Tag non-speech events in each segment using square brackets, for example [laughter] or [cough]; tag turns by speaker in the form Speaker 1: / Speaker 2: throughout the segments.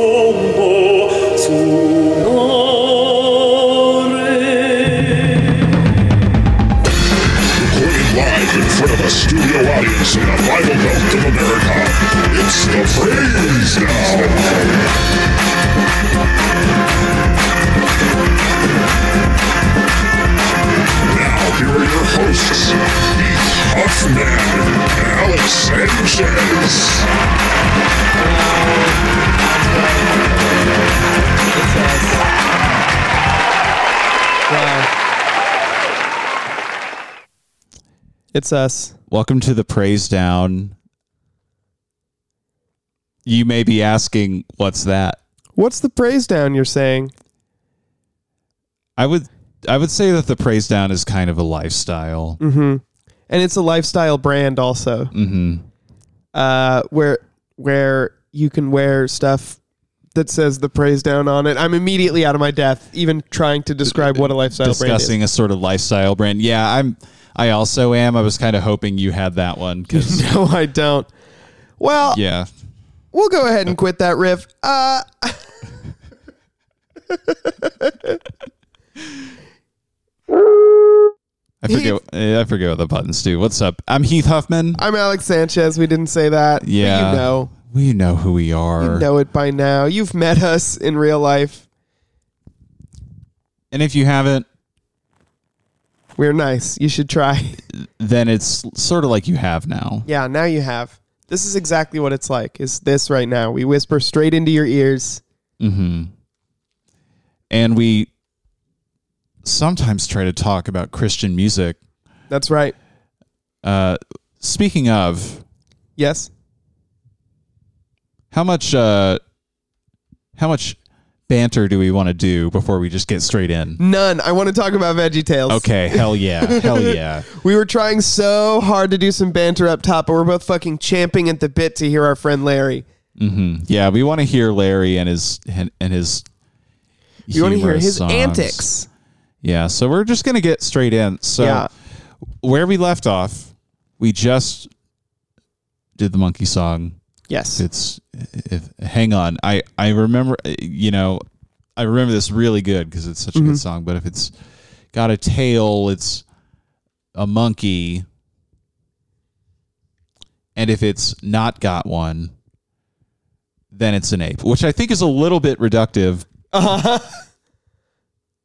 Speaker 1: sombo sonore.
Speaker 2: Recorded live in front of a studio audience in the Bible Belt of America, it's the Praise Now. Now, here are your hosts, Heath Huffman and Alex Sanchez.
Speaker 3: It's us.
Speaker 4: Welcome to the Praise Down. You may be asking, what's that?
Speaker 3: What's the praise down you're saying?
Speaker 4: I would I would say that the Praise Down is kind of a lifestyle.
Speaker 3: And it's a lifestyle brand also. Mm-hmm. Uh, where where you can wear stuff that says the praise down on it. I'm immediately out of my depth, even trying to describe what a lifestyle
Speaker 4: Discussing a sort of lifestyle brand. Yeah, I'm I also am. I was kind of hoping you had that one
Speaker 3: [laughs]
Speaker 4: cuz
Speaker 3: brand is. [laughs] No, I don't. Well,
Speaker 4: yeah.
Speaker 3: we'll go ahead and quit that riff. Uh,
Speaker 4: I forget eh, I forget what the buttons do. What's up? I'm Heath Huffman.
Speaker 3: I'm Alex Sanchez. We didn't say that. but
Speaker 4: yeah.
Speaker 3: you know,
Speaker 4: We know who we are.
Speaker 3: you know it by now. You've met us in real life.
Speaker 4: And if you haven't,
Speaker 3: We're nice. You should try. [laughs]
Speaker 4: then it's sort of like you have now.
Speaker 3: Yeah, now you have. This is exactly what it's like. Is this right now? We whisper straight into your ears.
Speaker 4: And we sometimes try to talk about Christian music
Speaker 3: That's right.
Speaker 4: Speaking of,
Speaker 3: Yes.
Speaker 4: how much uh how much banter do we want to do before we just get straight in?
Speaker 3: None. I want to talk about Veggie Tales.
Speaker 4: Okay, hell yeah.
Speaker 3: [laughs]
Speaker 4: hell yeah.
Speaker 3: We were trying so hard to do some banter up top, but we're both fucking champing at the bit to hear our friend Larry.
Speaker 4: Hmm, Yeah, we want to hear Larry and his and, and his
Speaker 3: You want to hear
Speaker 4: humorous
Speaker 3: his
Speaker 4: songs.
Speaker 3: antics?
Speaker 4: Yeah, so we're just going to get straight in. So
Speaker 3: Yeah.
Speaker 4: where we left off, we just did the monkey song.
Speaker 3: Yes.
Speaker 4: it's if hang on i i remember you know i remember this really good because it's such a good song but if it's got a tail it's a monkey and if it's not got one then it's an ape which i think is a little bit reductive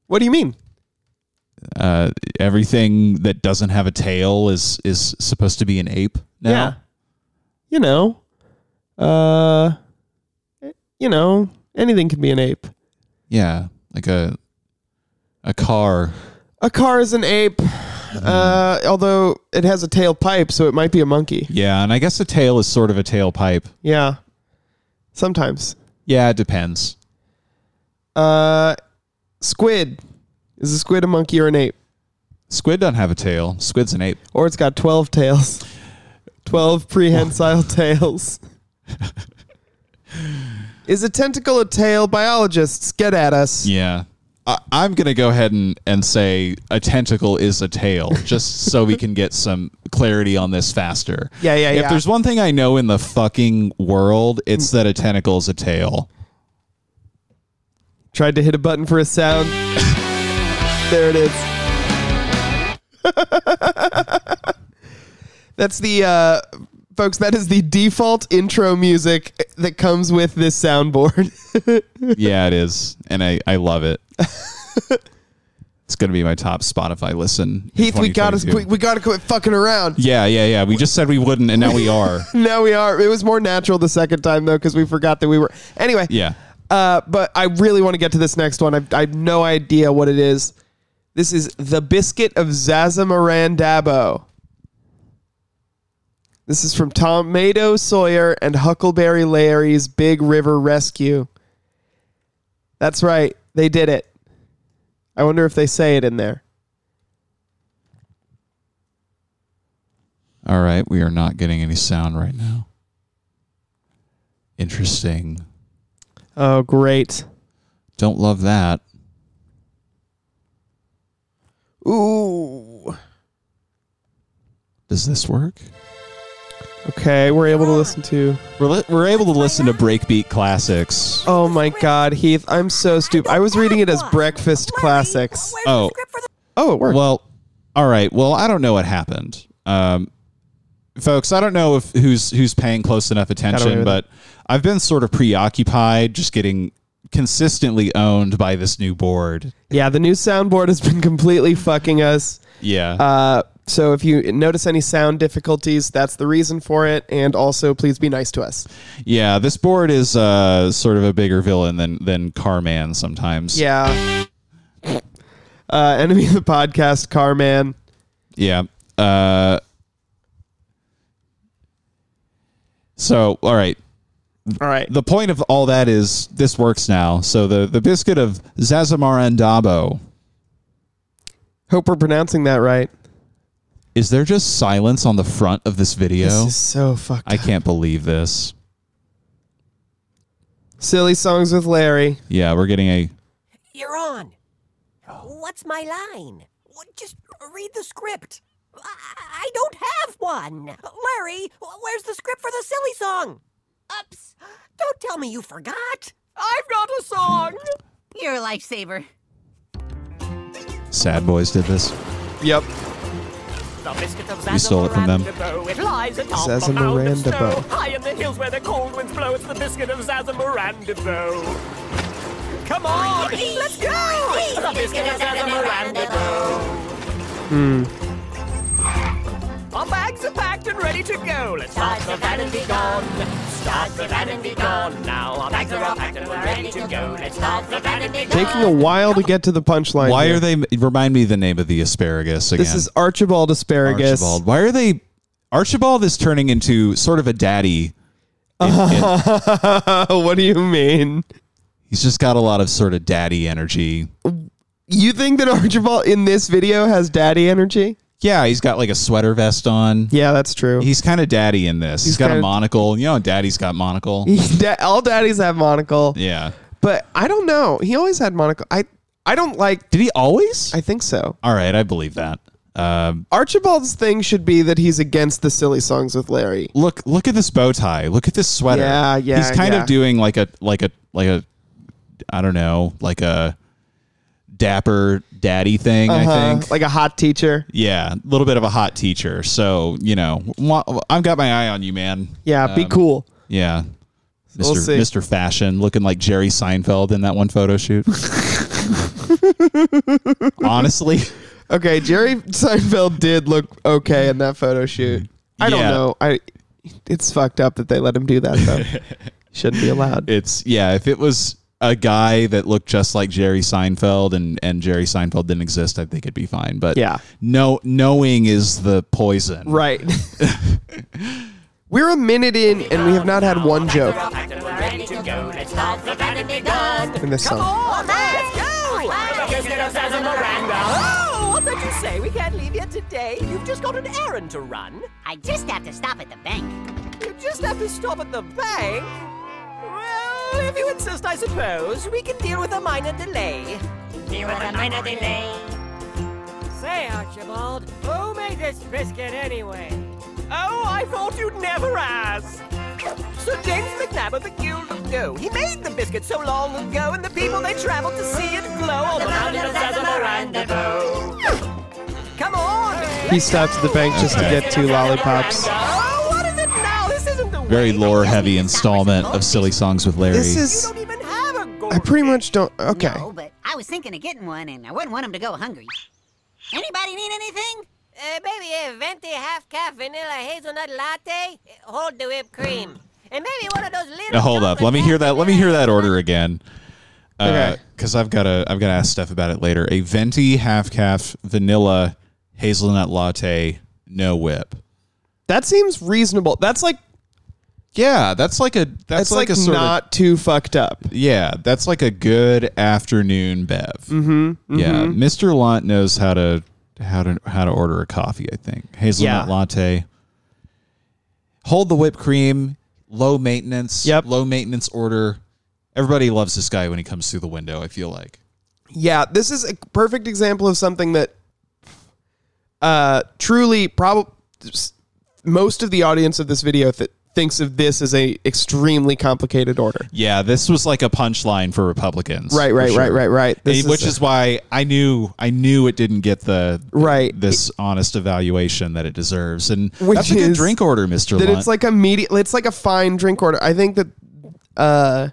Speaker 3: What do you mean?
Speaker 4: uh everything that doesn't have a tail is is supposed to be an ape now
Speaker 3: You know. Uh. You know, anything can be an ape.
Speaker 4: yeah like a a car
Speaker 3: A car is an ape,
Speaker 4: Mm-hmm.
Speaker 3: uh, although it has a tailpipe, so it might be a monkey.
Speaker 4: yeah and i guess a tail is sort of a tailpipe
Speaker 3: Yeah. Sometimes.
Speaker 4: yeah it depends
Speaker 3: Uh, squid. Is a squid a monkey or an ape?
Speaker 4: Squid do not have a tail. Squid's an ape.
Speaker 3: Or it's got 12 tails. [laughs] 12 prehensile tails. Is a tentacle a tail? Biologists, get at us.
Speaker 4: Yeah. I, I'm going to go ahead and, and say a tentacle is a tail, just so we can get some clarity on this faster.
Speaker 3: Yeah, yeah,
Speaker 4: if
Speaker 3: yeah.
Speaker 4: there's one thing I know in the fucking world, it's that a tentacle is a tail.
Speaker 3: Tried to hit a button for a sound. there it is. [laughs] That's the, uh, folks, that is the default intro music that comes with this soundboard. [laughs]
Speaker 4: yeah, it is. And I, I love it. it's going to be my top Spotify listen. in
Speaker 3: Heath, we gotta
Speaker 4: 2022.
Speaker 3: we, we gotta quit fucking around.
Speaker 4: Yeah, yeah, yeah. We just said we wouldn't, and
Speaker 3: [laughs]
Speaker 4: now we are.
Speaker 3: No, we are. It was more natural the second time though, because we forgot that we were. Anyway,
Speaker 4: Yeah.
Speaker 3: Uh, but I really want to get to this next one. I've, I have no idea what it is. This is the biscuit of Zazamorandabo. This is from Tomato Sawyer and Huckleberry Larry's Big River Rescue. That's right, they did it. I wonder if they say it in there.
Speaker 4: All right, we are not getting any sound right now. Interesting.
Speaker 3: Oh, great.
Speaker 4: Don't love that.
Speaker 3: Ooh.
Speaker 4: Does this work?
Speaker 3: Okay, we're able to listen to.
Speaker 4: We're, li- we're able to listen to breakbeat classics.
Speaker 3: Oh my God, Heath, I'm so stupid. I was reading it as breakfast classics.
Speaker 4: Oh.
Speaker 3: Oh, it worked.
Speaker 4: Well, all right. Well, I don't know what happened, um, folks. I don't know if who's who's paying close enough attention,
Speaker 3: with
Speaker 4: but I've been sort of preoccupied, just getting consistently owned by this new board.
Speaker 3: Yeah, the new soundboard has been [laughs] completely fucking us.
Speaker 4: Yeah.
Speaker 3: Uh, so if you notice any sound difficulties, that's the reason for it. And also, please be nice to us.
Speaker 4: Yeah, this board is uh, sort of a bigger villain than than Carman sometimes.
Speaker 3: Yeah. [laughs] Uh, enemy of the podcast, Carman.
Speaker 4: yeah. Uh, so, all right.
Speaker 3: All right.
Speaker 4: The point of all that is this works now. So the the biscuit of Zazamara and Dabo.
Speaker 3: Hope we're pronouncing that right.
Speaker 4: Is there just silence on the front of this video?
Speaker 3: This is so fucked.
Speaker 4: I
Speaker 3: up.
Speaker 4: can't believe this.
Speaker 3: Silly songs with Larry.
Speaker 4: Yeah, we're getting a
Speaker 1: You're on. What's my line? What- Just read the script. I- I I don't have one. Larry, wh- where's the script for the silly song? Ups. Don't tell me you forgot. I've got a song.
Speaker 5: You're a lifesaver.
Speaker 4: sad boys did this.
Speaker 3: Yep.
Speaker 6: The biscuit of
Speaker 4: You stole it from them.
Speaker 6: Zazamarandabo, It lies atop a mound of
Speaker 3: Zazamarandabo.
Speaker 6: snow. High in the hills where the cold winds blow. It's the biscuit of Zazamarandabo. Come on, let's go! The biscuit of Zazamarandabo. Hmm. Our bags are packed and ready to go. Let's start the van and be gone. Start the van and be gone now. Our bags are all packed and we're ready to go. Let's start the van and be gone.
Speaker 3: Taking a while to get to the punchline.
Speaker 4: Why
Speaker 3: here.
Speaker 4: are they? Remind me the name of the asparagus again.
Speaker 3: This is Archibald asparagus.
Speaker 4: Archibald. Why are they? Archibald is turning into sort of a daddy. in- in-
Speaker 3: [laughs] what do you mean?
Speaker 4: he's just got a lot of sort of daddy energy.
Speaker 3: You think that Archibald in this video has daddy energy?
Speaker 4: Yeah, he's got like a sweater vest on.
Speaker 3: Yeah, that's true. [laughs]
Speaker 4: He's kind of daddy in this.
Speaker 3: He's
Speaker 4: he's got
Speaker 3: kinda-
Speaker 4: a monocle. You know, daddy's got monocle.
Speaker 3: Da- all daddies have monocle,
Speaker 4: yeah.
Speaker 3: but I don't know. He always had monocle. I I don't like.
Speaker 4: Did he always?
Speaker 3: I think so.
Speaker 4: All right, I believe that. Um,
Speaker 3: Archibald's thing should be that he's against the silly songs with Larry.
Speaker 4: look, look at this bow tie. Look at this sweater.
Speaker 3: Yeah, yeah,
Speaker 4: He's kind
Speaker 3: yeah.
Speaker 4: of doing like a, like a, like a, I don't know, like a dapper daddy thing. I
Speaker 3: Uh,
Speaker 4: think.
Speaker 3: like a hot teacher.
Speaker 4: Yeah, a little bit of a hot teacher. So you know, wa- I've got my eye on you, man.
Speaker 3: Yeah, be
Speaker 4: Um,
Speaker 3: cool.
Speaker 4: Yeah,
Speaker 3: We'll
Speaker 4: Mister
Speaker 3: see.
Speaker 4: Mister Fashion, looking like Jerry Seinfeld in that one
Speaker 3: [laughs]
Speaker 4: photo shoot. Honestly,
Speaker 3: Okay, Jerry [laughs] Seinfeld did look okay in that photo shoot. I don't
Speaker 4: Yeah.
Speaker 3: know. I it's fucked up that they let him do that
Speaker 4: [laughs]
Speaker 3: though. Shouldn't be allowed.
Speaker 4: it's yeah. If it was a guy that looked just like Jerry Seinfeld and and Jerry Seinfeld didn't exist, I think it'd be fine. But
Speaker 3: Yeah.
Speaker 4: no, knowing is the poison.
Speaker 3: Right. [laughs] We're a minute in and we have not had one joke
Speaker 6: Packed and we're ready to go. Let's start the van and be gone.
Speaker 3: in this song.
Speaker 1: On, let's go.
Speaker 6: The biscuit of Zazamaranda.
Speaker 1: Oh, what did you say? We can't leave here today. You've just got an errand to run.
Speaker 5: I just have to stop at the bank.
Speaker 1: You just have to stop at the bank. Well, if you insist, I suppose we can deal with a minor delay.
Speaker 6: Here with a minor delay.
Speaker 1: Say, Archibald, who made this biscuit anyway? Oh, I thought you'd never ask. Sir James McNabb of the Guild of Go. He made the biscuit so long ago, and the people they traveled to see it glow on the mountain of
Speaker 5: Oh,
Speaker 1: Zazamarandabo. Come on!
Speaker 3: He stopped at the bank just to
Speaker 4: Okay.
Speaker 3: get two lollipops.
Speaker 1: Oh, what is it now? This isn't the
Speaker 4: Very
Speaker 1: way.
Speaker 4: lore heavy installment of silly songs with Larry.
Speaker 3: This
Speaker 1: You
Speaker 3: is
Speaker 1: don't even have a gold.
Speaker 3: I pretty much don't okay.
Speaker 5: No, but I was thinking of getting one, and I wouldn't want him to go hungry. Anybody need anything?
Speaker 6: Eh,
Speaker 1: Uh, maybe a venti half calf vanilla hazelnut latte.
Speaker 6: eh,
Speaker 1: Hold the whipped cream. And maybe one of those little.
Speaker 4: Now, Uh, hold up. Let me hear that. Let me hear that order again.
Speaker 3: Okay.
Speaker 4: Because I've got to. I've got to ask Steph about it later. A venti half calf vanilla hazelnut latte, no whip.
Speaker 3: That seems reasonable. That's like
Speaker 4: Yeah, that's like a. That's,
Speaker 3: that's like,
Speaker 4: a sort
Speaker 3: not too fucked up.
Speaker 4: of. Yeah, that's like a good afternoon bev. Mm-hmm, Yeah, Mr. Lunt knows how to how to how to order a coffee. I think hazelnut
Speaker 3: Yeah.
Speaker 4: latte. Hold the whipped cream. Low maintenance.
Speaker 3: Yep.
Speaker 4: Low maintenance order. Everybody loves this guy when he comes through the window. I feel like.
Speaker 3: Yeah, this is a perfect example of something that uh truly probably most of the audience of this video th- thinks of this as a extremely complicated order.
Speaker 4: Yeah, this was like a punchline for Republicans.
Speaker 3: Right,
Speaker 4: for
Speaker 3: right, right, right, right. This
Speaker 4: Eh,
Speaker 3: is
Speaker 4: Which
Speaker 3: a-
Speaker 4: is why I knew I knew it didn't get the
Speaker 3: Right.
Speaker 4: this honest evaluation that it deserves, and
Speaker 3: Which
Speaker 4: that's a good
Speaker 3: is
Speaker 4: drink order, Mister.
Speaker 3: that it's like a medi- it's like a fine drink order. I think that uh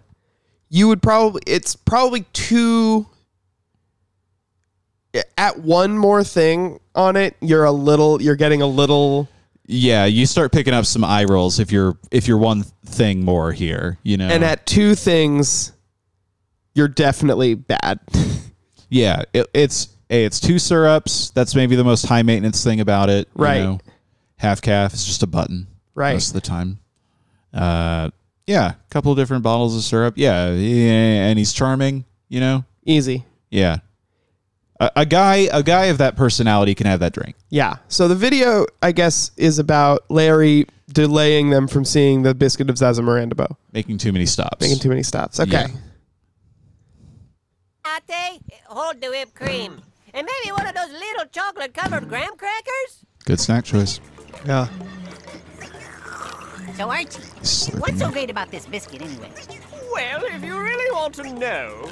Speaker 3: you would probably it's probably too at one more thing on it, you're a little you're getting a little
Speaker 4: yeah, you start picking up some eye rolls if you're if you're one thing more here, you know,
Speaker 3: and at two things you're definitely bad. [laughs]
Speaker 4: yeah, it, it's eh, it's two syrups. That's maybe the most high maintenance thing about it, you
Speaker 3: Right.
Speaker 4: know. Half calf is just a button,
Speaker 3: Right.
Speaker 4: Most of the time, uh, yeah, a couple of different bottles of syrup, yeah, yeah, and he's charming, you know.
Speaker 3: Easy.
Speaker 4: Yeah. A, a guy a guy of that personality can have that drink.
Speaker 3: Yeah. So the video, I guess, is about Larry delaying them from seeing the biscuit of Zaza Miranda Bow,
Speaker 4: Making too many stops.
Speaker 3: making too many stops. Okay.
Speaker 4: Yeah.
Speaker 6: Latte, eh, hold the whipped cream. And maybe one of those little chocolate covered graham crackers?
Speaker 4: Good snack choice.
Speaker 3: Yeah.
Speaker 5: So Archie,
Speaker 4: Slurping
Speaker 5: what's
Speaker 4: it.
Speaker 5: so great about this biscuit anyway?
Speaker 6: Well, if you really want to know,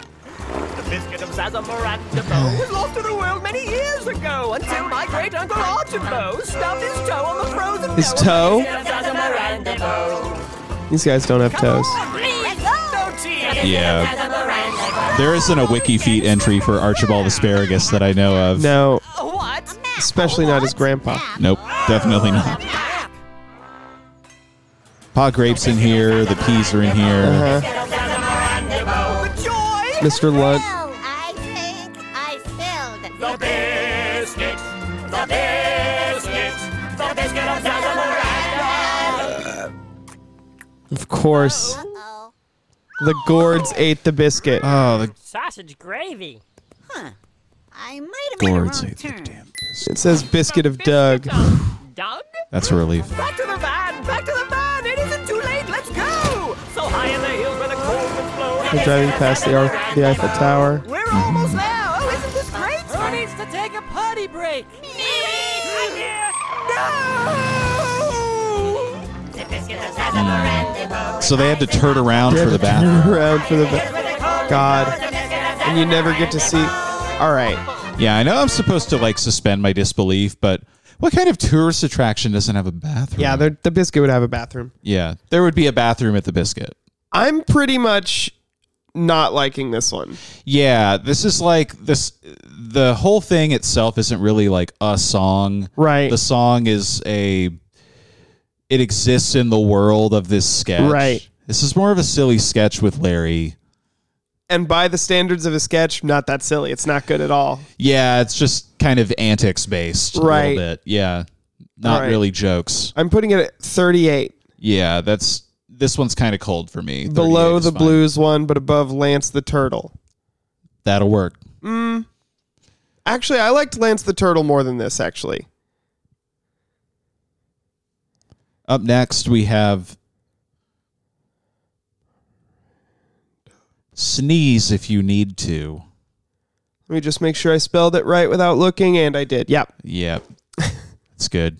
Speaker 6: the biscuit of Zaza Miranda
Speaker 3: [sighs]
Speaker 6: Bow was lost to the world many years ago until my great uncle Archibald stubbed his toe on the frozen
Speaker 3: His
Speaker 6: dough of
Speaker 3: toe?
Speaker 6: the biscuit of Zaza Miranda Bow.
Speaker 3: These guys don't have toes.
Speaker 5: Let's go!
Speaker 6: No tea.
Speaker 4: Yeah. There isn't a wiki feet entry for Archibald Asparagus that I know of.
Speaker 3: No,
Speaker 6: What?
Speaker 3: especially not his grandpa.
Speaker 4: Nope. Definitely not. Pot grapes in here, the peas are in here.
Speaker 3: Uh-huh.
Speaker 6: Joy?
Speaker 3: Mr. Lunt.
Speaker 5: I think I spilled
Speaker 6: The biscuit. The biscuit. The biscuit of Zaza Miranda.
Speaker 3: Of course.
Speaker 5: Oh,
Speaker 3: The gourds ate the biscuit.
Speaker 4: Oh, the
Speaker 6: Sausage gravy.
Speaker 5: I might have made a
Speaker 4: gourds
Speaker 5: wrong
Speaker 4: ate the
Speaker 5: turn.
Speaker 4: damn
Speaker 3: It says biscuit of Doug.
Speaker 6: uh, Doug?
Speaker 4: That's a relief.
Speaker 6: Back to the van! Back to the van! It isn't too late! Let's go! So high in the hills where the cold winds blow.
Speaker 3: We're driving past the, Ar- the Eiffel Tower.
Speaker 6: We're almost there! Oh, isn't this great? Who needs to take a potty break? No!
Speaker 4: So they had to turn around for the bathroom.
Speaker 3: Turn [laughs] around for the ba- God. And you never get to see. All right.
Speaker 4: Yeah, I know I'm supposed to like suspend my disbelief, but what kind of tourist attraction doesn't have a bathroom?
Speaker 3: Yeah, they're- the biscuit would have a bathroom.
Speaker 4: Yeah, there would be a bathroom at the biscuit.
Speaker 3: I'm pretty much not liking this one.
Speaker 4: Yeah, this is like this. The whole thing itself isn't really like a song.
Speaker 3: Right.
Speaker 4: The song is a. It exists in the world of this sketch.
Speaker 3: Right.
Speaker 4: This is more of a silly sketch with Larry.
Speaker 3: And by the standards of a sketch, not that silly. It's not good at all.
Speaker 4: Yeah, it's just kind of antics based. A
Speaker 3: Right.
Speaker 4: little bit. Yeah. Not
Speaker 3: Right.
Speaker 4: really jokes.
Speaker 3: I'm putting it at 38,
Speaker 4: Yeah, that's this one's kind of cold for me. 38
Speaker 3: below
Speaker 4: is
Speaker 3: the
Speaker 4: fine.
Speaker 3: blues one, but above Lance the Turtle.
Speaker 4: That'll work.
Speaker 3: Actually, I liked Lance the Turtle more than this, actually.
Speaker 4: Up next, we have sneeze if you need to.
Speaker 3: Let me just make sure I spelled it right without looking, and I did. Yep. [laughs]
Speaker 4: Yep, it's good.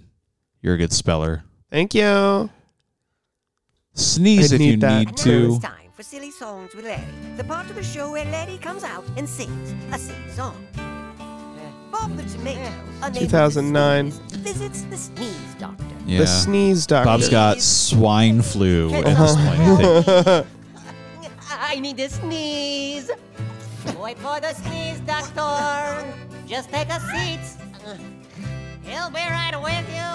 Speaker 4: You're a good speller.
Speaker 3: Thank you.
Speaker 4: Sneeze
Speaker 3: I'd
Speaker 4: if
Speaker 3: need
Speaker 4: you
Speaker 3: that
Speaker 4: need
Speaker 3: too.
Speaker 4: to.
Speaker 5: time for Silly Songs with Larry, the part of the show where Larry comes out and sings a silly song. Bob the Tomato, unable to
Speaker 3: 2009.
Speaker 5: sneeze, visits the sneeze doctor.
Speaker 4: Yeah.
Speaker 3: The sneeze doctor.
Speaker 4: Bob's got swine flu at this
Speaker 3: Uh-huh.
Speaker 4: point. I think.
Speaker 5: I need to sneeze. Wait for the sneeze, doctor. Just take a seat. He'll be right with you.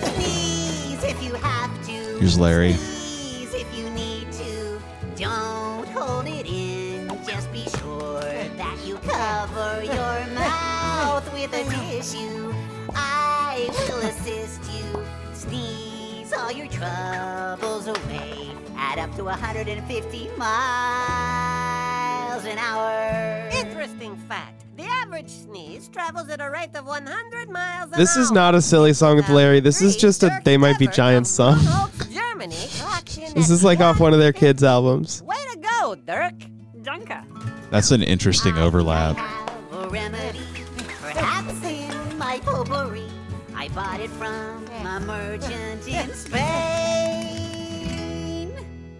Speaker 5: Sneeze if you have to.
Speaker 4: Here's Larry.
Speaker 5: Sneeze if you need to. Don't hold it in. Just be sure that you cover your mouth with a tissue. I will assist you. Sneeze all your troubles away. Add up to 150 miles an hour.
Speaker 6: Interesting fact. The average sneeze travels at a rate of 100 miles an
Speaker 3: This is
Speaker 6: hour.
Speaker 3: not a silly song with Larry. This is just a They Might Be Giants song.
Speaker 6: Germany clocked in
Speaker 3: This
Speaker 6: at
Speaker 3: is like off one of their kids' albums.
Speaker 6: Way to go, Dirk. Dunker.
Speaker 4: That's an interesting overlap.
Speaker 5: have a remedy. Perhaps in bought it from a merchant in Spain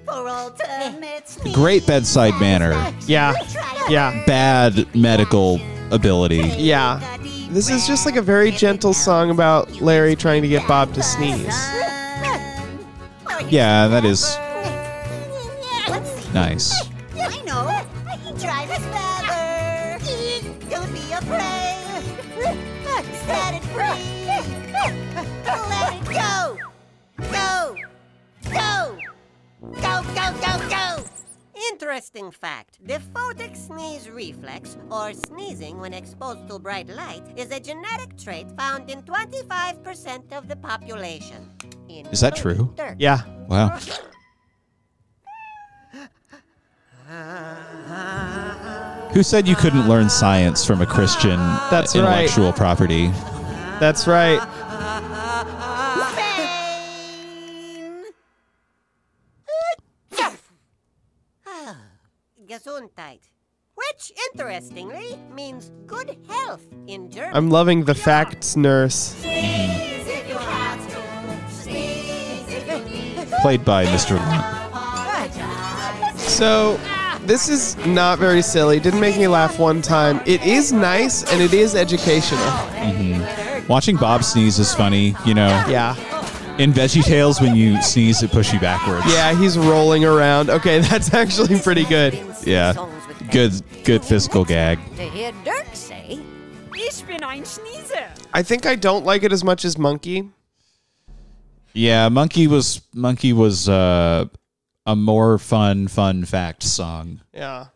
Speaker 5: for ultimate sneak
Speaker 4: Great bedside manner.
Speaker 5: satisfaction.
Speaker 3: Yeah.
Speaker 5: Try
Speaker 3: Yeah.
Speaker 4: Bad medical ability.
Speaker 3: Yeah. This is just like a very gentle song about Larry trying to get Bob to sneeze.
Speaker 4: Yeah, that is
Speaker 3: [laughs]
Speaker 4: nice.
Speaker 5: I know. I can drive his feather. Don't be afraid. Set it free. Let it go. Go. Go. Go, go, go, go. Interesting fact. The photic sneeze reflex, or sneezing when exposed to bright light, is a genetic trait found in 25% of the population.
Speaker 4: Is that true?
Speaker 5: Turks.
Speaker 3: Yeah.
Speaker 4: Wow. Who said you couldn't learn science from a Christian uh,
Speaker 3: That's right.
Speaker 4: intellectual property?
Speaker 3: That's right.
Speaker 5: Pain. Ah, Gesundheit. Which, interestingly, means good health in German.
Speaker 3: I'm loving the facts, nurse.
Speaker 4: Played by Mr. Lunt.
Speaker 3: So, this is not very silly. Didn't make me laugh one time. It is nice and it is educational.
Speaker 4: Watching Bob sneeze is funny, you know.
Speaker 3: Yeah.
Speaker 4: In Veggie Tales, when you sneeze, it pushes you backwards.
Speaker 3: Yeah, he's rolling around. Okay, [laughs] that's actually pretty good.
Speaker 4: Yeah. Good, good physical gag.
Speaker 5: To hear Dirk say,
Speaker 7: Ich bin ein Schniezer.
Speaker 3: I think I don't like it as much as Monkey.
Speaker 4: Yeah, Monkey was Monkey was uh, a more fun, fun fact song.
Speaker 3: Yeah.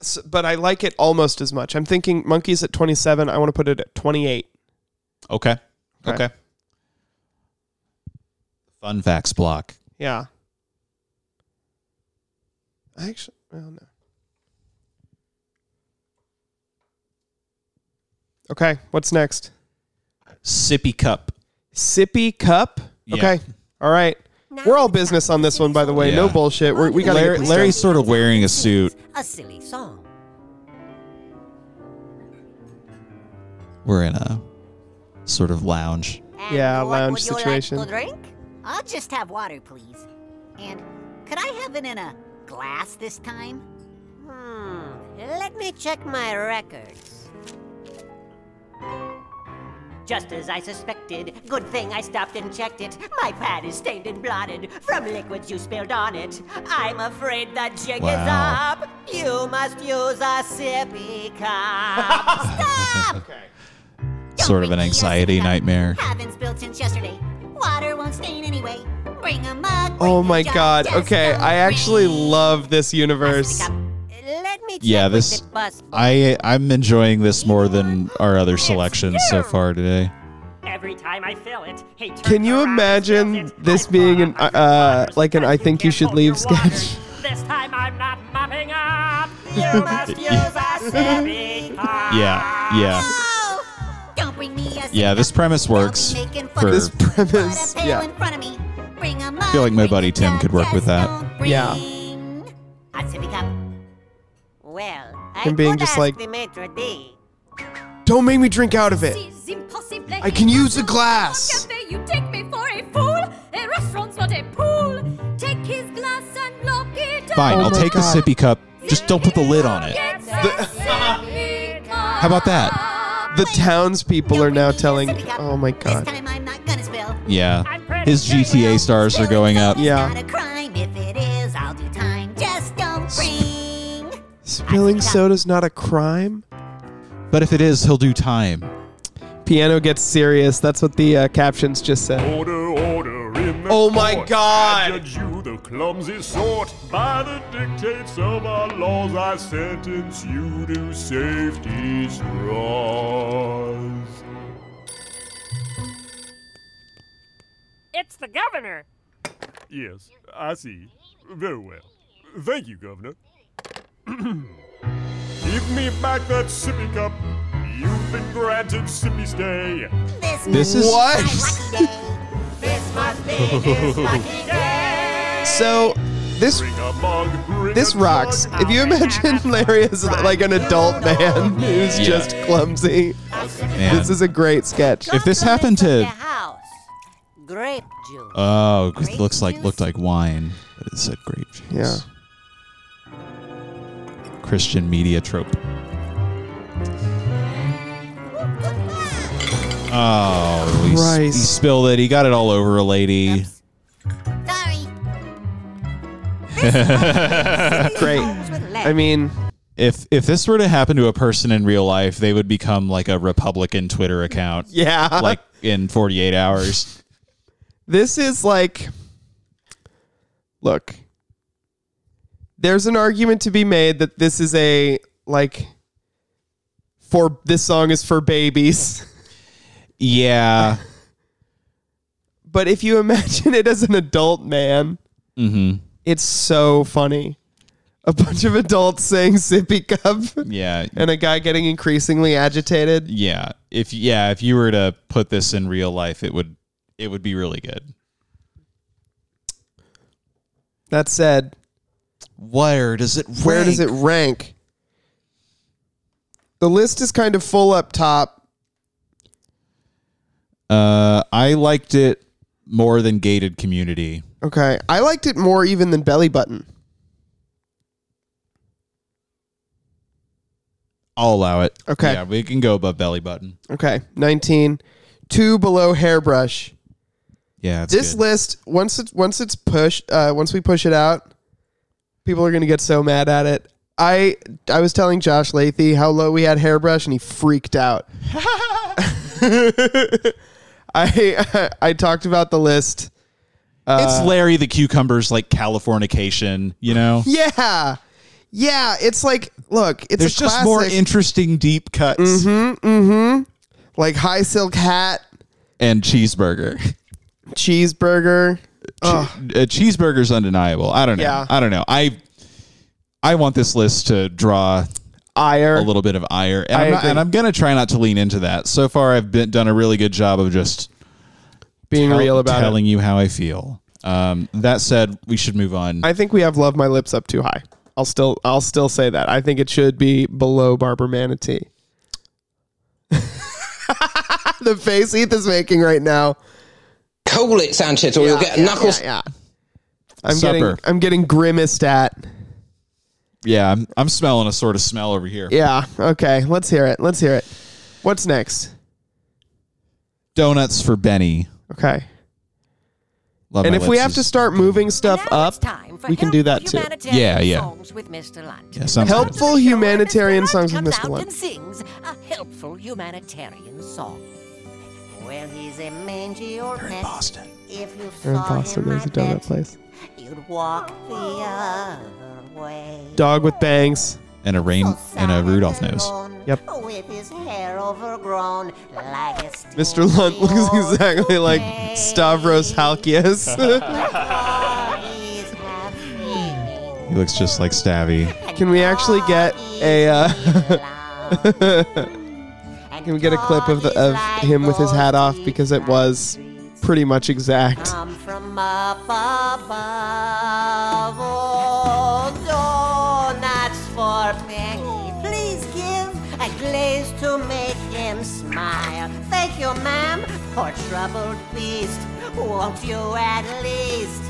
Speaker 3: S but I like it almost as much. I'm thinking Monkey's at 27. I want to put it at 28.
Speaker 4: Okay.
Speaker 3: Okay.
Speaker 4: Okay. Fun facts block.
Speaker 3: Yeah. I actually, well, no. Okay, what's next?
Speaker 4: Sippy cup.
Speaker 3: Sippy Cup?
Speaker 4: Yeah.
Speaker 3: Okay, all right. We're all business on this one, by the way. No
Speaker 4: Yeah.
Speaker 3: bullshit. We're, we got
Speaker 4: Larry, Larry's sort of wearing a suit.
Speaker 5: a silly song.
Speaker 4: We're in a sort of lounge.
Speaker 5: And
Speaker 3: Yeah,
Speaker 5: what
Speaker 3: lounge
Speaker 5: would you like
Speaker 3: situation.
Speaker 5: to drink? I'll just have water, please. And could I have it in a glass this time? Hmm. Let me check my records. Just as I suspected, good thing I stopped and checked it. My pad is stained and blotted from liquids you spilled on it. I'm afraid the jig is
Speaker 4: Wow.
Speaker 5: up. You must use a sippy cup. Stop!
Speaker 4: Sort of an anxiety nightmare.
Speaker 5: Haven't spilled since yesterday. Water won't stain anyway. Bring a mug. bring
Speaker 3: Oh
Speaker 5: a
Speaker 3: my
Speaker 5: jug,
Speaker 3: god.
Speaker 5: just
Speaker 3: Okay,
Speaker 5: a
Speaker 3: I actually
Speaker 5: ring.
Speaker 3: love this universe.
Speaker 5: Stick up. Let me check
Speaker 4: Yeah,
Speaker 5: with
Speaker 4: this
Speaker 5: the bus.
Speaker 4: I I'm enjoying this more than our other selections so far today.
Speaker 7: Every time I fill it, he turns
Speaker 3: Can you
Speaker 7: around and
Speaker 3: imagine
Speaker 7: spills it.
Speaker 3: this
Speaker 7: I
Speaker 3: being an
Speaker 7: bought a
Speaker 3: uh,
Speaker 7: hundred
Speaker 3: like an
Speaker 7: waters,
Speaker 3: I
Speaker 7: but
Speaker 3: think you
Speaker 7: can't
Speaker 3: should
Speaker 7: hold
Speaker 3: leave
Speaker 7: your waters.
Speaker 3: sketch?
Speaker 7: This time I'm not mopping up.
Speaker 3: [laughs]
Speaker 5: You must use a sippy cup.
Speaker 4: Yeah, yeah,
Speaker 5: No! Don't bring me a
Speaker 4: yeah. This premise works. for- [laughs]
Speaker 3: This premise,
Speaker 5: Put a pail
Speaker 3: yeah.
Speaker 5: in front of me. Bring a mug.
Speaker 4: feel like my
Speaker 5: bring
Speaker 4: buddy
Speaker 5: a
Speaker 4: Tim
Speaker 5: jug,
Speaker 4: could work with
Speaker 5: just
Speaker 4: that.
Speaker 5: don't
Speaker 3: Yeah.
Speaker 5: bring A sippy cup. Well, I
Speaker 3: Him being
Speaker 5: could
Speaker 3: just
Speaker 5: ask
Speaker 3: like-
Speaker 5: the maitre d'.
Speaker 3: [laughs] Don't make me drink out of it. I can use a glass.
Speaker 7: Cafe, you take me for a fool. A restaurant's not a pool. Take his glass and lock it up.
Speaker 4: Fine,
Speaker 3: Oh
Speaker 4: I'll
Speaker 3: my
Speaker 4: take the
Speaker 3: God.
Speaker 4: sippy cup. Just don't put the lid on it.
Speaker 7: It's a sippy cup.
Speaker 4: How about that?
Speaker 3: The townspeople are now telling.
Speaker 5: Sippy cup.
Speaker 3: Oh my
Speaker 5: This
Speaker 3: god.
Speaker 5: time I'm not gonna spill.
Speaker 4: Yeah.
Speaker 7: I'm pretty
Speaker 4: His
Speaker 7: sure
Speaker 4: GTA
Speaker 7: we'll-
Speaker 4: stars are going up.
Speaker 3: Yeah.
Speaker 5: Not a crime. If it is, I'll do time. Just don't bring.
Speaker 3: Spilling soda's not a crime.
Speaker 4: But if it is, he'll do time.
Speaker 3: Piano gets serious. That's what the uh, captions just said.
Speaker 8: Order, order in the
Speaker 3: Oh my
Speaker 8: court.
Speaker 3: God.
Speaker 8: I judge you the clumsy sort. By the dictates of our laws, I sentence you to safety's straws.
Speaker 7: It's the governor.
Speaker 8: Yes, I see. Very well. Thank you, Governor. [clears throat] Give me back that sippy cup. You've been granted sippy stay.
Speaker 5: This,
Speaker 4: This is [laughs]
Speaker 3: What?
Speaker 5: lucky day. this must be his lucky day.
Speaker 3: So this-
Speaker 7: Ring a mug, ring
Speaker 3: This
Speaker 7: a
Speaker 3: rocks.
Speaker 7: jug,
Speaker 3: If you imagine Larry as like an adult man [laughs] who's
Speaker 4: Yeah.
Speaker 3: just clumsy,
Speaker 4: Man.
Speaker 3: this is a great sketch.
Speaker 4: if this happened
Speaker 1: The
Speaker 4: to
Speaker 1: house. Grape juice.
Speaker 4: oh, 'cause it
Speaker 1: Grape
Speaker 4: looks like
Speaker 1: juice?
Speaker 4: looked like wine, but it said grape juice.
Speaker 3: Yeah.
Speaker 4: Christian media trope. Oh, he, s- he
Speaker 3: Christ.
Speaker 4: spilled it. He got it all over a lady. [laughs]
Speaker 1: Sorry.
Speaker 3: Great.
Speaker 1: Homes with lead.
Speaker 3: I mean,
Speaker 4: If if this were to happen to a person in real life, they would become like a Republican Twitter account.
Speaker 3: yeah.
Speaker 4: Like in 48 hours.
Speaker 3: this is like look there's an argument to be made that this is a like for this song is for babies [laughs]
Speaker 4: Yeah.
Speaker 3: but if you imagine it as an adult man
Speaker 4: Mhm.
Speaker 3: it's so funny a bunch of adults saying sippy cup
Speaker 4: Yeah.
Speaker 3: and a guy getting increasingly agitated
Speaker 4: Yeah. If yeah, if you were to put this in real life, it would it would be really good.
Speaker 3: that said
Speaker 4: Where does it rank?
Speaker 3: where does it rank the list is kind of full up top
Speaker 4: Uh, I liked it more than gated community.
Speaker 3: okay i liked it more even than belly button
Speaker 4: I'll allow it.
Speaker 3: Okay.
Speaker 4: Yeah, we can go above belly button.
Speaker 3: Okay, 19. Two below hairbrush.
Speaker 4: Yeah, it's
Speaker 3: This
Speaker 4: good.
Speaker 3: list, once it's once it's pushed, uh, once we push it out, people are gonna get so mad at it. I I was telling Josh Lathy how low we had hairbrush, and he freaked out. [laughs] I [laughs] I talked about the list. uh,
Speaker 4: it's Larry the Cucumber's like Californication,
Speaker 3: [laughs]
Speaker 4: you know?
Speaker 3: Yeah, yeah. It's like look, it's
Speaker 4: There's
Speaker 3: a
Speaker 4: just
Speaker 3: classic. Mm-hmm.
Speaker 4: more interesting deep cuts
Speaker 3: like high silk hat,
Speaker 4: and cheeseburger. [laughs]
Speaker 3: cheeseburger.
Speaker 4: Che- uh, cheeseburger's undeniable. I don't know.
Speaker 3: Yeah.
Speaker 4: I don't know. I I want this list to draw
Speaker 3: Ire.
Speaker 4: a little bit of ire, and,
Speaker 3: I
Speaker 4: I'm, not,
Speaker 3: agree.
Speaker 4: and I'm gonna try not to lean into that. So far, I've been, done a really good job of just
Speaker 3: being
Speaker 4: tell-
Speaker 3: real about it.
Speaker 4: telling you how I feel. Um, that said, we should move on.
Speaker 3: I think we have "Love My Lips" up too high. I'll still I'll still say that. I think it should be below Barbara Manatee. [laughs] the face Heath is making right now.
Speaker 6: Call it Sanchez, or you'll get a knuckles.
Speaker 3: yeah. I'm getting
Speaker 4: Supper.
Speaker 3: I'm getting grimaced at.
Speaker 4: yeah, I'm, I'm smelling a sort of smell over here.
Speaker 3: Yeah. Okay. Let's hear it. Let's hear it. What's next?
Speaker 4: Donuts for Benny.
Speaker 3: Okay.
Speaker 4: Love
Speaker 3: And
Speaker 4: My
Speaker 3: if we
Speaker 4: Lips
Speaker 3: have
Speaker 4: is-
Speaker 3: to start moving stuff
Speaker 1: Now
Speaker 3: up,
Speaker 1: it's time for
Speaker 3: we can
Speaker 1: Help
Speaker 3: do
Speaker 1: for
Speaker 3: that too.
Speaker 1: Humanitarian
Speaker 4: Yeah, yeah.
Speaker 1: Songs with Mr. Lunt.
Speaker 4: Yeah, sounds
Speaker 3: Help-
Speaker 4: good.
Speaker 3: Helpful humanitarian songs with
Speaker 1: comes
Speaker 3: Mr.
Speaker 1: out
Speaker 3: Lunt.
Speaker 1: and sings a helpful humanitarian song. Well, he's a mangy old
Speaker 4: They're in
Speaker 1: man.
Speaker 4: [laughs] Boston.
Speaker 1: If you
Speaker 3: They're in
Speaker 1: saw
Speaker 3: Boston.
Speaker 1: him,
Speaker 3: There's
Speaker 1: I
Speaker 3: a donut
Speaker 1: bet
Speaker 3: place.
Speaker 1: You'd walk the other way.
Speaker 3: Dog with bangs.
Speaker 4: And a rain and a Rudolph nose.
Speaker 3: Yep.
Speaker 1: With his hair overgrown like a
Speaker 3: Mr. Lunt looks exactly like Stavros Halkias. [laughs]
Speaker 1: exactly.
Speaker 4: He looks just like Stabby.
Speaker 3: Hmm. Can we actually
Speaker 1: [laughs]
Speaker 3: get a uh, [laughs] Can we get a clip of, the, of him with his hat off because it was pretty much exact.
Speaker 5: Uh.
Speaker 1: Come from up above, oh, donuts for Peggy. Please give a glaze to make him smile. Thank you, ma'am, for troubled beast. Won't you at least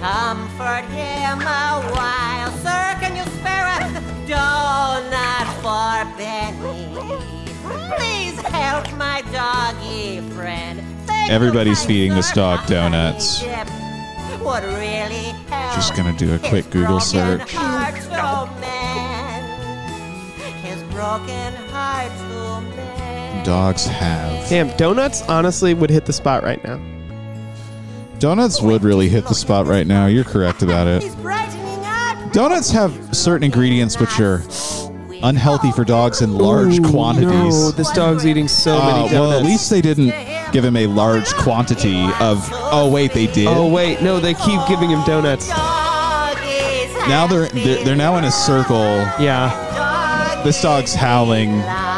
Speaker 1: comfort him a while? Sir, can you spare a donut for Benny? Please help my doggy friend. Thank you,
Speaker 4: Everybody's
Speaker 1: kind
Speaker 4: feeding this
Speaker 1: sir.
Speaker 4: dog
Speaker 1: I
Speaker 4: donuts.
Speaker 1: need dip would really help.
Speaker 4: Just gonna do a
Speaker 1: his
Speaker 4: quick Google
Speaker 1: broken
Speaker 4: search.
Speaker 1: heart to mend. His broken heart to mend.
Speaker 4: Dogs have.
Speaker 3: Damn, donuts honestly would hit the spot right now.
Speaker 4: Donuts would really hit the spot right now. You're correct about it.
Speaker 1: He's brightening up.
Speaker 4: Donuts have certain ingredients which are unhealthy for dogs in large
Speaker 3: No,
Speaker 4: quantities.
Speaker 3: this dog's eating so
Speaker 4: Uh,
Speaker 3: many donuts.
Speaker 4: well, at least they didn't give him a large quantity of. Oh wait, they did.
Speaker 3: oh wait, no, they keep giving him donuts.
Speaker 1: Dog is
Speaker 4: Now they're they're, they're now in a circle.
Speaker 3: Yeah,
Speaker 1: dog
Speaker 4: This dog's howling
Speaker 1: loves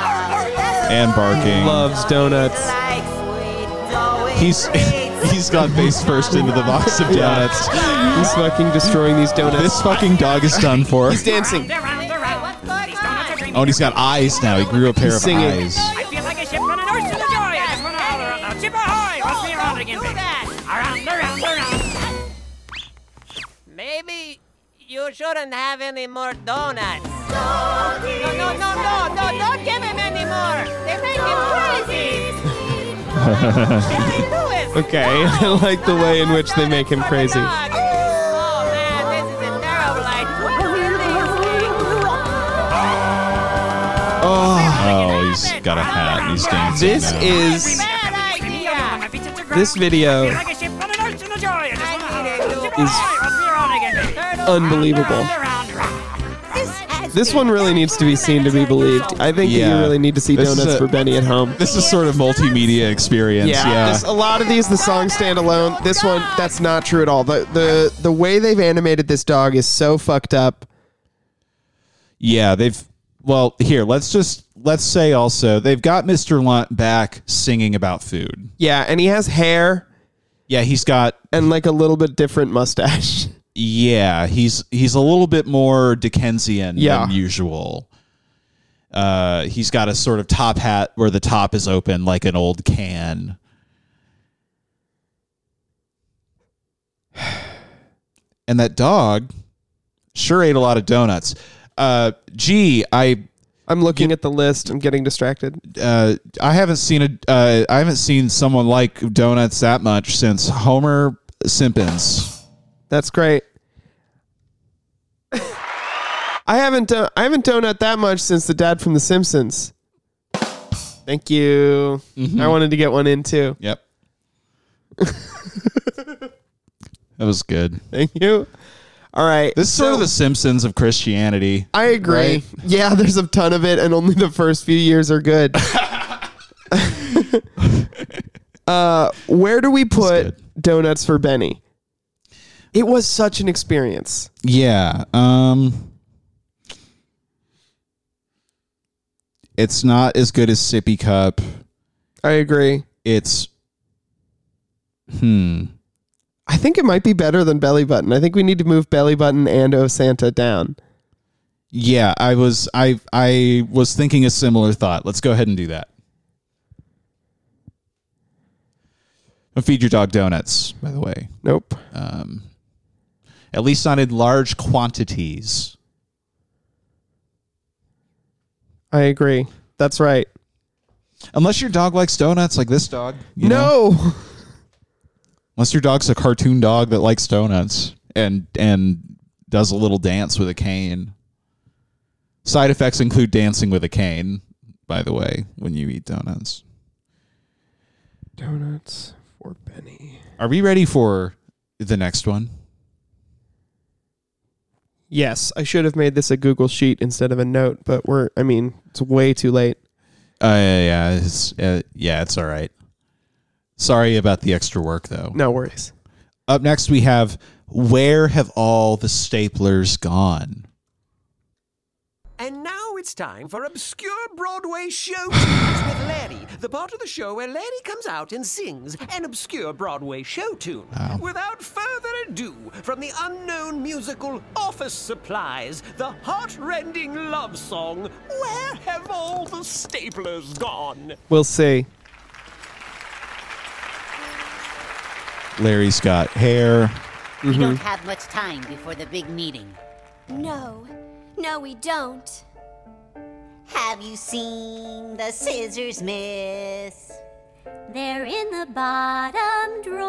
Speaker 6: Oh,
Speaker 4: and barking.
Speaker 3: loves donuts.
Speaker 1: like sweet dough.
Speaker 4: He's [laughs] He's gone face first into the box of donuts.
Speaker 3: He's fucking destroying these donuts.
Speaker 4: This fucking dog is done for.
Speaker 3: He's dancing.
Speaker 6: Round around, these donuts are dreaming.
Speaker 4: Oh, and he's got eyes now. He grew a pair of
Speaker 3: Singing.
Speaker 4: eyes.
Speaker 6: I feel like a ship on an ocean of joy. I just wanna holler out loud, ship ahoy! Must be around again, baby. Around, around, around.
Speaker 1: Maybe you shouldn't have any more donuts. No, no, no, no, no, don't give him any more. They make him crazy. Jerry Lewis.
Speaker 3: [laughs] Okay, [laughs] I like the way in which they make him crazy.
Speaker 1: Oh man, this is a terrible idea.
Speaker 3: Oh,
Speaker 4: Oh, he's got a hat. and He's dancing.
Speaker 3: this
Speaker 4: now.
Speaker 3: is
Speaker 1: Bad idea.
Speaker 3: this video
Speaker 6: Like a ship on an ocean of joy. I just wanna holler out loud, ship
Speaker 3: is
Speaker 6: ahoy! Must be around again, baby.
Speaker 3: unbelievable.
Speaker 6: Around, around.
Speaker 3: This one really needs to be seen to be believed. I think that
Speaker 4: Yeah.
Speaker 3: you really need to see
Speaker 4: This is
Speaker 3: donuts
Speaker 4: a-
Speaker 3: for Benny at home.
Speaker 4: This is sort of multimedia experience. Yeah.
Speaker 3: This, a lot of these the songs stand alone. This one, that's not true at all. The the the way they've animated this dog is so fucked up.
Speaker 4: Yeah, they've well, here, let's just let's say also they've got Mr. Lunt back singing about food.
Speaker 3: Yeah, and he has hair
Speaker 4: Yeah, he's got
Speaker 3: and like a little bit different mustache. [laughs]
Speaker 4: yeah, he's he's a little bit more Dickensian
Speaker 3: Yeah.
Speaker 4: than usual. Uh, he's got a sort of top hat where the top is open like an old can. [sighs] And that dog sure ate a lot of donuts. Uh, gee, I
Speaker 3: I'm looking at the list. I'm getting distracted.
Speaker 4: uh, I haven't seen a uh, I haven't seen someone like donuts that much since Homer Simpkins.
Speaker 3: That's great. [laughs] I haven't done I haven't donut that much since the dad from The Simpsons. Thank you. I wanted to get one in too. [laughs]
Speaker 4: Yep. that was good.
Speaker 3: Thank you. All right.
Speaker 4: This is sort
Speaker 3: so-
Speaker 4: of the Simpsons of Christianity.
Speaker 3: I agree.
Speaker 4: Right?
Speaker 3: Yeah, there's a ton of it, and only the first few years are
Speaker 4: [laughs]
Speaker 3: good. uh, Uh, where do we put
Speaker 4: good.
Speaker 3: donuts for Benny? It was such an experience.
Speaker 4: Yeah. Um It's not as good as Sippy Cup.
Speaker 3: I agree.
Speaker 4: It's
Speaker 3: I think it might be better than Belly Button. I think we need to move Belly Button and Oh Santa down.
Speaker 4: yeah, I was I I was thinking a similar thought. Let's go ahead and do that. Don't feed your dog donuts, by the way.
Speaker 3: Nope.
Speaker 4: At least not in large quantities.
Speaker 3: I agree. That's right.
Speaker 4: Unless your dog likes donuts like this dog. you know?
Speaker 3: No.
Speaker 4: Unless your dog's a cartoon dog that likes donuts and and does a little dance with a cane. Side effects include dancing with a cane, by the way, when you eat donuts.
Speaker 3: Donuts for Benny.
Speaker 4: Are we ready for the next one?
Speaker 3: Yes, I should have made this a Google sheet instead of a note, but we're, I mean, it's way too late.
Speaker 4: Uh, yeah, yeah, it's, uh, yeah, it's all right. Sorry about the extra work, though.
Speaker 3: No worries.
Speaker 4: Up next, we have Where Have All the Staplers Gone?
Speaker 6: And now it's time for obscure Broadway showtunes with Larry, the part of the show where Larry comes out and sings an obscure Broadway show tune. Without further ado, from the unknown musical Office Supplies, the heart-rending love song, Where Have All the Staplers Gone?
Speaker 3: We'll see.
Speaker 4: Larry's got hair.
Speaker 5: We don't have much time before the big meeting.
Speaker 7: No, no, we don't.
Speaker 5: Have you seen the scissors, miss?
Speaker 7: They're in the bottom drawer.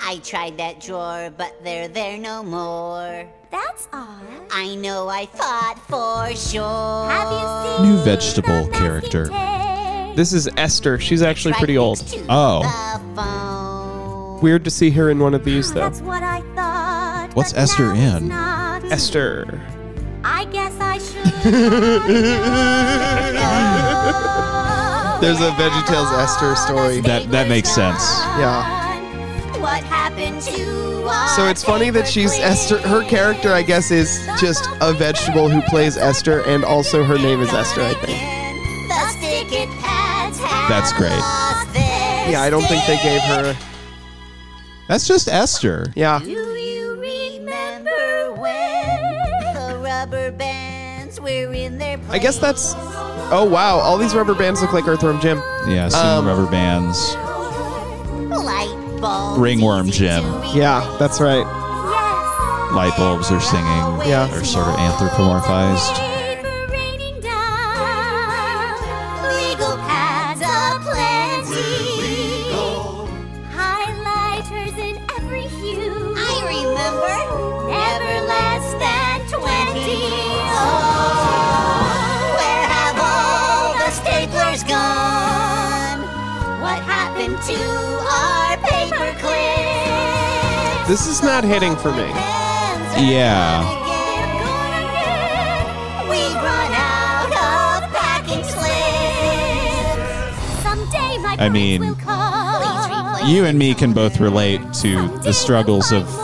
Speaker 5: I tried that drawer, but they're there no more.
Speaker 7: That's odd.
Speaker 5: I know I thought for sure.
Speaker 7: Have you seen
Speaker 4: New vegetable
Speaker 7: the
Speaker 4: character.
Speaker 7: masking tape?
Speaker 3: This is Esther. She's actually pretty old.
Speaker 4: Oh.
Speaker 5: The phone.
Speaker 3: Weird to see her in one of these, though.
Speaker 7: That's what I thought.
Speaker 4: What's
Speaker 7: but
Speaker 4: Esther
Speaker 7: now it's
Speaker 4: in?
Speaker 7: not.
Speaker 3: Esther.
Speaker 7: I guess
Speaker 4: [laughs]
Speaker 7: I should.
Speaker 3: There's a VeggieTales Esther story.
Speaker 4: That, that makes sense.
Speaker 3: Yeah.
Speaker 5: What happened to us?
Speaker 3: So it's funny that she's Esther. Her character, I guess, is just a vegetable who plays Esther, and also her name is Esther, I think.
Speaker 5: The stick it pads have
Speaker 4: That's great.
Speaker 5: lost their
Speaker 3: Yeah, I don't think they gave her.
Speaker 4: That's just Esther.
Speaker 3: Yeah.
Speaker 5: Do you remember when the rubber bands were in their place?
Speaker 3: I guess that's. Oh wow! All these rubber bands look like Earthworm Jim.
Speaker 4: Yeah, soon
Speaker 3: Um,
Speaker 4: rubber bands.
Speaker 5: light bulbs.
Speaker 4: Ringworm
Speaker 5: easy to
Speaker 4: Jim.
Speaker 5: replace.
Speaker 3: Yeah, that's right.
Speaker 5: Yes.
Speaker 4: Light bulbs are singing.
Speaker 3: Yeah.
Speaker 4: They're sort of anthropomorphized.
Speaker 7: Paper raining down.
Speaker 5: Legal pads aplenty.
Speaker 7: Highlighters in every hue.
Speaker 5: I remember.
Speaker 7: Never less than twenty.
Speaker 5: Oh, where have all the staplers gone? What happened to our paper clips?
Speaker 3: This is not hitting for me.
Speaker 5: Pens are
Speaker 4: Yeah.
Speaker 5: gone again. We've run out of packing slips.
Speaker 7: Someday my
Speaker 4: I mean-
Speaker 7: will call.
Speaker 4: You and me can both relate to the struggles of of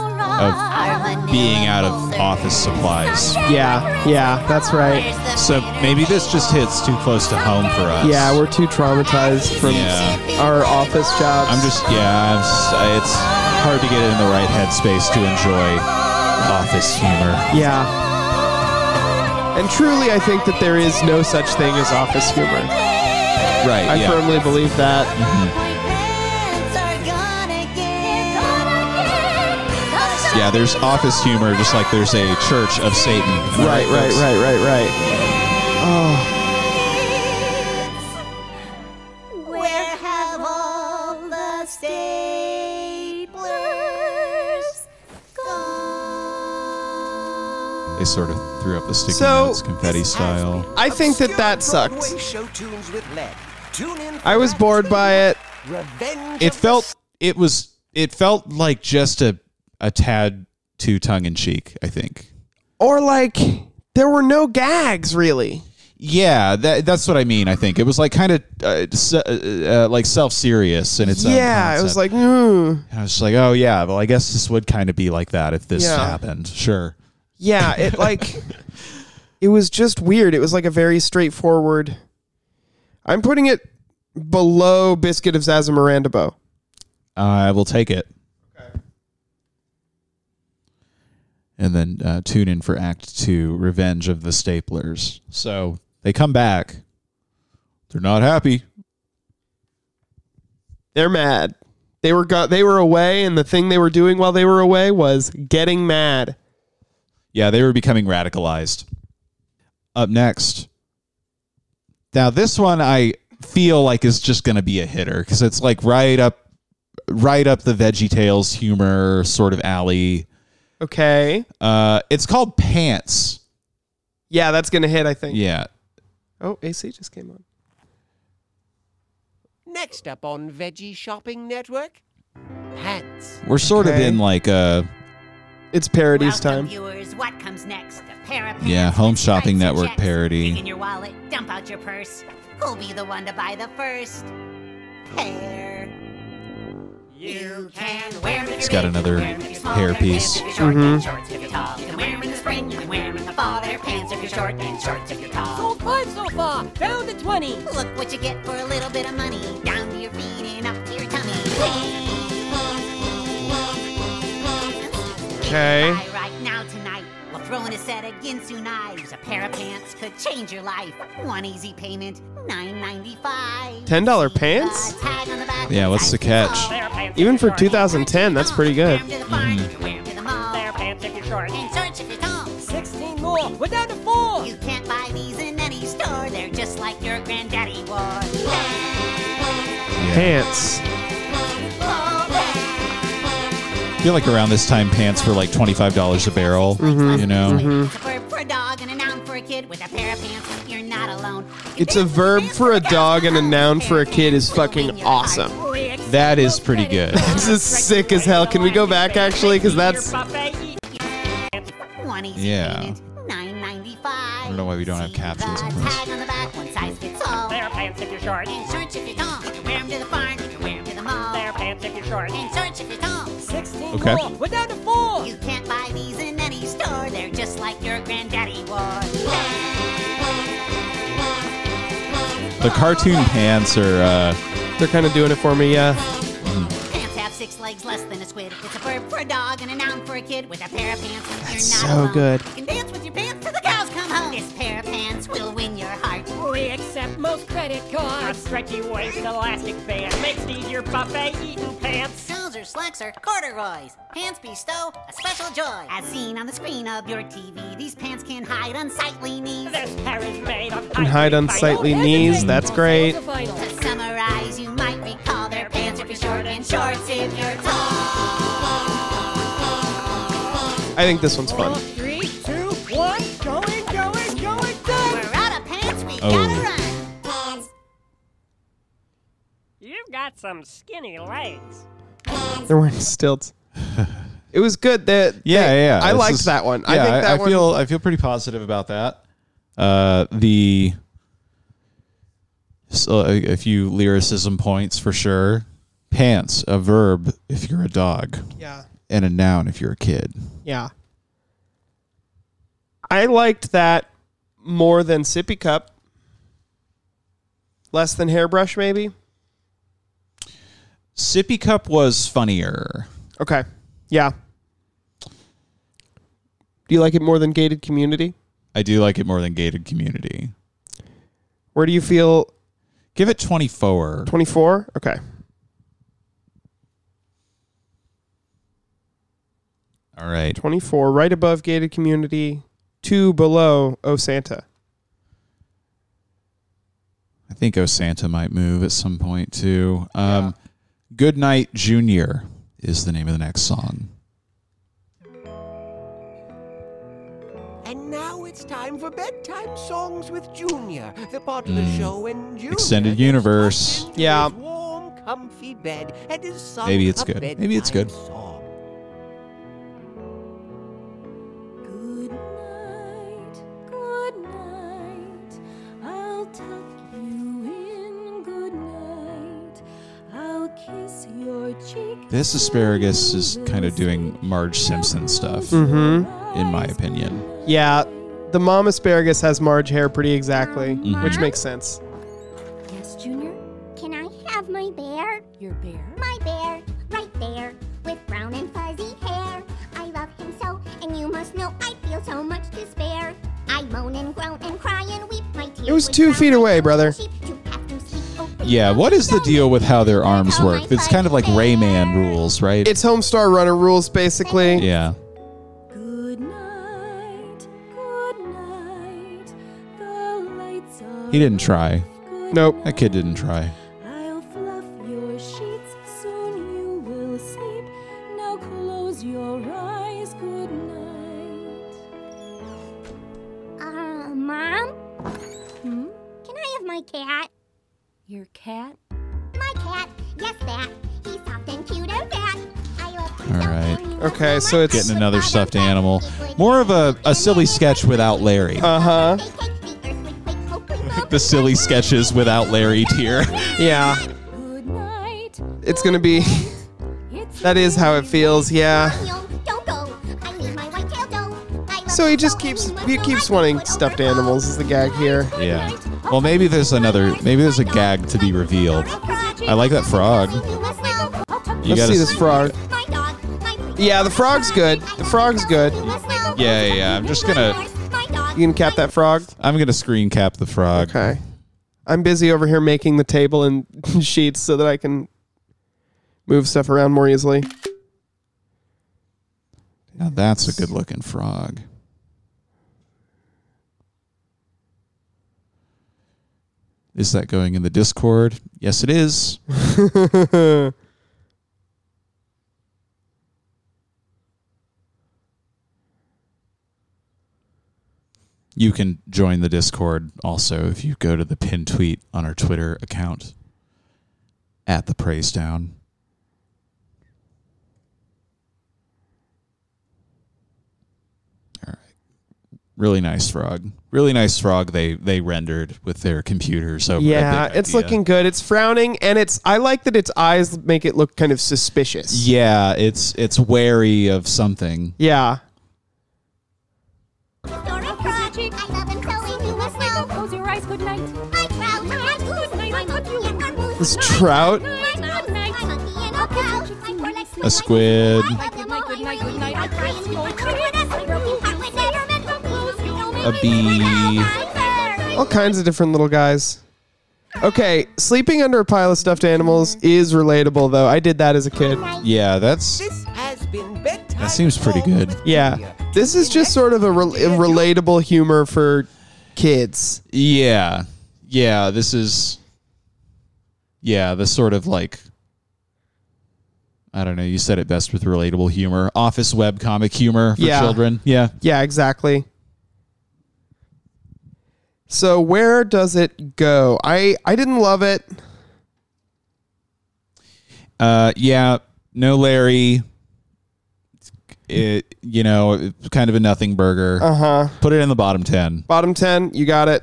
Speaker 5: Our
Speaker 4: being out of
Speaker 5: manila
Speaker 4: office supplies.
Speaker 3: Yeah, yeah, that's right.
Speaker 5: folders.
Speaker 4: So maybe this just hits too close to home for us.
Speaker 3: Yeah, we're too traumatized from
Speaker 4: Yeah.
Speaker 3: our office jobs.
Speaker 4: I'm just yeah. I'm s- it's hard to get in the right headspace to enjoy office humor.
Speaker 3: Yeah. And truly, I think that there is no such thing as office humor.
Speaker 4: Right.
Speaker 3: I
Speaker 4: yeah.
Speaker 3: firmly believe that.
Speaker 5: Pens are gone again.
Speaker 4: yeah. There's office humor, just like there's a church of Satan. Am I
Speaker 3: Right, right,
Speaker 4: folks?
Speaker 3: right, right, right.
Speaker 5: Where have all the staplers gone?
Speaker 4: They sort of threw up the sticky
Speaker 3: So-
Speaker 4: notes, confetti style.
Speaker 3: I think that that
Speaker 6: Obscure Broadway
Speaker 3: sucked.
Speaker 6: Show tunes with lead. Tune in for
Speaker 3: I was
Speaker 6: that
Speaker 3: bored by it.
Speaker 6: Revenge
Speaker 4: It
Speaker 6: of the
Speaker 4: felt it was it felt like just a a tad too tongue in cheek. I think.
Speaker 3: Or like, there were no gags really.
Speaker 4: Yeah, that, that's what I mean. I think it was like kind of uh, se- uh, uh, like self serious and its own
Speaker 3: Yeah, it was like,
Speaker 4: concept.
Speaker 3: mm.
Speaker 4: And I was just like, oh yeah, well I guess this would kind of be like that if this
Speaker 3: Yeah.
Speaker 4: happened. Sure.
Speaker 3: yeah, it like, it was just weird. It was like a very straightforward. I'm putting it below Biscuit of Zazamarandabo.
Speaker 4: Uh, I will take it. And then uh, tune in for Act Two, Revenge of the Staplers. So they come back. They're not happy.
Speaker 3: They're mad. They were got they were away and the thing they were doing while they were away was getting mad.
Speaker 4: Yeah, they were becoming radicalized. Up next. Now this one I feel like is just going to be a hitter because it's like right up, right up the Veggie Tales humor sort of alley.
Speaker 3: Okay.
Speaker 4: Uh, it's called Pants.
Speaker 3: Yeah, that's gonna hit, I think.
Speaker 4: Yeah,
Speaker 3: Oh, AC just came on.
Speaker 6: Next up on Veggie Shopping Network, pants.
Speaker 4: we're sort of
Speaker 3: Okay.
Speaker 4: in like a
Speaker 3: It's parodies
Speaker 5: Welcome,
Speaker 3: time.
Speaker 5: viewers. What comes next? A pair of
Speaker 4: Yeah,
Speaker 5: pants
Speaker 4: Home
Speaker 5: with
Speaker 4: Shopping
Speaker 5: stripes and
Speaker 4: Network
Speaker 5: checks.
Speaker 4: parody.
Speaker 5: Dig in your wallet, dump out your purse. Who'll be the one to buy the first pair? You can wear 'em if
Speaker 4: It's got
Speaker 5: you're big,
Speaker 4: another
Speaker 5: wear 'em if you're small,
Speaker 4: hair
Speaker 5: wear 'em if
Speaker 4: piece.
Speaker 5: you're short, and shorts if you're tall. You can wear 'em in the spring, you can wear 'em in the fall. They're pants if you're short and shorts if you're tall.
Speaker 1: Five so far, down to 20.
Speaker 5: Look what you get for a little bit of money. Down to your feet and up to your tummy.
Speaker 3: Okay.
Speaker 5: Buy right now tonight. We'll throw in a set of Ginsu knives. A pair of pants could change your life. One easy payment, nine ninety five.
Speaker 3: $10 pants?
Speaker 4: Yeah, what's the catch?
Speaker 3: Even for 2010, that's pretty good.
Speaker 1: Sixteen more. We're down to four.
Speaker 5: You can't buy these in any store. They're just like your granddaddy wore.
Speaker 4: yeah.
Speaker 3: Pants.
Speaker 4: I feel like around this time pants were like twenty five dollars a barrel.
Speaker 3: Mm-hmm.
Speaker 4: You know,
Speaker 5: It's a verb for a dog and a noun for a kid. With a pair of pants, you're not alone.
Speaker 3: It's a verb for a dog and a noun for a kid is fucking awesome.
Speaker 4: that is pretty good.
Speaker 3: This is sick as hell. Can we go back actually? Because that's
Speaker 5: One easy
Speaker 4: Yeah.
Speaker 5: payment, nine ninety five. I
Speaker 4: don't know why we don't have captions
Speaker 5: The
Speaker 4: on this.
Speaker 5: tag on the back, one size fits all. There are pants if you're short. And shorts if you're tall. You can wear 'em to the barn. You can wear 'em to the mall. There are pants if you're short. And shorts if you're tall.
Speaker 1: Sixteen
Speaker 4: Okay.
Speaker 1: more. We're down to four.
Speaker 5: You can't buy these in any store. They're just like your granddaddy wore.
Speaker 4: The cartoon pants are uh,
Speaker 3: They're kind of doing it for me, uh, yeah.
Speaker 5: Pants have six legs less than a squid. It's a verb for a dog and a noun for a kid with a pair of pants. You're
Speaker 3: That's
Speaker 5: not
Speaker 3: so
Speaker 5: alone.
Speaker 3: good.
Speaker 5: You can dance with your pants till the cows come home. This pair of pants will win your heart.
Speaker 7: We accept most credit
Speaker 9: Our
Speaker 7: cards.
Speaker 9: stretchy waist elastic band makes these your buffet eating pants.
Speaker 5: Trousers, slacks, or corduroys. Pants bestow a special joy. As seen on the screen of your TV, these pants can hide unsightly knees.
Speaker 9: This hair is made of
Speaker 3: And hide
Speaker 9: ivory
Speaker 3: unsightly
Speaker 9: vinyl.
Speaker 3: knees. That's great.
Speaker 5: To summarize, you might recall their pants if you're short and shorts if you're tall.
Speaker 3: I think this one's fun.
Speaker 1: Three, two, one, going, going, going, done.
Speaker 5: We're out of pants, we
Speaker 4: Oh.
Speaker 5: gotta run.
Speaker 9: You've got some skinny legs.
Speaker 3: They're wearing stilts. It was good. That
Speaker 4: Yeah,
Speaker 3: they-
Speaker 4: yeah.
Speaker 3: I
Speaker 4: This
Speaker 3: liked
Speaker 4: is-
Speaker 3: that one. I
Speaker 4: yeah,
Speaker 3: think that
Speaker 4: I
Speaker 3: one.
Speaker 4: feel I feel pretty positive about that. Uh, the so a, a few lyricism points for sure. Pants, a verb if you're a dog,
Speaker 3: yeah,
Speaker 4: and a noun if you're a kid.
Speaker 3: yeah. I liked that more than sippy cup. Less than hairbrush, maybe.
Speaker 4: Sippy cup was funnier.
Speaker 3: Okay. Yeah. Do you like it more than gated community?
Speaker 4: I do like it more than gated community.
Speaker 3: Where do you feel
Speaker 4: Give it twenty four.
Speaker 3: 24? Okay.
Speaker 4: All right.
Speaker 3: 24, right above gated community, two below Oh Santa.
Speaker 4: I think Oh Santa might move at some point too. Um, Good Night Junior is the name of the next song.
Speaker 6: And now it's time for bedtime songs with Junior, the part of the show when Junior
Speaker 4: Extended
Speaker 6: gets
Speaker 4: universe.
Speaker 6: tucked into
Speaker 3: Yeah.
Speaker 6: his warm, comfy bed and is sung
Speaker 4: Maybe it's
Speaker 6: a
Speaker 4: good. Maybe it's
Speaker 6: bedtime
Speaker 4: good.
Speaker 6: song.
Speaker 7: Good night, good night. I'll tuck you in. Good night. I'll kiss your cheek.
Speaker 4: This asparagus is kind of doing Marge Simpson stuff, in my opinion.
Speaker 3: Yeah, the mom asparagus has Marge hair pretty exactly, which makes sense.
Speaker 7: Yes, Junior,
Speaker 10: Can I have my bear?
Speaker 7: your bear.
Speaker 10: My bear, right there, with brown and fuzzy hair. I love him so, and you must know I feel so much despair. I moan and groan and cry and weep my tears.
Speaker 3: It was
Speaker 10: would
Speaker 3: two
Speaker 10: drown
Speaker 3: feet
Speaker 10: my
Speaker 3: away,
Speaker 10: lonely
Speaker 3: brother.
Speaker 10: sheep to have to sleep over
Speaker 4: Yeah,
Speaker 10: my
Speaker 4: what is the
Speaker 10: lonely
Speaker 4: deal with how their arms
Speaker 10: Oh,
Speaker 4: work?
Speaker 10: my
Speaker 4: It's kind of like
Speaker 10: fuzzy
Speaker 4: Rayman
Speaker 10: bear.
Speaker 4: rules, right?
Speaker 3: It's Homestar Runner rules, basically.
Speaker 4: yeah.
Speaker 7: Good night, good night. The lights are.
Speaker 4: He didn't try.
Speaker 7: Good
Speaker 3: Nope.
Speaker 4: That kid didn't try.
Speaker 7: I'll fluff your sheets, soon you will sleep. Now close your eyes, good night.
Speaker 10: Uh, Mom? Can I have my cat?
Speaker 7: Hmm? Your cat?
Speaker 10: My cat, yes, that. He's soft and cute and fat. I love him
Speaker 4: All
Speaker 10: so,
Speaker 4: right.
Speaker 10: and he loves
Speaker 3: Okay,
Speaker 10: me
Speaker 3: so
Speaker 10: much.
Speaker 3: it's-
Speaker 4: Getting another
Speaker 10: Bottom
Speaker 4: stuffed
Speaker 10: fat,
Speaker 4: animal.
Speaker 10: he would
Speaker 4: More of a, a
Speaker 10: and
Speaker 4: silly
Speaker 10: then
Speaker 4: sketch without Larry.
Speaker 3: Uh huh.
Speaker 10: They take the earth with quick hope, we love
Speaker 4: The silly sketches without Larry tier.
Speaker 3: Yeah,
Speaker 7: Good night.
Speaker 3: it's gonna be. [laughs]
Speaker 7: It's
Speaker 3: That is how it feels. Yeah.
Speaker 10: Don't go. I need my white tail dough. I love
Speaker 3: So he
Speaker 10: him
Speaker 3: just
Speaker 10: and
Speaker 3: keeps
Speaker 10: must
Speaker 3: he
Speaker 10: know I
Speaker 3: keeps
Speaker 10: could
Speaker 3: wanting
Speaker 10: put
Speaker 3: stuffed
Speaker 10: over all
Speaker 3: animals is the gag here.
Speaker 4: Yeah. Well, maybe there's another. Maybe there's a gag to be revealed. I like that frog.
Speaker 10: You must know.
Speaker 4: You
Speaker 3: Let's
Speaker 4: gotta
Speaker 3: see this frog.
Speaker 10: My dog, my pretty
Speaker 3: Yeah, the frog's good. The frog's good.
Speaker 10: You must know.
Speaker 4: Yeah, yeah, yeah. I'm just gonna.
Speaker 10: My dog,
Speaker 3: You can cap that frog.
Speaker 4: I'm gonna screen cap the frog.
Speaker 3: Okay. I'm busy over here making the table and [laughs] sheets so that I can move stuff around more easily.
Speaker 4: Now that's a good looking frog. Is that going in the Discord? Yes, it is. you can join the Discord also if you go to the pin tweet on our Twitter account at the praise down. Really nice frog. Really nice frog they they rendered with their computers over. a
Speaker 3: Yeah,
Speaker 4: big
Speaker 3: it's
Speaker 4: idea.
Speaker 3: looking good. It's frowning and it's I like that its eyes make it look kind of suspicious.
Speaker 4: Yeah, it's it's wary of something.
Speaker 3: Yeah.
Speaker 10: Dora Frog. I love him so, and you must know.
Speaker 7: Close your eyes, good night.
Speaker 10: My proud, my good, my monkey, and our moose.
Speaker 3: This trout.
Speaker 10: Good night, monkey in a pouch. My four legs
Speaker 4: A squid.
Speaker 10: Good night, good night, good night. I cry in the old tree when I broken heart when Letterman broke loose. You know me.
Speaker 4: A bee.
Speaker 3: All kinds of different little guys. Okay, sleeping under a pile of stuffed animals is relatable, though. I did that as a kid.
Speaker 4: Yeah, that's
Speaker 1: Has been bedtime.
Speaker 4: that seems pretty good.
Speaker 3: Yeah. This is just sort of a, rel a relatable humor for kids.
Speaker 4: Yeah. Yeah, this is Yeah, the sort of like I don't know, you said it best with relatable humor. Office web comic humor for
Speaker 3: Yeah.
Speaker 4: children. Yeah.
Speaker 3: Yeah, exactly. So where does it go? I I didn't love it.
Speaker 4: Uh yeah, no Larry. It you know, it's kind of a nothing burger.
Speaker 3: Uh-huh.
Speaker 4: Put it in the bottom 10.
Speaker 3: Bottom 10, you got it.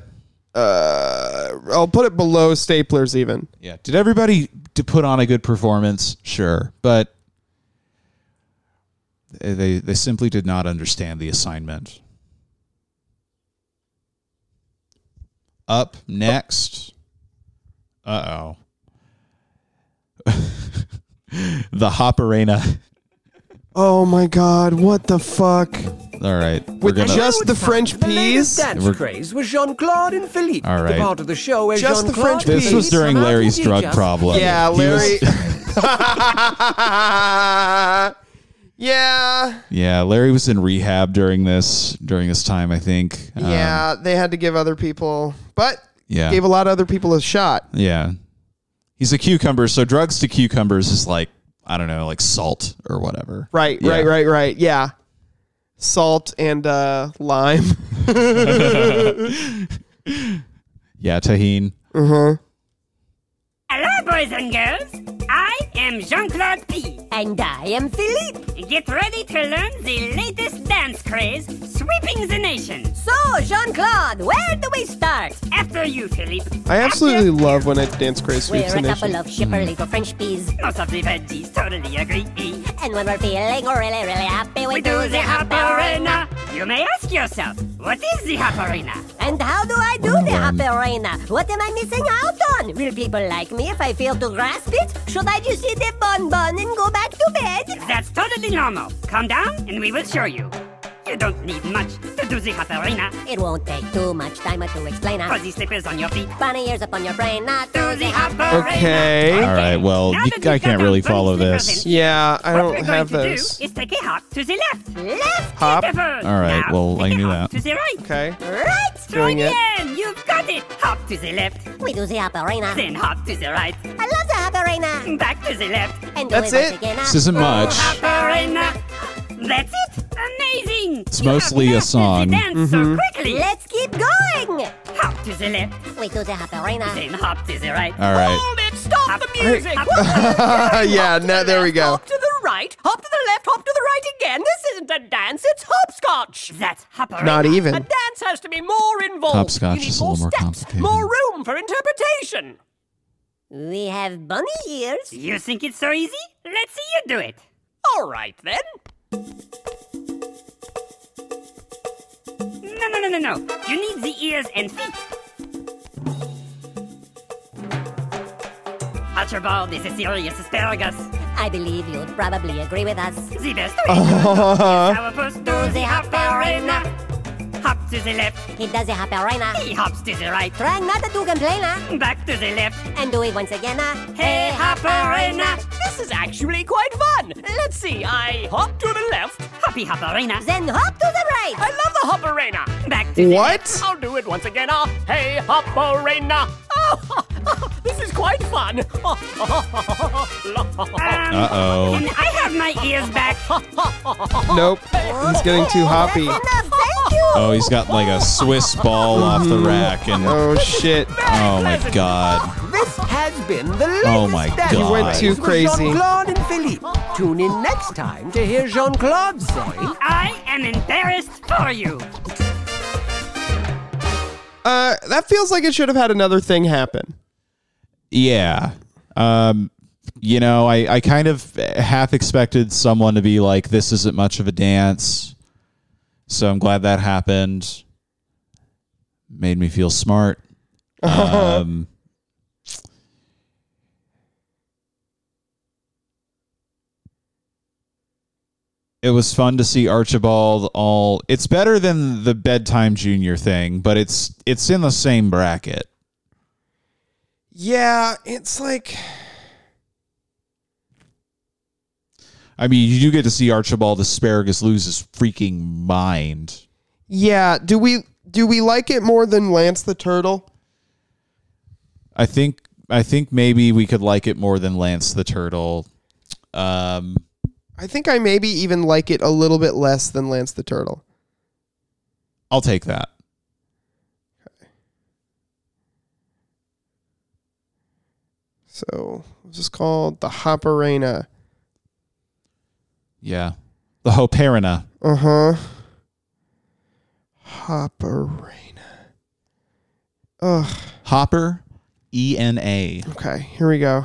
Speaker 3: Uh I'll put it below Staplers even.
Speaker 4: Yeah. Did everybody to put on a good performance? Sure, but they they simply did not understand the assignment. Up next. Uh oh. [laughs] the Hop Arena.
Speaker 3: Oh my god, what the fuck?
Speaker 4: All right. we're
Speaker 3: With
Speaker 4: gonna-
Speaker 3: just the French
Speaker 6: The
Speaker 3: peas?
Speaker 6: latest dance
Speaker 4: We're-
Speaker 6: craze was Jean Claude and Philippe.
Speaker 4: All right.
Speaker 6: The part of the show where
Speaker 3: Just the
Speaker 6: Jean Claude.
Speaker 3: French This peas.
Speaker 4: was during Larry's drug problem.
Speaker 3: Yeah,
Speaker 4: He was-
Speaker 3: Larry. [laughs] yeah.
Speaker 4: [laughs] yeah, Larry was in rehab during this during this time, I think. Um,
Speaker 3: Yeah, they had to give other people, but
Speaker 4: Yeah.
Speaker 3: gave a lot of other people a shot.
Speaker 4: Yeah. He's a cucumber, so drugs to cucumbers is like I don't know, like salt or whatever.
Speaker 3: Right,
Speaker 4: Yeah.
Speaker 3: right, right, right. Yeah. Salt and uh, lime. [laughs]
Speaker 4: Yeah, tahine.
Speaker 3: uh-huh.
Speaker 11: Hello, boys and girls. I am Jean Claude P. And I am Philippe. Get ready to learn the latest dance craze sweeping the nation. So, Jean Claude, where do we start? After you, Philippe.
Speaker 3: I absolutely love when a dance craze sweeps
Speaker 11: We're
Speaker 3: the
Speaker 11: a
Speaker 3: nation. Mm.
Speaker 11: couple
Speaker 3: Of-
Speaker 11: of shipper little French peas. Most of the veggies totally agree.
Speaker 5: And when we're feeling really, really happy, we,
Speaker 11: We do the hop arena. You may ask yourself, what is the hop arena?
Speaker 5: And how do I do
Speaker 3: Mm.
Speaker 5: the hop arena? What am I missing out on? Will people like me if I fail to grasp it? Should I just eat a bonbon and go back to bed?
Speaker 11: That's totally normal. Calm down and we will show you. You don't need much to do the hop arena.
Speaker 5: It won't take too much time to explain. uh.
Speaker 11: Fuzzy slippers on your feet.
Speaker 5: Bunny ears upon your brain, not do the hop
Speaker 3: okay.
Speaker 4: All right. Well,
Speaker 11: Now
Speaker 4: you,
Speaker 11: that
Speaker 4: I
Speaker 11: we've
Speaker 4: can't
Speaker 11: got
Speaker 4: really
Speaker 11: our
Speaker 4: follow
Speaker 11: bunny
Speaker 4: this.
Speaker 3: yeah, I
Speaker 11: What
Speaker 3: don't
Speaker 11: we're
Speaker 3: have
Speaker 11: going
Speaker 3: those.
Speaker 11: to do is take a hop to the left. Left.
Speaker 3: Hop.
Speaker 11: Jennifer.
Speaker 4: All right.
Speaker 11: Now,
Speaker 4: Well, I knew that.
Speaker 11: To the right.
Speaker 3: Okay. [laughs]
Speaker 11: Right.
Speaker 3: Doing it.
Speaker 11: And you've got it. Hop to the left.
Speaker 5: We do the hop arena.
Speaker 11: Then hop to the right.
Speaker 5: I love the hop arena.
Speaker 11: Back to the left.
Speaker 5: And do
Speaker 3: That's
Speaker 5: once
Speaker 3: it.
Speaker 5: Again, uh.
Speaker 4: This isn't much.
Speaker 11: Hop arena. That's it. Amazing.
Speaker 4: It's mostly a song.
Speaker 11: Dance
Speaker 3: Mm-hmm.
Speaker 11: so quickly.
Speaker 5: Let's keep going.
Speaker 11: Hop to the left.
Speaker 5: We do the hop arena.
Speaker 11: Then hop to the right.
Speaker 4: All right.
Speaker 9: Hold it! Stop the music!
Speaker 11: Hop,
Speaker 3: [laughs] yeah, no, there we go.
Speaker 9: Hop to the right, hop to the left, hop to the right again. This isn't a dance, it's hopscotch.
Speaker 11: That's hop arena.
Speaker 3: Not
Speaker 9: A
Speaker 3: even.
Speaker 9: dance has to be more involved.
Speaker 4: Hopscotch
Speaker 9: you need
Speaker 4: is a
Speaker 9: more
Speaker 4: little more
Speaker 9: steps,
Speaker 4: complicated.
Speaker 9: more room for interpretation.
Speaker 5: We have bunny ears.
Speaker 11: You think it's so easy? Let's see you do it.
Speaker 9: All right then.
Speaker 11: No, no, no, no, no. You need the ears and feet. Archibald is a serious asparagus.
Speaker 5: I believe you'd probably agree with us.
Speaker 11: The best way
Speaker 3: [laughs]
Speaker 11: to
Speaker 3: Uh-huh.
Speaker 11: sourpuss do the hop arena. Hop to the left,
Speaker 5: He does the hop arena.
Speaker 11: he hops to the right,
Speaker 5: Trying not to complain, uh.
Speaker 11: back to the left.
Speaker 5: And do it once again, uh.
Speaker 11: Hey, hop arena.
Speaker 9: This is actually quite fun. Let's see. I hop to the left.
Speaker 11: Hoppy hop arena.
Speaker 5: Then hop to the right.
Speaker 9: I love the hop arena.
Speaker 11: Back to the
Speaker 3: What?
Speaker 9: I'll do it once again. Uh, hey, hop arena. Oh, [laughs] this is quite fun. [laughs]
Speaker 11: Um,
Speaker 4: Uh-oh.
Speaker 11: Can I have my ears
Speaker 9: [laughs]
Speaker 11: back?
Speaker 3: Nope. He's getting too hoppy.
Speaker 5: Enough, thank you.
Speaker 4: Oh, he's got like a Swiss ball off the rack, and oh
Speaker 3: Oh shit.
Speaker 4: my god,
Speaker 6: This has been the latest
Speaker 4: Oh my God.
Speaker 6: dance
Speaker 4: You went
Speaker 6: craze
Speaker 3: too
Speaker 6: with
Speaker 3: crazy.
Speaker 6: Jean-Claude and Philippe. Tune in next time to hear Jean-Claude say...
Speaker 11: I am embarrassed for you.
Speaker 3: Uh, that feels like it should have had another thing happen.
Speaker 4: yeah. Um, you know, I I kind of half expected someone to be like, "This isn't much of a dance," so I'm glad that happened. Made me feel smart. Um, It was fun to see Archibald all it's better than the bedtime junior thing, but it's it's in the same bracket.
Speaker 3: Yeah, it's like
Speaker 4: I mean, you do get to see Archibald Asparagus lose his freaking mind.
Speaker 3: yeah. Do we do we like it more than Lance the Turtle?
Speaker 4: I think I think maybe we could like it more than Lance the Turtle. Um
Speaker 3: I think I maybe even like it a little bit less than Lance the Turtle.
Speaker 4: I'll take that.
Speaker 3: So this is called the Hopperina.
Speaker 4: Yeah. The Hoperina.
Speaker 3: Uh huh. Hopperina. Ugh.
Speaker 4: Hopper E N A.
Speaker 3: Okay, here we go.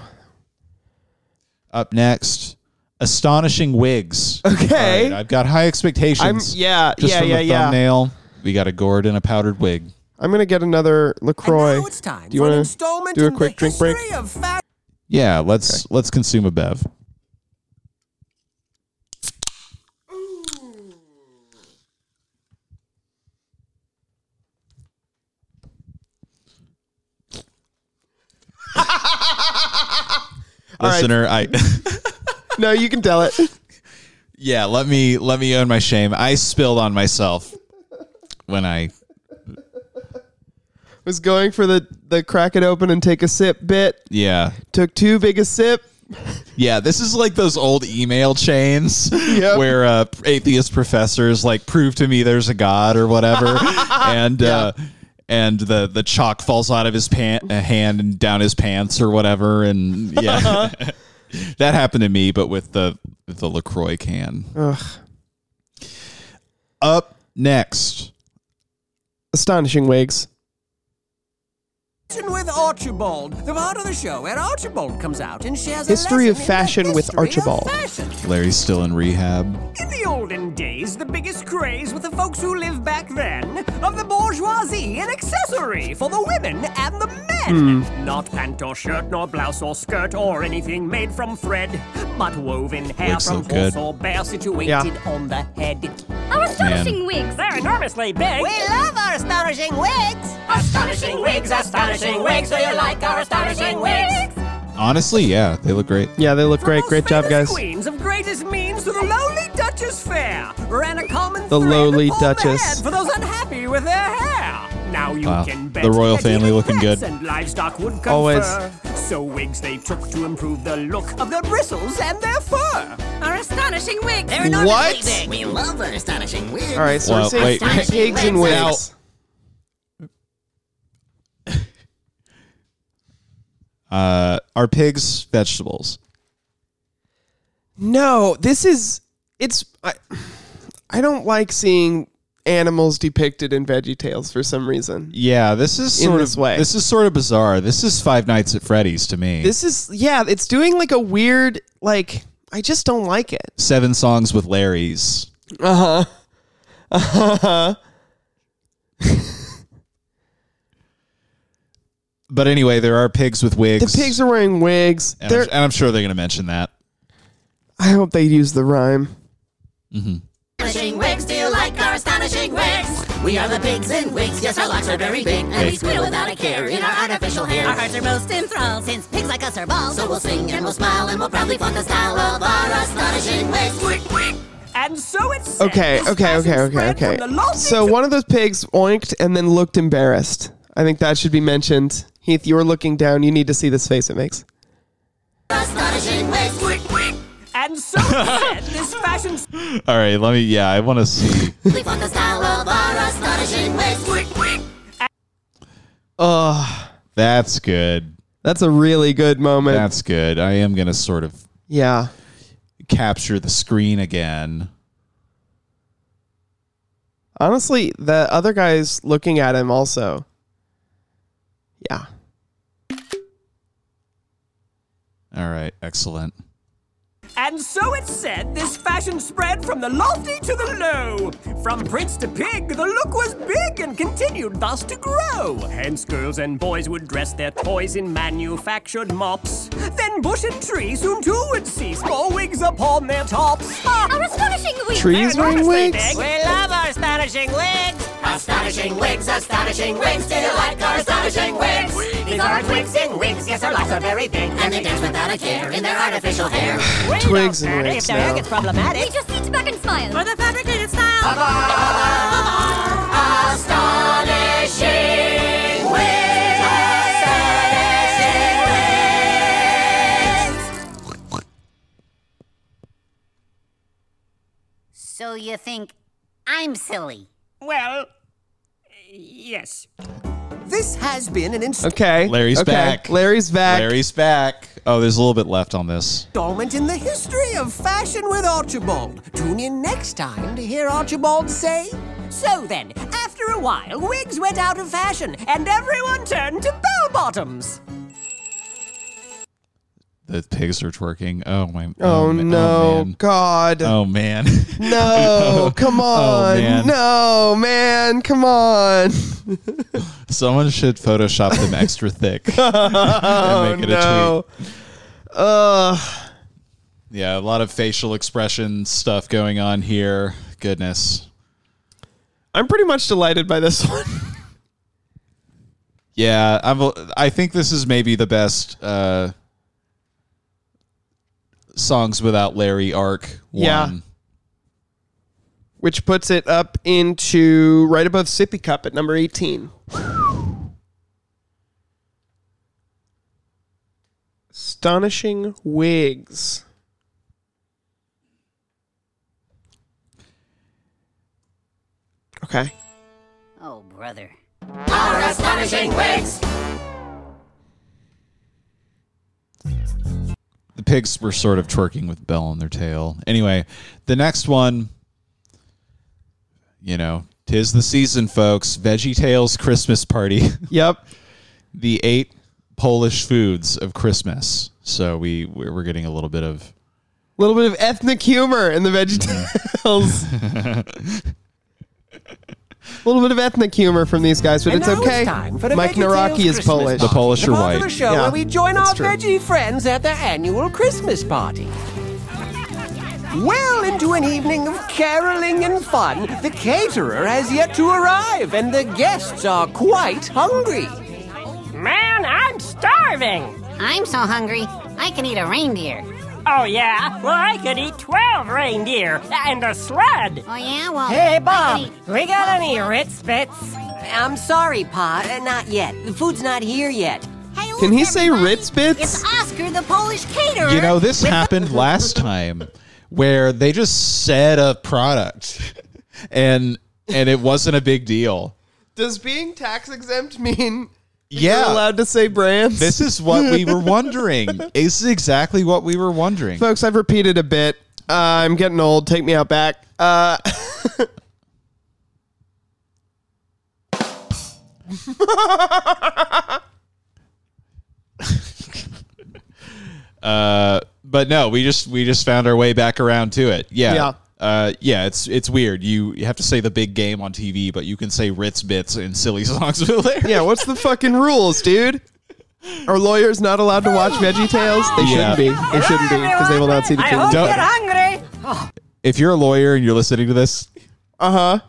Speaker 4: Up next, astonishing wigs.
Speaker 3: Okay.
Speaker 4: All right, I've got high expectations.
Speaker 3: I'm- yeah,
Speaker 4: just
Speaker 3: yeah,
Speaker 4: from
Speaker 3: yeah,
Speaker 4: the
Speaker 3: yeah.
Speaker 4: thumbnail. We got a gourd and a powdered wig.
Speaker 3: I'm gonna get another Lacroix.
Speaker 6: it's time
Speaker 3: do you
Speaker 6: for an
Speaker 3: wanna
Speaker 6: installment
Speaker 3: do a
Speaker 6: in the
Speaker 3: quick drink break?
Speaker 6: history of fa-
Speaker 4: Yeah, let's let's consume a bev.
Speaker 3: right.
Speaker 4: Listener, I
Speaker 3: No, you can tell
Speaker 6: [laughs]
Speaker 3: it.
Speaker 4: yeah, let me let me own my shame. I spilled on myself when I
Speaker 3: Was going for the the crack it open and take a sip bit.
Speaker 4: yeah.
Speaker 3: Took too big a sip.
Speaker 4: Yeah, this is like those old email chains where uh, atheist professors like prove to me there's a god or whatever, and uh, and the the chalk falls out of his pant uh, hand and down his pants or whatever, and yeah, [laughs] that happened to me, but with the with the Lacroix can.
Speaker 3: Ugh.
Speaker 4: Up next,
Speaker 3: astonishing wigs.
Speaker 6: Fashion with Archibald, the part of the show where Archibald comes out and shares
Speaker 4: History
Speaker 6: a
Speaker 4: of
Speaker 6: lesson
Speaker 4: fashion
Speaker 6: in the
Speaker 4: with
Speaker 6: history of
Speaker 4: Archibald.
Speaker 6: fashion.
Speaker 4: Larry's still in rehab.
Speaker 6: In the olden days, the biggest craze with the folks who lived back then of the bourgeoisie an accessory for the women and the men.
Speaker 4: Hmm.
Speaker 6: Not pant or shirt, nor blouse or skirt, or anything made from thread, but woven hair
Speaker 4: Wigs
Speaker 6: from
Speaker 4: look
Speaker 6: horse
Speaker 4: good.
Speaker 6: or bear situated
Speaker 4: Yeah.
Speaker 6: on the head.
Speaker 11: Our
Speaker 4: astonishing
Speaker 11: wigs!
Speaker 6: They're enormously big.
Speaker 11: We love our astonishing wigs! Astonishing wigs, astonishing wigs, do you like our astonishing wigs?
Speaker 4: Honestly, yeah, they look great.
Speaker 3: Yeah, they look great. Great job, guys.
Speaker 6: Queens of greatest means to the lowly Duchess fair ran a common
Speaker 3: The
Speaker 6: thread
Speaker 3: lowly
Speaker 6: upon the
Speaker 3: Duchess.
Speaker 6: head for those unhappy with their hair. Now you
Speaker 4: Wow.
Speaker 6: can bet
Speaker 4: The royal
Speaker 6: that
Speaker 4: family
Speaker 6: even
Speaker 4: looking
Speaker 6: pets
Speaker 4: good.
Speaker 6: And livestock would confer.
Speaker 4: Always.
Speaker 6: So wigs they took to improve the look of their bristles and their fur.
Speaker 11: Our astonishing wigs!
Speaker 6: They're enormously What?
Speaker 11: big! We love our astonishing wigs!
Speaker 3: All right, so
Speaker 4: Well,
Speaker 3: we're saying
Speaker 4: wait.
Speaker 3: pigs and
Speaker 4: Now-
Speaker 3: wigs.
Speaker 4: Uh, are pigs vegetables?
Speaker 3: No, this is it's. I, I don't like seeing animals depicted in Veggie Tales for some reason.
Speaker 4: Yeah, this is
Speaker 3: In
Speaker 4: sort
Speaker 3: this
Speaker 4: of
Speaker 3: way.
Speaker 4: this is sort of bizarre. This is Five Nights at Freddy's to me.
Speaker 3: This is yeah, it's doing like a weird like I just don't like it.
Speaker 4: Seven Songs with Larry's.
Speaker 3: Uh huh. Uh huh.
Speaker 4: [laughs] But anyway, there are pigs with
Speaker 3: The
Speaker 4: wigs.
Speaker 3: pigs are wearing wigs.
Speaker 4: and, I'm,
Speaker 3: They're,
Speaker 4: and I'm sure they're going to mention that.
Speaker 3: I hope they use the rhyme.
Speaker 11: Astonishing wigs, do you like our astonishing wigs? We are the pigs in wigs, yes, our locks are very big, and we squeal without a care in our artificial hair. Our hearts are most enthralled, since pigs like us are bald, so we'll sing and we'll smile, and we'll proudly flaunt the style of our astonishing wigs.
Speaker 6: And so it's
Speaker 3: Okay, okay, okay, okay, okay. So one of those pigs oinked and then looked embarrassed. I think that should be mentioned. Heath, you were looking down. You need to see this face it makes.
Speaker 11: Astonishing wigs!
Speaker 6: and so said this fashion.
Speaker 4: All right, let me. Yeah, I want to see.
Speaker 11: We flaunt the style of our astonishing wigs.
Speaker 3: [laughs] Ugh.
Speaker 4: That's good.
Speaker 3: That's a really good moment.
Speaker 4: That's good. I am going to sort of
Speaker 3: Yeah.
Speaker 4: capture the screen again.
Speaker 3: Honestly, the other guy's looking at him also. Yeah.
Speaker 4: All right, excellent.
Speaker 6: And so it's said this fashion spread from the lofty to the low. From prince to pig, the look was big and continued thus to grow. Hence, girls and boys would dress their toys in manufactured mops. Then, bush and tree soon too would cease, more wigs upon their tops.
Speaker 10: Our astonishing wigs!
Speaker 3: trees wearing wigs?
Speaker 1: We love our astonishing wigs.
Speaker 12: Astonishing wigs, astonishing wigs, do you like our astonishing wigs? These aren't wigs in wigs, yes, our lives are very big, and they dance without a care in their artificial hair.
Speaker 3: Twigs and wigs
Speaker 1: If their hair
Speaker 3: now.
Speaker 1: gets problematic.
Speaker 12: We just need to back and smile. For the fabricated style. Astonishing wigs.
Speaker 5: So you think I'm silly?
Speaker 11: Well, yes.
Speaker 6: This has been an inst-
Speaker 3: Okay.
Speaker 4: Larry's
Speaker 3: Okay.
Speaker 4: back.
Speaker 3: Larry's back.
Speaker 4: Larry's back. Oh, there's a little bit left on this.
Speaker 6: installment in the history of fashion with Archibald. Tune in next time to hear Archibald say.
Speaker 1: So then, after a while, wigs went out of fashion and everyone turned to bell bottoms.
Speaker 4: The pigs are twerking. Oh my.
Speaker 3: Oh,
Speaker 4: ma-
Speaker 3: no.
Speaker 4: man.
Speaker 3: God.
Speaker 4: Oh man.
Speaker 3: [laughs] No, come
Speaker 4: Oh,
Speaker 3: on.
Speaker 4: man.
Speaker 3: No, man, come on.
Speaker 4: [laughs] Someone should Photoshop them
Speaker 3: [laughs]
Speaker 4: extra thick.
Speaker 3: oh,
Speaker 4: make it a
Speaker 3: no. Ugh.
Speaker 4: Yeah, a lot of facial expression stuff going on here. Goodness.
Speaker 3: I'm pretty much delighted by this one. [laughs]
Speaker 4: Yeah, I'm, I think this is maybe the best uh, songs without Larry arc. One.
Speaker 3: Yeah. Which puts it up into right above Sippy Cup at number 18. Astonishing wigs. Okay.
Speaker 5: Oh, brother.
Speaker 12: Our astonishing wigs.
Speaker 4: the pigs were sort of twerking with Bell on their tail. Anyway, the next one, you know, tis the season, folks. Veggie Tales Christmas Party. [laughs]
Speaker 3: Yep.
Speaker 4: the eight Polish foods of Christmas. So we we're we're getting a little bit of
Speaker 3: A little bit of ethnic humor in the
Speaker 4: [laughs]
Speaker 3: VeggieTales. A little bit of ethnic humor from these guys, but
Speaker 6: And
Speaker 3: it's
Speaker 6: now
Speaker 3: okay.
Speaker 6: it's time for the
Speaker 3: Mike
Speaker 6: VeggieTales
Speaker 3: Naraki is
Speaker 6: Christmas
Speaker 3: Polish.
Speaker 4: the Polish
Speaker 6: The
Speaker 4: or
Speaker 6: part of the
Speaker 4: white.
Speaker 6: show
Speaker 3: Yeah,
Speaker 6: where we join our
Speaker 3: that's true.
Speaker 6: veggie friends at their annual Christmas party. Well into an evening of caroling and fun, the caterer has yet to arrive, and the guests are quite hungry.
Speaker 11: Man, I'm starving.
Speaker 5: I'm so hungry, I can eat a reindeer.
Speaker 11: Oh, yeah? Well, I could eat 12 reindeer and a sled.
Speaker 5: Oh, yeah? Well,
Speaker 11: Hey,
Speaker 5: I
Speaker 11: Bob,
Speaker 5: could eat-
Speaker 11: we got any Ritz Bits?
Speaker 12: I'm sorry, Pa, uh, not yet. The food's not here yet.
Speaker 5: Hey, look,
Speaker 3: Can he say
Speaker 5: everybody,
Speaker 3: Ritz bits?
Speaker 5: It's Oscar the Polish caterer.
Speaker 4: You know, [laughs] this happened last time where they just said a product and and it wasn't a big deal.
Speaker 3: Does being tax exempt mean
Speaker 4: Yeah.
Speaker 3: you're allowed to say brands?
Speaker 4: This is what we were [laughs] wondering. this is exactly what we were wondering.
Speaker 3: folks. I've repeated a bit. Uh, I'm getting old. Take me out back. Uh,
Speaker 4: Uh, but no, we just we just found our way back around to it. Yeah.
Speaker 3: Yeah.
Speaker 4: Uh, yeah, it's it's weird. You, you have to say the big game on TV, but you can say Ritz bits and silly [laughs] songs over there.
Speaker 3: yeah, what's the fucking rules, dude? Are lawyers not allowed to watch VeggieTales? They
Speaker 4: Yeah.
Speaker 3: shouldn't be. They shouldn't be because they will not see the
Speaker 11: I
Speaker 3: kids.
Speaker 11: hope
Speaker 4: Don't-
Speaker 11: you're hungry.
Speaker 4: If you're a lawyer and you're listening to this,
Speaker 3: Uh huh.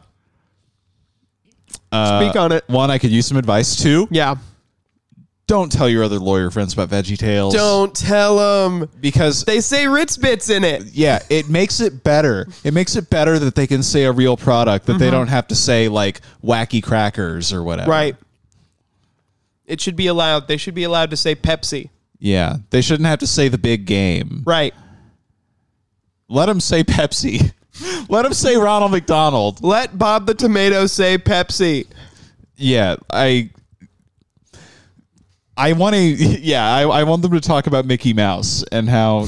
Speaker 4: uh,
Speaker 3: Speak on it.
Speaker 4: One, I could use some advice. Two,
Speaker 3: Yeah.
Speaker 4: don't tell your other lawyer friends about VeggieTales.
Speaker 3: Don't tell them.
Speaker 4: because
Speaker 3: They say Ritz bits in it.
Speaker 4: yeah, it makes it better. It makes it better that they can say a real product that they don't have to say like wacky crackers or whatever.
Speaker 3: Mm-hmm. Right. It should be allowed. They should be allowed to say Pepsi.
Speaker 4: Yeah, they shouldn't have to say the big game.
Speaker 3: Right.
Speaker 4: Let them say Pepsi. [laughs] Let them say Ronald McDonald.
Speaker 3: Let Bob the Tomato say Pepsi.
Speaker 4: Yeah, I. I want to, [laughs] yeah, I, I want them to talk about Mickey Mouse and how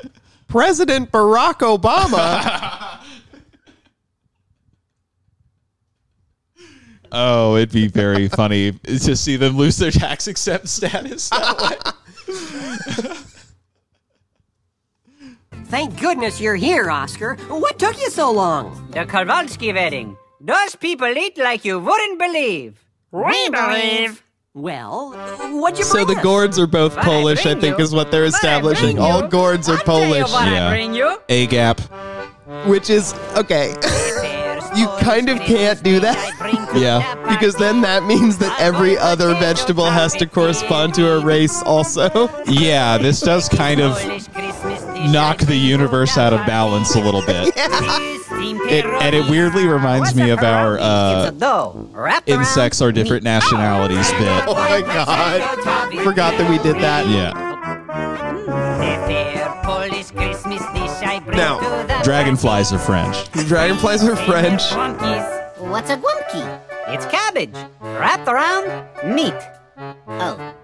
Speaker 4: [laughs]
Speaker 3: President Barack Obama.
Speaker 4: Oh, it'd be [laughs] very funny to see them lose their tax exempt status.
Speaker 12: Thank goodness you're here, Oscar. What took you so long?
Speaker 11: The Kowalski wedding. Those people eat like you wouldn't believe. We believe.
Speaker 12: Well, what'd you
Speaker 3: so
Speaker 12: bring
Speaker 3: the
Speaker 12: us?
Speaker 3: Gords are both
Speaker 11: But I
Speaker 3: Polish, I
Speaker 11: bring
Speaker 3: think,
Speaker 11: you-
Speaker 3: is what they're
Speaker 11: but I bring
Speaker 3: establishing.
Speaker 11: you-
Speaker 3: All Gords are
Speaker 11: I'll tell you
Speaker 3: Polish.
Speaker 11: what I
Speaker 4: Yeah.
Speaker 11: bring you.
Speaker 4: A gap.
Speaker 3: which is
Speaker 11: [laughs]
Speaker 3: okay. you kind of can't do
Speaker 12: [laughs]
Speaker 3: that.
Speaker 4: Yeah.
Speaker 3: Because then that means that every other vegetable has to correspond to a race also. [laughs]
Speaker 4: Yeah, this does kind of knock the universe out of balance a little [laughs] bit. It, and it weirdly reminds me of our uh, insects are different nationalities bit.
Speaker 3: Oh my god. Forgot that we did that.
Speaker 4: Yeah.
Speaker 12: Polish Christmas dish I bring
Speaker 3: Now,
Speaker 12: to the
Speaker 4: Dragonflies are French.
Speaker 3: Dragonflies are French.
Speaker 12: Guamkies. What's a guamki? It's cabbage wrapped around meat. Oh,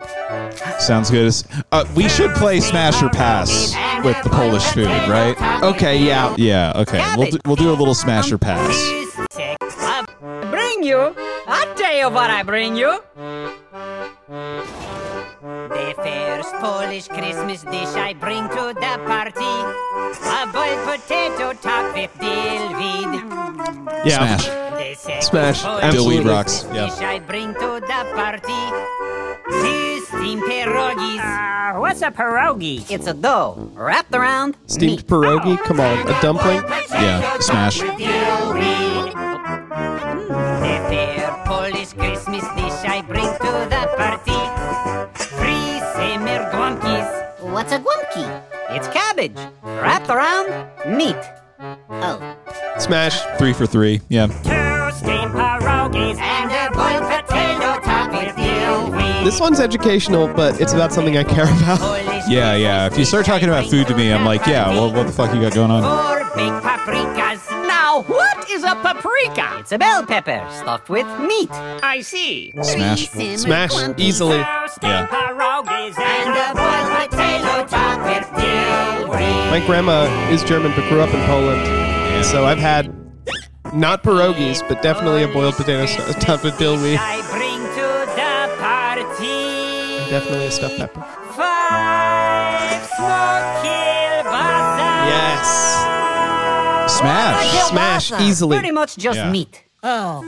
Speaker 4: Sounds good. As, uh, we should play Smash or Pass with the Polish food, right?
Speaker 3: Okay, yeah.
Speaker 4: Yeah, okay. We'll do, we'll do a little Smash or Pass.
Speaker 12: I bring you. I tell you what I bring you. The first Polish Christmas dish I bring to the party. A boiled potato topped with dill weed.
Speaker 4: Yeah.
Speaker 12: The second
Speaker 4: Smash.
Speaker 12: Polish
Speaker 4: Absolutely.
Speaker 12: Christmas
Speaker 4: rocks. Yeah.
Speaker 12: dish I bring to the party. Two steamed pierogies. Ah, what's a pierogi? It's a dough wrapped around
Speaker 3: Steamed pierogi? Come on. A dumpling?
Speaker 4: Yeah, smash.
Speaker 12: Deal weed. The fair Polish Christmas dish I bring to the party. Three simmer guamkies. What's a guamki? It's cabbage wrapped around meat.
Speaker 5: Oh,
Speaker 4: Smash. Three for three. Yeah.
Speaker 12: Two steamed pierogies and a boiled potato topped with dill weed.
Speaker 3: This one's educational, but it's about something I care about.
Speaker 4: Yeah, yeah. If you start talking about food to me, I'm like, yeah, well, what the fuck you got going on?
Speaker 12: Four big paprikas. Now, what is a paprika? It's a bell pepper stuffed with meat. I see.
Speaker 4: Smash.
Speaker 3: Smash. Easily.
Speaker 4: Yeah.
Speaker 12: Pierogies and a boiled potato topped with dill weed.
Speaker 3: My grandma is German, but grew up in Poland. So I've had not pierogies, but definitely a boiled potato stu- [laughs] stuffed with dillweed.
Speaker 12: I bring to the party
Speaker 3: and Definitely a stuffed pepper.
Speaker 12: five small kielbasa.
Speaker 3: Yes.
Speaker 4: Smash.
Speaker 3: Smash easily.
Speaker 12: Pretty much just
Speaker 4: Yeah.
Speaker 12: meat. Oh.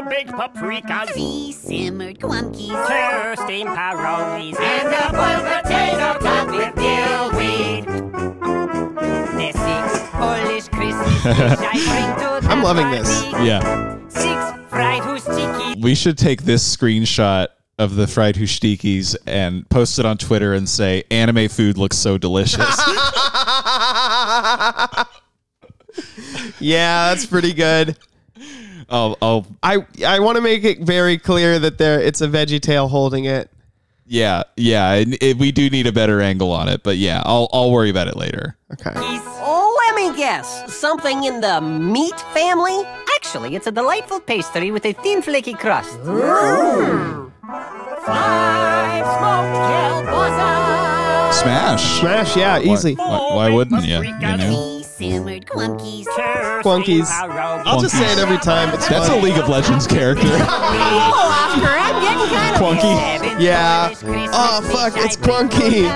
Speaker 12: Four big paprikas. Three simmered guamkies. Two steamed pierogies. And a boiled potato topped with dillweed. The six
Speaker 3: [laughs]
Speaker 12: Polish Christmas dish I bring to the
Speaker 3: I'm loving this.
Speaker 4: Yeah.
Speaker 12: Six fried hustiki.
Speaker 4: We should take this screenshot of the fried hushtikis and post it on Twitter and say, anime food looks so delicious.
Speaker 3: [laughs] Yeah, that's pretty good.
Speaker 4: oh, oh,
Speaker 3: I I want to make it very clear that there it's a veggie tail holding it.
Speaker 4: yeah, yeah. And it, we do need a better angle on it, but yeah, I'll, I'll worry about it later.
Speaker 3: Okay.
Speaker 12: Oh, let me guess. Something in the meat family? Actually, it's a delightful pastry with a thin flaky crust. Five smoked kielbasa.
Speaker 4: Smash.
Speaker 3: Smash, yeah, easy.
Speaker 4: Why, why wouldn't you? You know?
Speaker 12: Simmered guamkies.
Speaker 3: Clunkies. I'll just say it every time. It's
Speaker 4: That's a
Speaker 3: fun.
Speaker 4: League of
Speaker 3: [laughs]
Speaker 4: Legends character.
Speaker 12: Oh, Oscar, I'm getting kind of
Speaker 4: Clunky.
Speaker 3: Yeah. Oh fuck, it's clunky.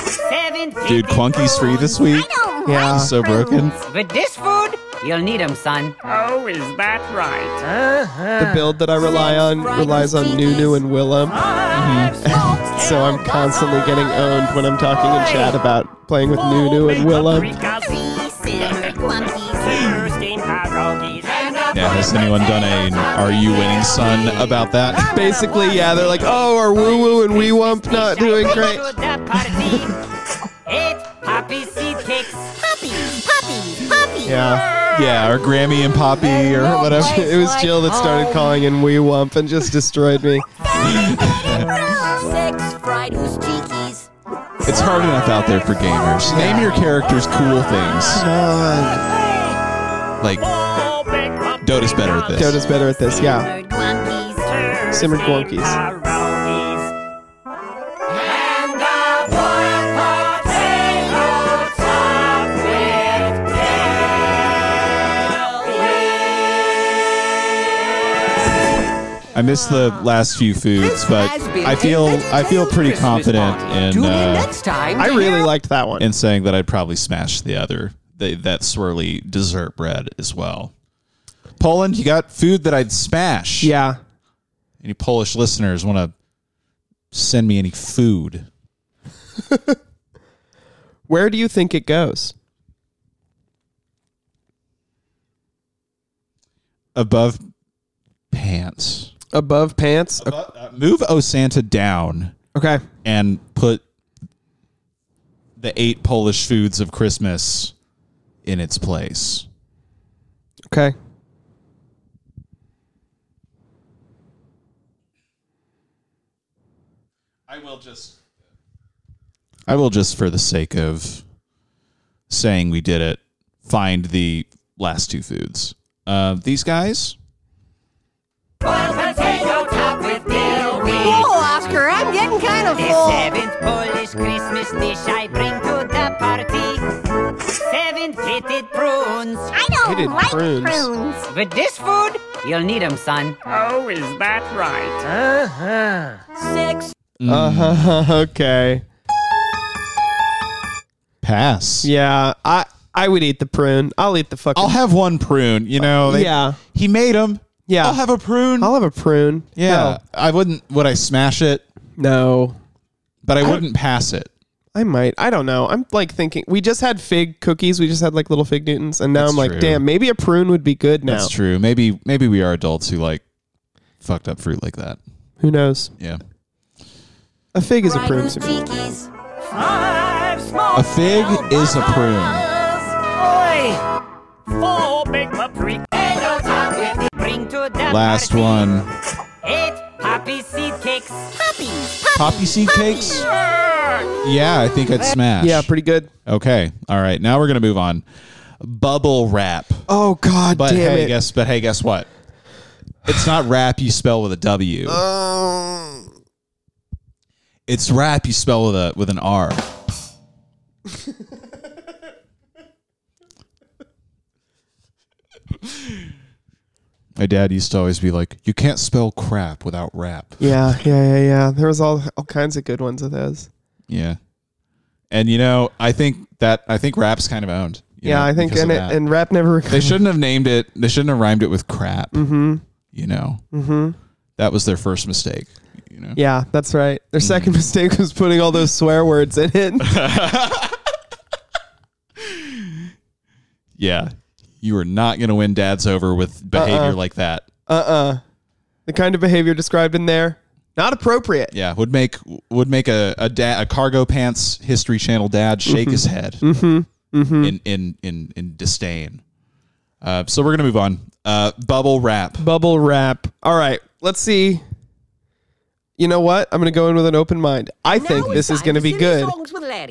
Speaker 12: Seven
Speaker 4: Dude, Clunky's free this week.
Speaker 3: Yeah.
Speaker 4: He's so broken.
Speaker 12: With this food, you'll need 'em, son.
Speaker 9: Oh, is that right?
Speaker 3: The build that I rely on relies on Nunu and Willem.
Speaker 4: Mm-hmm.
Speaker 3: [laughs] So I'm constantly getting owned when I'm talking in chat about playing with Nunu and Willem.
Speaker 4: Yeah, has anyone done a Are You Winning Son about that?
Speaker 3: Basically, yeah, they're like, oh, are Woo Woo and Wee Wump not doing great?
Speaker 12: Eight poppy seed cakes.
Speaker 10: Puppy, puppy.
Speaker 3: Yeah.
Speaker 4: Yeah, or Grammy and Poppy or whatever.
Speaker 3: It was Jill that started
Speaker 4: oh.
Speaker 3: calling in Wee Wump and just destroyed me.
Speaker 5: Six fried hoochikis.
Speaker 4: It's hard enough out there for gamers. Name your characters cool things.
Speaker 3: Uh,
Speaker 4: Like, Dota's better at this.
Speaker 3: Dota's better at this, yeah.
Speaker 5: Third guamkies.
Speaker 3: Simmered Glunkies.
Speaker 4: I missed the last few foods, but I feel I feel pretty confident in
Speaker 6: Tune in
Speaker 4: uh,
Speaker 6: next time.
Speaker 3: I really liked that one.
Speaker 4: in saying that I'd probably smash the other the, that swirly dessert bread as well. Poland, you got food that I'd smash.
Speaker 3: Yeah.
Speaker 4: Any Polish listeners want to send me any food?
Speaker 3: Where do you think it goes?
Speaker 4: above pants.
Speaker 3: Above pants.
Speaker 4: move Oh Santa down.
Speaker 3: Okay.
Speaker 4: And put the eight Polish foods of Christmas in its place.
Speaker 3: Okay.
Speaker 4: I will just. I will just, for the sake of saying we did it, find the last two foods. Uh, these guys.
Speaker 12: Boiled potato topped with dillweed.
Speaker 13: Whoa, Oscar, I'm getting kind of
Speaker 12: The
Speaker 13: full.
Speaker 12: seventh Polish Christmas dish I bring to the party. Seven pitted prunes. I
Speaker 13: don't Pitted like prunes. prunes.
Speaker 12: With this food, you'll need 'em, son. Oh, is that right? Uh-huh. Six.
Speaker 3: Uh huh. [laughs] Okay.
Speaker 4: Pass.
Speaker 3: Yeah, I I would eat the prune. I'll eat the fucking.
Speaker 4: I'll have one prune. You know. they-
Speaker 3: yeah.
Speaker 4: He made them.
Speaker 3: Yeah.
Speaker 4: I'll have a prune.
Speaker 3: I'll have a prune.
Speaker 4: Yeah. I wouldn't. Would I smash it?
Speaker 3: No.
Speaker 4: But I wouldn't pass it.
Speaker 3: I might. I don't know. I'm like thinking. We just had fig cookies. We just had like little fig Newtons, and now
Speaker 4: That's
Speaker 3: I'm like,
Speaker 4: true.
Speaker 3: damn, maybe a prune would be good now.
Speaker 4: That's true. Maybe maybe we are adults who like fucked up fruit like that.
Speaker 3: Who knows?
Speaker 4: Yeah.
Speaker 3: A fig is a prune.
Speaker 12: Rhinus
Speaker 3: to me.
Speaker 12: cheekies. Five small.
Speaker 4: A fig is a prune.
Speaker 12: Oi! Four big paprika. Potato topped with Bring to the
Speaker 4: Last one.
Speaker 12: Eight poppy seed cakes. Poppies.
Speaker 4: Poppy seed cakes? Yeah, I think I'd smash.
Speaker 3: Yeah, pretty good.
Speaker 4: Okay. All right. Now we're gonna move on. Bubble wrap.
Speaker 3: Oh God,
Speaker 4: But
Speaker 3: damn
Speaker 4: hey,
Speaker 3: it!
Speaker 4: guess but hey, guess what? It's not rap you spell with a W.
Speaker 3: Um.
Speaker 4: It's rap you spell with a with
Speaker 3: [laughs]
Speaker 4: an R. My dad used to always be like, "You can't spell crap without rap."
Speaker 3: Yeah, yeah, yeah, yeah. There was all all kinds of good ones of those.
Speaker 4: Yeah, and you know, I think that I think rap's kind of owned. you
Speaker 3: yeah,
Speaker 4: know,
Speaker 3: I think
Speaker 4: because
Speaker 3: and
Speaker 4: of
Speaker 3: it,
Speaker 4: that.
Speaker 3: and rap never.
Speaker 4: they shouldn't have named it. They shouldn't have rhymed it with crap.
Speaker 3: Mm-hmm.
Speaker 4: You know,
Speaker 3: Mm-hmm.
Speaker 4: that was their first mistake. You know,
Speaker 3: Yeah, that's right. Their second [laughs] mistake was putting all those swear words in [laughs] it.
Speaker 4: yeah, you are not going to win dads over with behavior
Speaker 3: Uh-uh.
Speaker 4: like that.
Speaker 3: uh-uh. The kind of behavior described in there, not appropriate.
Speaker 4: Yeah, would make would make a a, da- a cargo pants History Channel dad shake his head
Speaker 3: Mm-hmm. Mm-hmm.
Speaker 4: in in in in disdain. Uh, so we're gonna move on. Uh, bubble wrap.
Speaker 3: Bubble wrap. All right, let's see. You know what? I'm going to go in with an open mind. I think this is going to be good.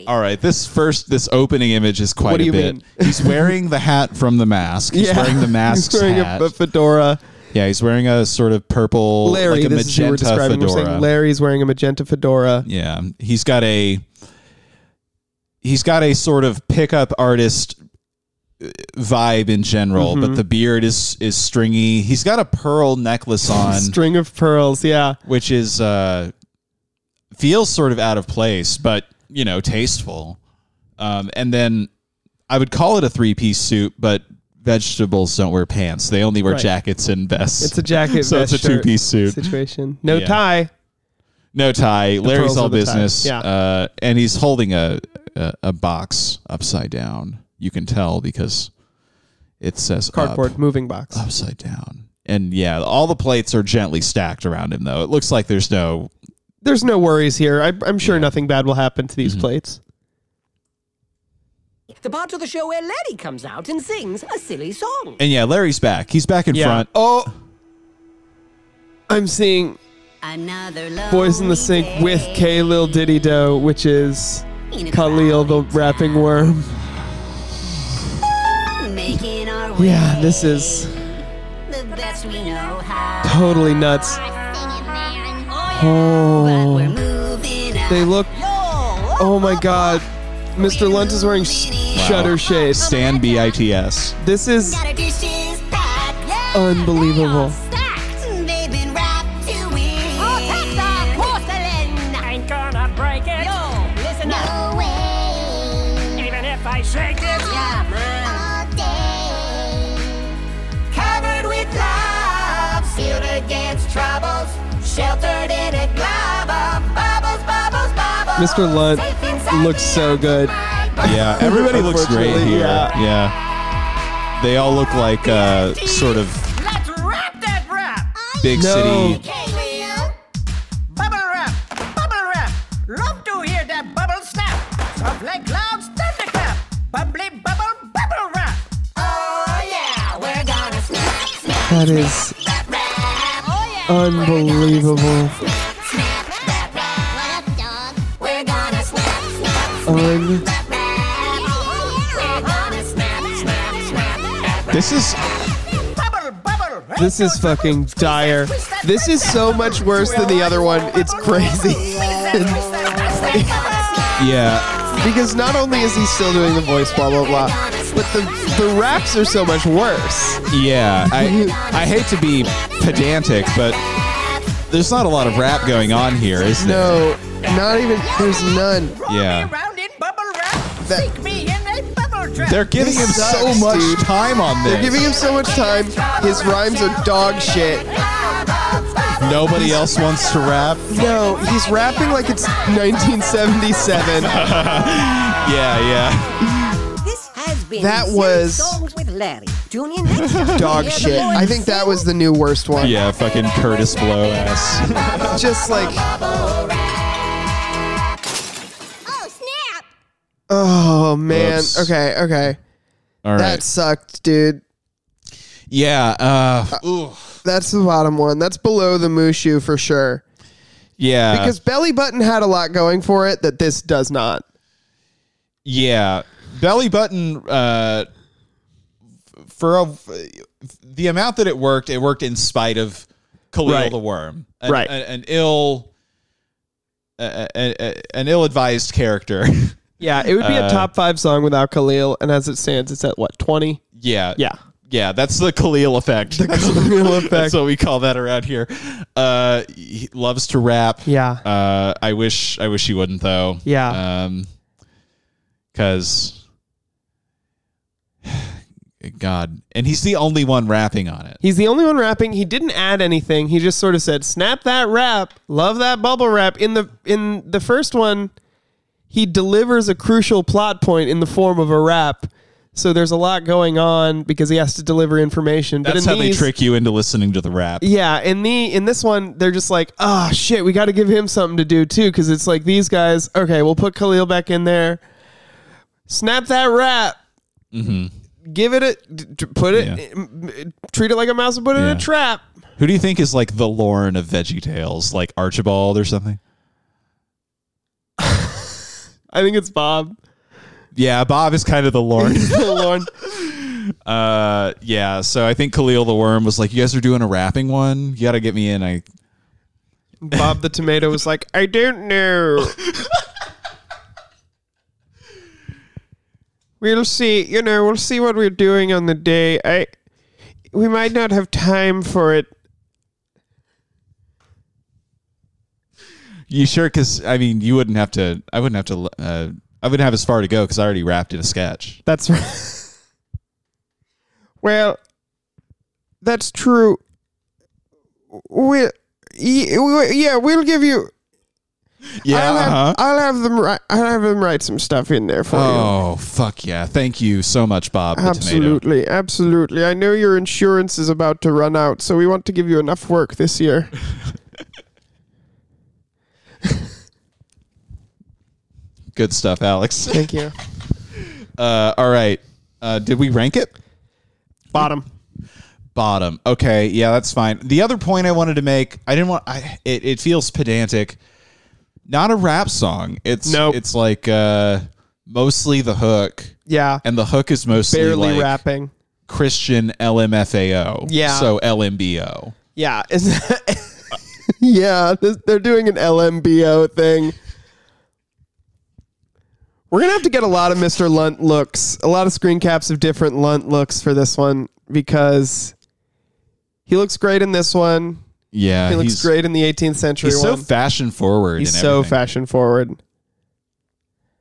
Speaker 4: All right, this first this opening image is quite
Speaker 3: What do
Speaker 4: a
Speaker 3: you
Speaker 4: bit.
Speaker 3: mean?
Speaker 4: He's wearing the hat from the mask. He's
Speaker 3: Yeah.
Speaker 4: wearing
Speaker 3: [laughs]
Speaker 4: the
Speaker 3: He's
Speaker 4: mask's
Speaker 3: wearing a
Speaker 4: hat.
Speaker 3: f- fedora.
Speaker 4: yeah, he's wearing a sort of purple,
Speaker 3: Larry,
Speaker 4: like a
Speaker 3: this is who we're
Speaker 4: magenta
Speaker 3: describing. We're
Speaker 4: fedora.
Speaker 3: saying Larry's wearing a magenta fedora.
Speaker 4: yeah, he's got a he's got a sort of pickup artist uh, vibe in general,
Speaker 3: Mhm.
Speaker 4: but the beard is is stringy. He's got a pearl
Speaker 3: [laughs]
Speaker 4: necklace on,
Speaker 3: String of pearls. Yeah.
Speaker 4: which is uh feels sort of out of place, but you know, tasteful. Um, and then I would call it a three piece suit, but vegetables don't wear pants; they only wear
Speaker 3: Right.
Speaker 4: jackets and vests.
Speaker 3: It's a jacket.
Speaker 4: so it's a
Speaker 3: vest shirt
Speaker 4: two piece suit.
Speaker 3: situation. No
Speaker 4: Yeah.
Speaker 3: tie.
Speaker 4: No tie.
Speaker 3: pearls
Speaker 4: Larry's all
Speaker 3: of the tie.
Speaker 4: business.
Speaker 3: Yeah.
Speaker 4: Uh, and he's holding a, a a box upside down. You can tell because it says up.
Speaker 3: Cardboard moving box.
Speaker 4: Upside down. And yeah, all the plates are gently stacked around him though. It looks like there's no
Speaker 3: There's no worries here. I, I'm sure nothing bad will happen to
Speaker 4: Mm-hmm.
Speaker 3: these plates.
Speaker 13: The part of the show where Larry comes out and sings a silly song.
Speaker 4: And yeah, Larry's back. He's back in
Speaker 3: Yeah.
Speaker 4: front.
Speaker 3: Oh, I'm seeing Boys in the Sink with K Lil Diddy Doe, which is Khalil the rapping worm.
Speaker 5: Making our way
Speaker 3: Yeah, this is
Speaker 5: the best we know how.
Speaker 3: totally nuts. Oh, they look. Oh my God, Mr. Lunt is wearing sh- shutter shades.
Speaker 4: Stan BITS.
Speaker 3: This is
Speaker 5: Got our dishes packed. Yeah.
Speaker 3: unbelievable.
Speaker 5: They've been wrapped to win. Oh, take that porcelain. Ain't gonna break it. Yo, listen no up. way. Even if I shake it. Yeah, man. All day. Covered with love. Sealed against troubles. Sheltered in a glob of bubbles, bubbles, bubbles.
Speaker 3: Mr. Lunt looks so good.
Speaker 4: Yeah, everybody looks great
Speaker 3: Unfortunately,
Speaker 4: here.
Speaker 3: yeah.
Speaker 4: Yeah. They all look like uh, sort of big
Speaker 12: No.
Speaker 4: city.
Speaker 12: Bubble wrap! Bubble wrap! Love to hear that bubble snap! Soft like clouds, thunderclap! Bubbly bubble, bubble wrap! Oh yeah, we're gonna snap! Oh,
Speaker 3: That is unbelievable.
Speaker 12: We're gonna snap! Oh,
Speaker 3: Un-
Speaker 12: We're gonna snap! Snap! Snap!
Speaker 3: this is this is fucking dire. This is so much worse than the other one. It's crazy. [laughs]
Speaker 4: yeah.
Speaker 3: Because not only is he still doing the voice, blah blah blah, but the the raps are so much worse.
Speaker 4: Yeah, I I hate to be pedantic, but there's not a lot of rap going on here, is there?
Speaker 3: No, not even. There's none.
Speaker 4: Yeah,
Speaker 12: Sink me in a bubble trap!
Speaker 4: they're giving him so much time on this.
Speaker 3: They're giving him so much time. His rhymes are dog shit.
Speaker 4: Nobody else wants to rap.
Speaker 3: No, he's rapping like it's 1977.
Speaker 4: yeah,
Speaker 13: This has been
Speaker 3: That
Speaker 13: Silly
Speaker 3: was-
Speaker 13: songs with Larry. Tune in next time.
Speaker 3: Dog shit. I think that was the new worst
Speaker 4: yeah,
Speaker 3: one.
Speaker 4: yeah. Fucking Curtis Blow ass.
Speaker 3: Just like
Speaker 10: Oh, snap!
Speaker 3: Oh man.
Speaker 4: Oops.
Speaker 3: Okay. Okay.
Speaker 4: All right.
Speaker 3: That sucked, dude.
Speaker 4: yeah. Uh,
Speaker 3: That's the bottom one. That's below the Mushu for sure.
Speaker 4: yeah.
Speaker 3: Because Belly Button had a lot going for it that this does not.
Speaker 4: Yeah, belly button. Uh, f- for a, the amount that it worked, it worked in spite of Khalil
Speaker 3: Right.
Speaker 4: the Worm, an,
Speaker 3: Right.
Speaker 4: An, an ill, uh, an ill-advised character. [laughs]
Speaker 3: Yeah, it would be
Speaker 4: Uh,
Speaker 3: a top five song without Khalil, and as it stands, it's at what twenty.
Speaker 4: yeah,
Speaker 3: Yeah.
Speaker 4: yeah. That's the Khalil effect. The
Speaker 3: Khalil
Speaker 4: that's
Speaker 3: effect.
Speaker 4: what we call that around here. Uh, he loves to rap.
Speaker 3: Yeah.
Speaker 4: Uh, I wish I wish he wouldn't though.
Speaker 3: Yeah.
Speaker 4: Um, because [sighs] God, and he's the only one rapping on it.
Speaker 3: He's the only one rapping. He didn't add anything. He just sort of said, "Snap that rap, love that bubble wrap." In the in the first one, he delivers a crucial plot point in the form of a rap. So there's a lot going on because he has to deliver information. but
Speaker 4: That's
Speaker 3: in
Speaker 4: how
Speaker 3: these,
Speaker 4: they trick you into listening to the rap.
Speaker 3: Yeah, in the in this one, they're just like, oh shit, we got to give him something to do too, because it's like these guys. Okay, we'll put Khalil back in there. Snap that rap. Give it a d- d- put it. m- m- Treat it like a mouse and put it
Speaker 4: Yeah.
Speaker 3: in a trap.
Speaker 4: Who do you think is like the Lauren of Veggie Tales, like Archibald or something?
Speaker 3: I think it's Bob.
Speaker 4: Yeah, Bob is kind of
Speaker 3: [laughs]
Speaker 4: the Lauren.
Speaker 3: Lauren.
Speaker 4: uh, yeah, so I think Khalil the Worm was like, "You guys are doing a rapping one. You got to get me in." I
Speaker 3: Bob the tomato was like, I don't know. we'll see. You know, we'll see what we're doing on the day. I we might not have time for it.
Speaker 4: you sure? Because I mean, you wouldn't have to. I wouldn't have to. Uh, I wouldn't have as far to go because I already rapped in a sketch.
Speaker 3: That's right. well, that's true. We, yeah, we'll give you.
Speaker 4: Yeah.
Speaker 3: I'll have,
Speaker 4: uh-huh.
Speaker 3: I'll have them. Write, I'll have them write some stuff in there for you.
Speaker 4: Oh fuck yeah! Thank you so much, Bob the Tomato.
Speaker 3: Absolutely, absolutely. I know your insurance is about to run out, so we want to give you enough work this year.
Speaker 4: Good stuff, Alex.
Speaker 3: Thank you.
Speaker 4: Uh, all right. Uh, did we rank it?
Speaker 3: Bottom.
Speaker 4: Bottom. Okay. Yeah, that's fine. The other point I wanted to make, I didn't want. I it, it feels pedantic. Not a rap song. It's
Speaker 3: Nope.
Speaker 4: It's like uh, mostly the hook,
Speaker 3: Yeah,
Speaker 4: and the hook is mostly
Speaker 3: barely
Speaker 4: like
Speaker 3: rapping.
Speaker 4: Christian LMFAO.
Speaker 3: Yeah.
Speaker 4: So LMBO.
Speaker 3: Yeah, is yeah, this, they're doing an LMBO thing. We're gonna have to get a lot of Mr. Lunt looks, a lot of screen caps of different Lunt looks for this one because he looks great in this one.
Speaker 4: Yeah.
Speaker 3: he looks
Speaker 4: he's-
Speaker 3: great in the 18th century
Speaker 4: He's so
Speaker 3: one.
Speaker 4: fashion forward.
Speaker 3: he's
Speaker 4: and
Speaker 3: so
Speaker 4: everything.
Speaker 3: fashion forward.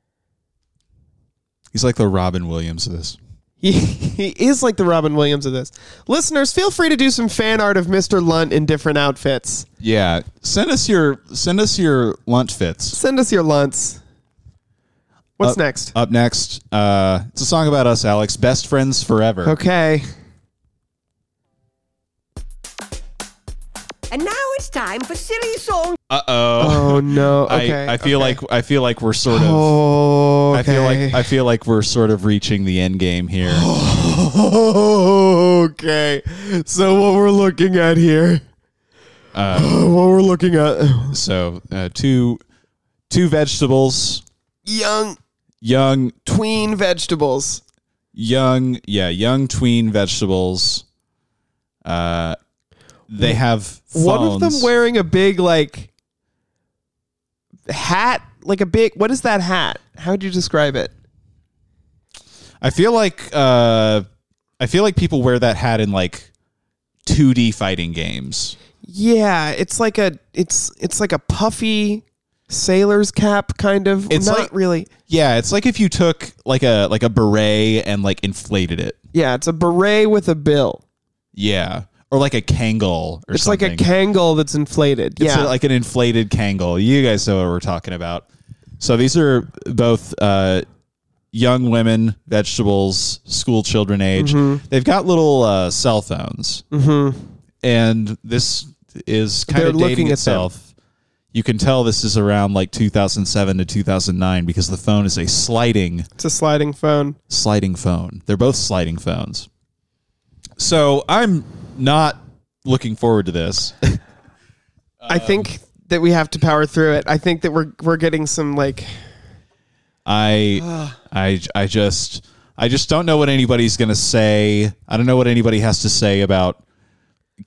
Speaker 3: [laughs]
Speaker 4: He's like the Robin Williams of this.
Speaker 3: He, he is like the Robin Williams of this. Listeners, feel free to do some fan art of Mr. Lunt in different outfits.
Speaker 4: Yeah. Send us your send us your lunch fits.
Speaker 3: Send us your lunts. What's
Speaker 4: Up-
Speaker 3: next?
Speaker 4: Up next, uh, it's a song about us, Alex. Best uh, friends forever.
Speaker 3: Okay.
Speaker 6: time for silly song.
Speaker 4: Uh oh. [laughs]
Speaker 3: Oh no. Okay,
Speaker 4: I, I feel
Speaker 3: okay.
Speaker 4: like I feel like we're sort of.
Speaker 3: Oh,
Speaker 4: I feel
Speaker 3: okay.
Speaker 4: like I feel like we're sort of reaching the end game here.
Speaker 3: [laughs] okay. So what we're looking at here?
Speaker 4: Uh,
Speaker 3: [sighs] what we're looking at?
Speaker 4: So uh, two two vegetables,
Speaker 3: Young
Speaker 4: young
Speaker 3: tween vegetables.
Speaker 4: young yeah young tween vegetables. Uh, they have phones.
Speaker 3: One of them wearing a big like hat, like a big. What is that hat? How would you describe it?
Speaker 4: I feel like uh, I feel like people wear that hat in like 2D fighting games.
Speaker 3: Yeah, it's like a it's it's like a puffy sailor's cap kind of.
Speaker 4: It's
Speaker 3: not
Speaker 4: like-
Speaker 3: really.
Speaker 4: Yeah, it's like if you took like a like a beret and like inflated it.
Speaker 3: Yeah, it's a beret with a bill.
Speaker 4: Yeah, or like a Kangol or
Speaker 3: It's
Speaker 4: something.
Speaker 3: like a Kangol that's inflated.
Speaker 4: It's
Speaker 3: yeah,
Speaker 4: a- like an inflated Kangol. You guys know what we're talking about. So these are both uh, young women, vegetables, school children age.
Speaker 3: Mhm.
Speaker 4: They've got little uh, cell phones,
Speaker 3: Mhm.
Speaker 4: and this is kind
Speaker 3: They're
Speaker 4: of dating
Speaker 3: looking at them.
Speaker 4: itself. You can tell this is around like 2007 to 2009 because the phone is a sliding
Speaker 3: it's a sliding phone.
Speaker 4: sliding phone. They're both sliding phones. So I'm not looking forward to this.
Speaker 3: I
Speaker 4: Um,
Speaker 3: think that we have to power through it. I think that we're we're getting some like [sighs]
Speaker 4: I I I just I just don't know what anybody's going to say. I don't know what anybody has to say about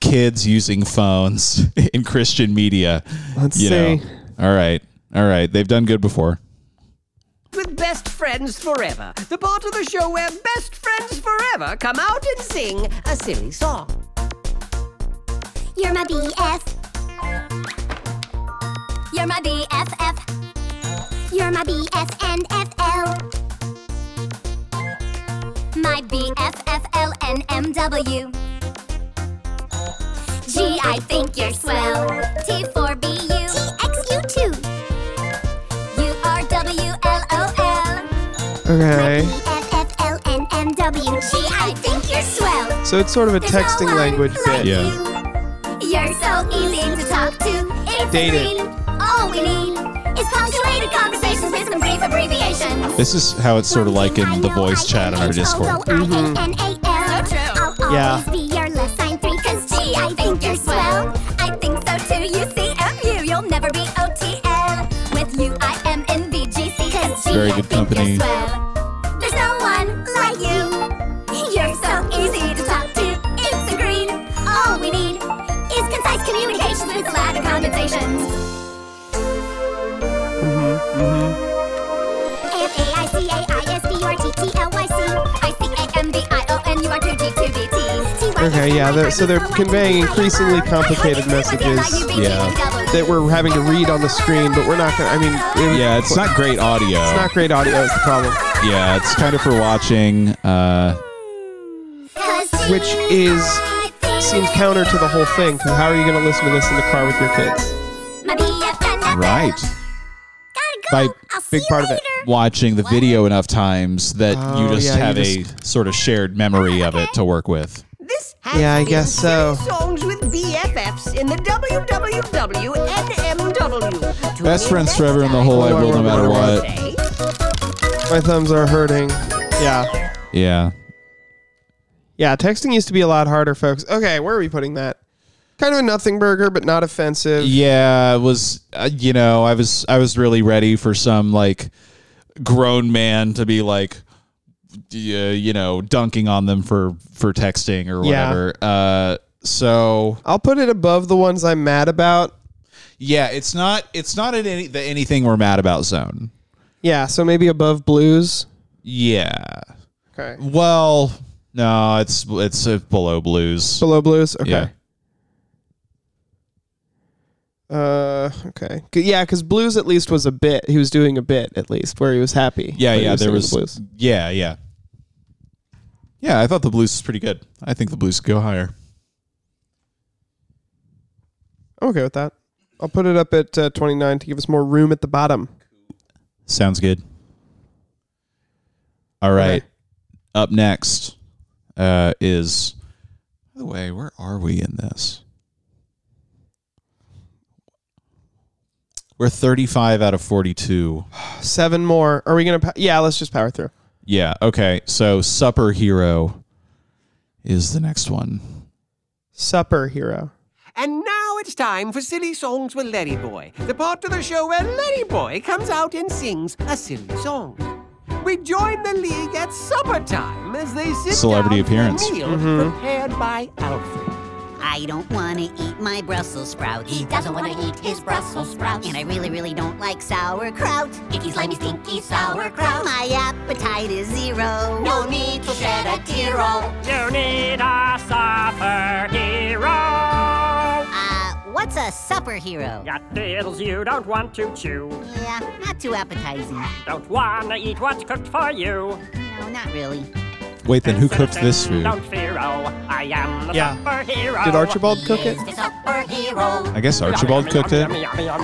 Speaker 4: kids using phones [laughs] in Christian media.
Speaker 3: Let's
Speaker 4: know.
Speaker 3: see.
Speaker 4: All right. All right. They've done good before.
Speaker 6: With best friends forever, the part of the show where best friends forever come out and sing a silly song.
Speaker 10: You're my BF. You're my BFF. You're my BFNFL. My BFFLNMW. Gee, I think you're swell. T4BU. TXU2. You are WLOL.
Speaker 3: okay.
Speaker 10: FFLNMW. Gee, I think you're swell.
Speaker 3: So it's sort of a
Speaker 10: There's no
Speaker 3: texting
Speaker 10: one
Speaker 3: language
Speaker 10: like
Speaker 3: bit.
Speaker 10: you. You're so easy to talk to. It's
Speaker 4: Date it.
Speaker 10: green. All we need is punctuated conversations with some brief abbreviations.
Speaker 4: This is how it's sort of like in the voice chat on our Discord.
Speaker 13: E
Speaker 5: Mm-hmm.
Speaker 10: N-A-L. I'll
Speaker 4: Yeah.
Speaker 10: always be your less sign three, cause gee, I think you're swell. I think so too, you see, you. You'll never be OTL. With you, I am in VGC, cause gee,
Speaker 4: Very
Speaker 10: I
Speaker 4: good
Speaker 10: think
Speaker 4: company.
Speaker 10: you're swell. There's no one like you. You're so easy to talk to. It's a green. All we need is concise communication with elaborate conversations. F-A-I-C-A-I-S-B-U-R-T-T-L-Y-C.
Speaker 5: E
Speaker 10: I-C-A-M-B-I-O-N-U-R-Q-G-Q-B-T.
Speaker 3: Okay, yeah, they're, so they're conveying increasingly complicated messages
Speaker 4: Yeah.
Speaker 3: that we're having to read on the screen, but we're not gonna. I mean, it-
Speaker 4: Yeah, it's not great audio.
Speaker 3: it's not great audio. Is the problem,
Speaker 4: Yeah, it's kind of for watching. Uh,
Speaker 3: which is seems counter to the whole thing. Because how are you going to listen to this in the car with your kids?
Speaker 10: My BFNF.
Speaker 4: right. By
Speaker 3: Big part of it.
Speaker 4: watching the video enough times that you
Speaker 3: Oh,
Speaker 4: just
Speaker 3: yeah, you
Speaker 4: have a sort of shared memory of it to work with.
Speaker 3: Yeah, I guess so.
Speaker 6: Songs with BFFs in the WWWNMW.
Speaker 4: Best friends forever in the whole wide world, no matter what.
Speaker 3: My thumbs are hurting. Yeah,
Speaker 4: Yeah.
Speaker 3: yeah. Texting used to be a lot harder, folks. Okay, where are we putting that? Kind of a nothing burger, but not offensive.
Speaker 4: Yeah, it was uh, you know, I was I was really ready for some like grown man to be like d- uh, you know, dunking on them for for texting or
Speaker 3: Yeah.
Speaker 4: whatever. Uh so
Speaker 3: I'll put it above the ones I'm mad about.
Speaker 4: yeah, it's not it's not in any the anything we're mad about zone.
Speaker 3: Yeah, so maybe above blues.
Speaker 4: Yeah.
Speaker 3: Okay.
Speaker 4: Well, no, it's it's uh, below blues.
Speaker 3: Below blues. Okay.
Speaker 4: Yeah.
Speaker 3: Uh, okay. 'Cause- Yeah, because blues at least was a bit. He was doing a bit at least where he was happy.
Speaker 4: Yeah,
Speaker 3: But he
Speaker 4: yeah, there
Speaker 3: singing
Speaker 4: was
Speaker 3: the
Speaker 4: Yeah, yeah. Yeah, I thought the blues was pretty good. I think the blues could go higher.
Speaker 3: I'm okay with that. I'll put it up at uh, 29 to give us more room at the bottom.
Speaker 4: Sounds good. All right. Up next uh, is. By the way, where are we in this? We're 35 out of 42.
Speaker 3: Seven more. Are we gonna? Pa- yeah, let's just power through.
Speaker 4: Yeah. Okay. So supper hero is the next one.
Speaker 3: Supper hero.
Speaker 6: And now it's time for Silly Songs with Letty Boy, the part of the show where Letty Boy comes out and sings a silly song. We join the league at supper time as they sit
Speaker 4: Celebrity
Speaker 6: down for a
Speaker 4: appearance.
Speaker 6: meal
Speaker 3: Mm-hmm.
Speaker 4: Mhm.
Speaker 6: prepared by Alfred.
Speaker 5: I don't want to eat my Brussels sprouts. He doesn't want to eat his Brussels sprouts. And I really, really don't like sauerkraut. Icky's slimy, stinky sauerkraut. My appetite is zero. No need to shed a tear.
Speaker 9: You need a supper hero.
Speaker 5: Uh, what's a supper hero?
Speaker 9: Got deals you don't want to chew.
Speaker 5: Yeah, not too appetizing.
Speaker 9: Don't wanna eat what's cooked for you.
Speaker 5: No, not really.
Speaker 4: Wait, then who cooked this food?
Speaker 9: Don't fear, oh, I am the
Speaker 4: Yeah.
Speaker 9: supper hero.
Speaker 4: Did Archibald cook it? I guess Archibald cooked it.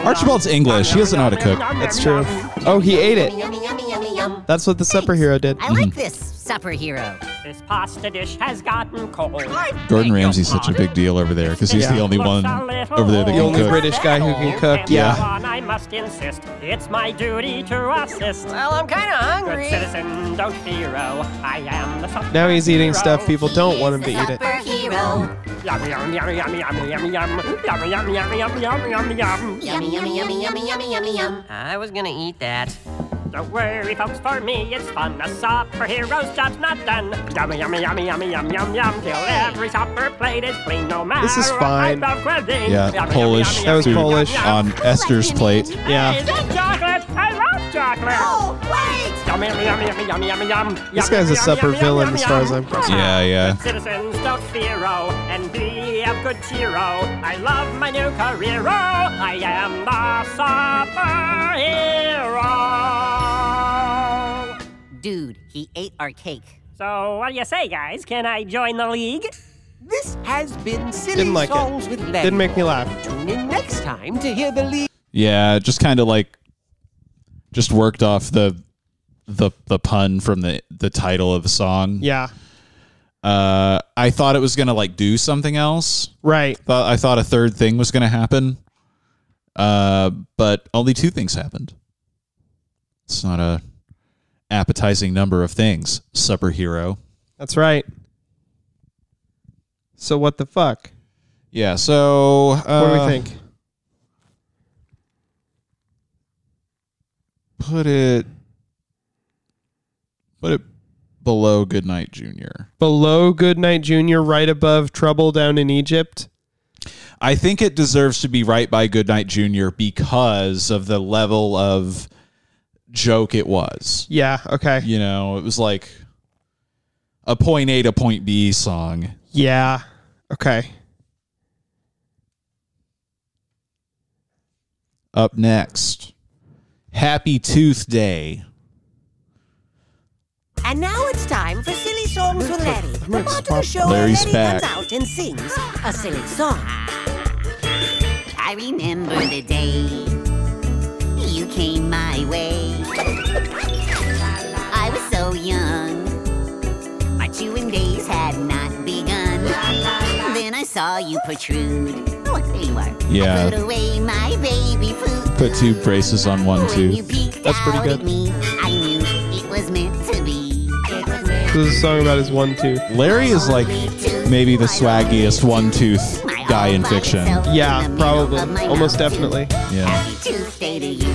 Speaker 4: Archibald's English. He doesn't know how to cook.
Speaker 3: That's true. Oh, he ate it.
Speaker 5: Yummy, yummy, yummy, yum.
Speaker 3: That's what the supper hero did.
Speaker 5: I like this supper hero.
Speaker 9: This pasta dish has gotten cold.
Speaker 4: Gordon Ramsay's such a big deal over there because he's
Speaker 3: Yeah.
Speaker 4: the only one over there that
Speaker 3: The
Speaker 4: can
Speaker 3: only
Speaker 4: cook.
Speaker 3: British guy who can cook. Yeah.
Speaker 9: One, I must insist. It's my duty to assist.
Speaker 1: Well, I'm kinda hungry.
Speaker 9: Good citizen, don't fear, oh, I am the supper
Speaker 3: Now he's eating
Speaker 9: hero.
Speaker 3: stuff people don't want him to eat it.
Speaker 5: hero.
Speaker 9: Yum yum yum yum yum yum yum yum yum yum yum yum yum yum.
Speaker 5: Yummy, yummy, yummy, yummy, yummy, yummy, yum.
Speaker 1: I was gonna eat that.
Speaker 9: Don't worry, folks. For me, it's fun. A superhero's job's not done. Yum yum yum yum yum yum yum. Till every supper plate is clean, no matter
Speaker 4: This is
Speaker 9: what
Speaker 4: fine.
Speaker 9: type of cuisine.
Speaker 4: Yeah,
Speaker 9: Yum,
Speaker 4: Polish.
Speaker 9: yum, yum, yum, yum, yum, yum.
Speaker 4: on Esther's plate.
Speaker 9: Hey, is that chocolate? I love chocolate. Oh, wait. Yum yum yum yum yum yum yum.
Speaker 3: This guy's a supper villain, as far as I'm concerned.
Speaker 4: Yeah, yeah.
Speaker 9: Citizens, don't fear, oh, and be of good cheer, oh. I love my new career, oh. I am the superhero.
Speaker 5: Dude, he ate our cake.
Speaker 9: So, what do you say, guys? Can I join the league?
Speaker 6: This has been Silly
Speaker 3: Didn't like
Speaker 6: Songs with
Speaker 3: it.
Speaker 6: Letty
Speaker 3: Didn't make me
Speaker 6: Boy.
Speaker 3: laugh.
Speaker 6: Tune in next time to hear the league.
Speaker 4: Yeah, just kind of like just worked off the the the pun from the the title of the song.
Speaker 3: Yeah.
Speaker 4: Uh I thought it was going to like do something else.
Speaker 3: Right.
Speaker 4: Thought I thought a third thing was going to happen. Uh but only two things happened. It's not a appetizing number of things. Supper hero.
Speaker 3: That's right. So what the fuck?
Speaker 4: Yeah, so uh,
Speaker 3: what do we think?
Speaker 4: Put it put it below Goodnight Junior.
Speaker 3: Below Goodnight Junior, right above Trouble Down in Egypt.
Speaker 4: I think it deserves to be right by Goodnight Junior because of the level of joke it was.
Speaker 3: Yeah. Okay.
Speaker 4: You know, it was like a point A to point B song.
Speaker 3: Yeah. Okay.
Speaker 4: Up next, Happy Tooth Day.
Speaker 1: And now it's time for Silly Songs with Larry. The part of the show where
Speaker 4: Larry's
Speaker 1: Larry
Speaker 4: back.
Speaker 1: comes out and sings a silly song.
Speaker 5: I remember the day you came my way. I was so young, my chewing days had not begun. Then I saw you protrude. Oh, there you are.
Speaker 4: Yeah.
Speaker 5: I put away my baby food.
Speaker 4: Put two braces on one
Speaker 5: You
Speaker 4: tooth.
Speaker 5: peeked
Speaker 4: That's pretty
Speaker 5: out
Speaker 4: good.
Speaker 5: at me. I knew it was meant to be. It was meant
Speaker 3: This is a song about his one tooth.
Speaker 4: Larry is like maybe the swaggiest one tooth guy in fiction.
Speaker 3: Yeah, probably. Almost definitely.
Speaker 4: Yeah.
Speaker 5: Happy Tuesday to you.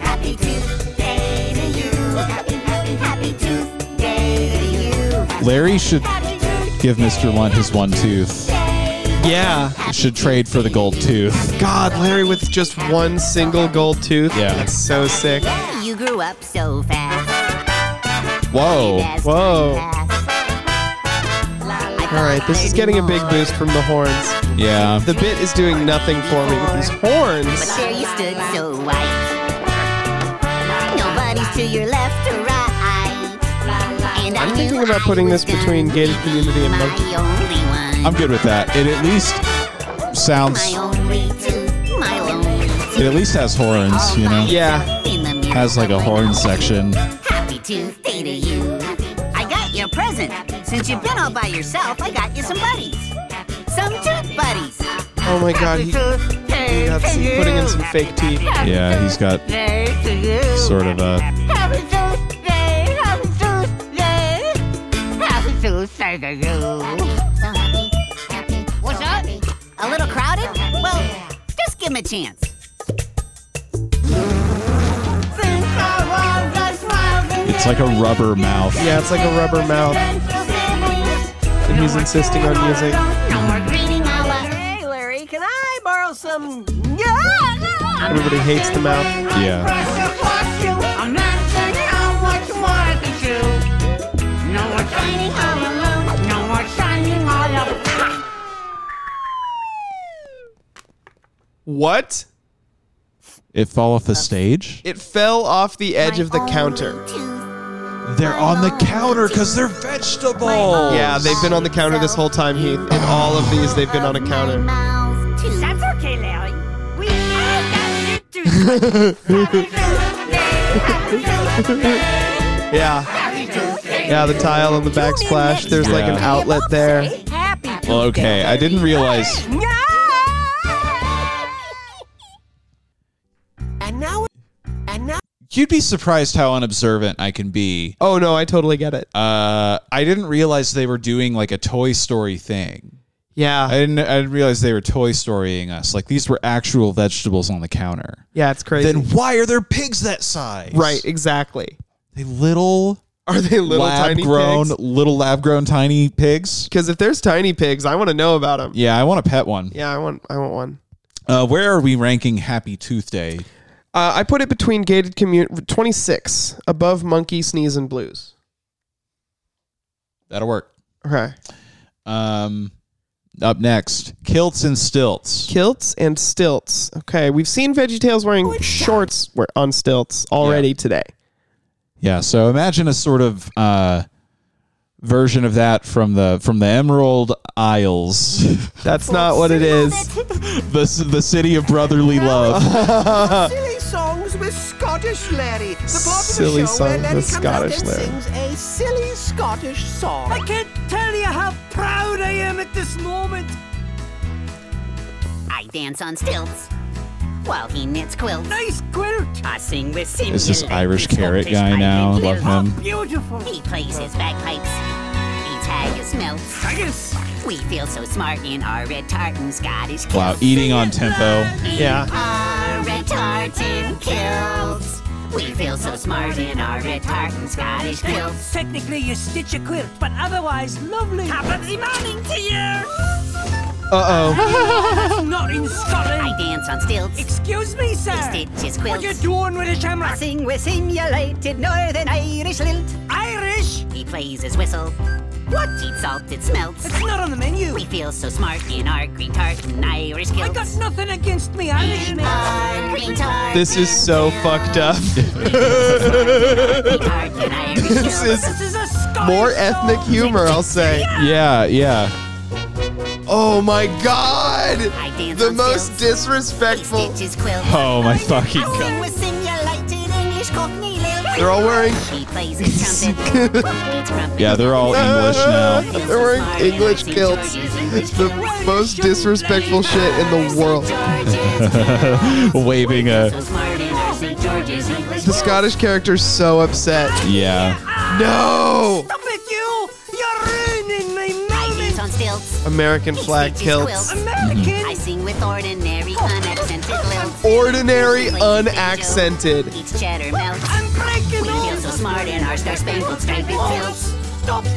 Speaker 5: Happy Tuesday to you. Happy, happy, happy Tuesday to you.
Speaker 4: Larry should give Mr. Lunt his one tooth.
Speaker 3: Yeah.
Speaker 4: Should trade for the gold tooth.
Speaker 3: God, Larry with just one single gold tooth.
Speaker 4: Yeah.
Speaker 3: That's so sick.
Speaker 5: You grew up so fast.
Speaker 4: Whoa.
Speaker 3: Whoa. All right, this is getting a big boost from the horns.
Speaker 4: Yeah.
Speaker 3: The bit is doing nothing for me with these horns.
Speaker 5: But there you stood so white. Nobody's to your left or right. And I
Speaker 3: I'm
Speaker 5: knew
Speaker 3: thinking about putting this between gated community and monkey.
Speaker 5: my only one,
Speaker 4: I'm good with that. It at least sounds.
Speaker 5: my only two, my lonely
Speaker 4: It at least has horns, you know.
Speaker 3: Yeah.
Speaker 5: in the mirror.
Speaker 4: Has like a horn section.
Speaker 5: Happy Tuesday to you. I got your present. Since you've been all by yourself, I got you some buddies. Some tooth buddies.
Speaker 3: Oh my god, he, he got some, putting in some fake teeth.
Speaker 4: Yeah, he's got sort of a.
Speaker 12: Happy Tuesday, happy Tuesday, happy Tuesday to you.
Speaker 5: What's up? A little crowded? Well, just give him a chance.
Speaker 4: It's like a rubber mouth.
Speaker 3: Yeah, it's like a rubber mouth. And he's insisting on using.
Speaker 13: Hey, Larry, can I borrow
Speaker 3: [laughs]
Speaker 13: some? Yeah.
Speaker 3: Everybody hates the mouth.
Speaker 4: Yeah.
Speaker 12: I'm not saying how much more I can chew. No more shining all alone, no more shining all alone.
Speaker 3: What?
Speaker 4: It fall off the stage.
Speaker 3: It fell off the edge of the counter.
Speaker 4: They're on the counter because they're
Speaker 5: Oh.
Speaker 4: vegetables.
Speaker 3: Yeah, they've been on the counter this whole time, Heath. In all of these, they've been on a counter.
Speaker 12: That's okay, Larry. We all got it to
Speaker 3: yeah. Yeah, the tile and the backsplash. There's like an
Speaker 4: Yeah.
Speaker 3: outlet there.
Speaker 4: Well, okay, I didn't realize.
Speaker 6: And now, and now.
Speaker 4: You'd be surprised how unobservant I can be.
Speaker 3: Oh no, I totally get it.
Speaker 4: Uh, I didn't realize they were doing like a Toy Story thing.
Speaker 3: Yeah.
Speaker 4: I didn't. I didn't realize they were Toy Storying us. Like these were actual vegetables on the counter.
Speaker 3: Yeah, it's crazy.
Speaker 4: Then why are there pigs that size?
Speaker 3: Right, exactly.
Speaker 4: They little
Speaker 3: Are they little
Speaker 4: lab
Speaker 3: tiny
Speaker 4: grown,
Speaker 3: pigs?
Speaker 4: little lab grown tiny pigs.
Speaker 3: Because if there's tiny pigs, I want to know about them.
Speaker 4: Yeah, I want to pet one.
Speaker 3: Yeah, I want. I want one.
Speaker 4: Uh, where are we ranking Happy Tooth Day?
Speaker 3: Uh, I put it between gated commute 26 above monkey sneeze and blues.
Speaker 4: That'll work.
Speaker 3: Okay.
Speaker 4: Um, up next, kilts and stilts.
Speaker 3: Kilts and stilts. Okay, we've seen VeggieTales wearing shorts we're on stilts already today.
Speaker 4: Yeah. So imagine a sort of uh, version of that from the from the Emerald Isles, [laughs]
Speaker 3: That's not what it is.
Speaker 4: the c- the city of brotherly love. Uh.
Speaker 6: Silly songs with Scottish Larry. The part
Speaker 4: Silly
Speaker 6: of the show where
Speaker 4: songs
Speaker 6: Larry
Speaker 4: with
Speaker 6: comes
Speaker 4: Scottish
Speaker 6: out and
Speaker 4: Larry.
Speaker 6: sings a silly Scottish song.
Speaker 14: I can't tell you how proud I am at this moment.
Speaker 5: I dance on stilts while he knits quilts. Nice quilt! I sing with Simeon.
Speaker 4: Is this Irish carrot guy now? Love him.
Speaker 5: Beautiful. He plays his bagpipes. Eats haggis melts. Haggis! We feel so smart in our red tartan Scottish kilts.
Speaker 4: Wow, eating on tempo.
Speaker 5: Our red tartan kilts. We feel so smart in our red tartan Scottish kilts.
Speaker 14: Technically, you stitch a quilt, but otherwise, lovely. Happy morning to you.
Speaker 3: Uh
Speaker 5: [laughs]
Speaker 14: Not in Scotland.
Speaker 5: I dance on stilts.
Speaker 14: Excuse me, sir.
Speaker 5: He stitches quilts.
Speaker 14: What you doing with a shamrock?
Speaker 5: I sing with simulated Northern Irish lilt. Irish? He plays his whistle. What? Eat salt, it smelts. It's not on the menu. We feel so smart in our green tartan Irish kilts. I got
Speaker 14: nothing against me, Irish
Speaker 5: Our green tartan.
Speaker 3: This is so fucked up. [laughs] this is more ethnic humor, I'll say.
Speaker 4: [laughs] Yeah, yeah.
Speaker 3: Oh my god! The most disrespectful.
Speaker 4: Oh my fucking
Speaker 5: I
Speaker 4: god.
Speaker 5: sing with simulated English Cockney lilt.
Speaker 3: They're all wearing-
Speaker 5: He plays his
Speaker 3: [laughs]
Speaker 5: trumpet. Cockney trumpet.
Speaker 4: Yeah, they're all English now. [laughs]
Speaker 3: They're wearing English kilts. The most disrespectful shit in the world.
Speaker 4: Waving a
Speaker 5: Smart in our St. George's English
Speaker 3: The Scottish character's so upset.
Speaker 4: yeah.
Speaker 3: No!
Speaker 14: Stop it, you! You're ruining my
Speaker 5: I dance on stilts.
Speaker 3: American
Speaker 5: He
Speaker 3: flag
Speaker 5: stitches
Speaker 3: kilts.
Speaker 14: American.
Speaker 5: I sing with ordinary, unaccented lilt.
Speaker 3: Ordinary,
Speaker 5: He plays his
Speaker 3: unaccented.
Speaker 5: banjo. Eats cheddar melt.
Speaker 4: Mm-hmm.
Speaker 5: I'm breaking We feel so smart in our star spangled striped kilts. Stop We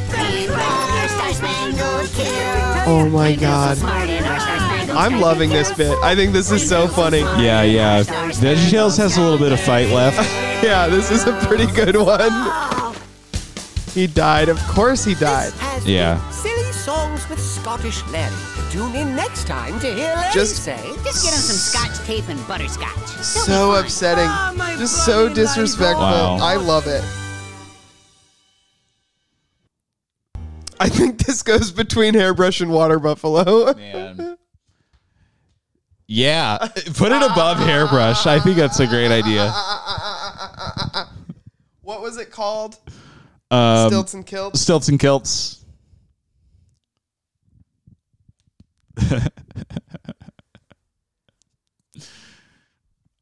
Speaker 5: rock our star
Speaker 4: Oh,
Speaker 5: spangled kilts.
Speaker 3: Oh my god.
Speaker 5: Smart in our star spangled
Speaker 3: I'm loving this bit. I think this is so funny.
Speaker 4: Yeah, yeah. VeggieTales has a little bit of fight left.
Speaker 3: Yeah, this is a pretty good one. He died. Of course he died.
Speaker 6: Has
Speaker 4: Yeah.
Speaker 6: been Silly songs with Scottish Larry. Tune in next time to hear Larry
Speaker 3: Just-
Speaker 6: say.
Speaker 5: Just get him some scotch tape and butterscotch.
Speaker 3: So upsetting. Just so disrespectful.
Speaker 4: Wow.
Speaker 3: I love it. I think this goes between hairbrush and water buffalo.
Speaker 4: Man. Yeah, put it above hairbrush. I think that's a great idea.
Speaker 3: Uh, What was it called?
Speaker 4: Um,
Speaker 3: Stilts and kilts?
Speaker 4: Stilts and kilts. [laughs]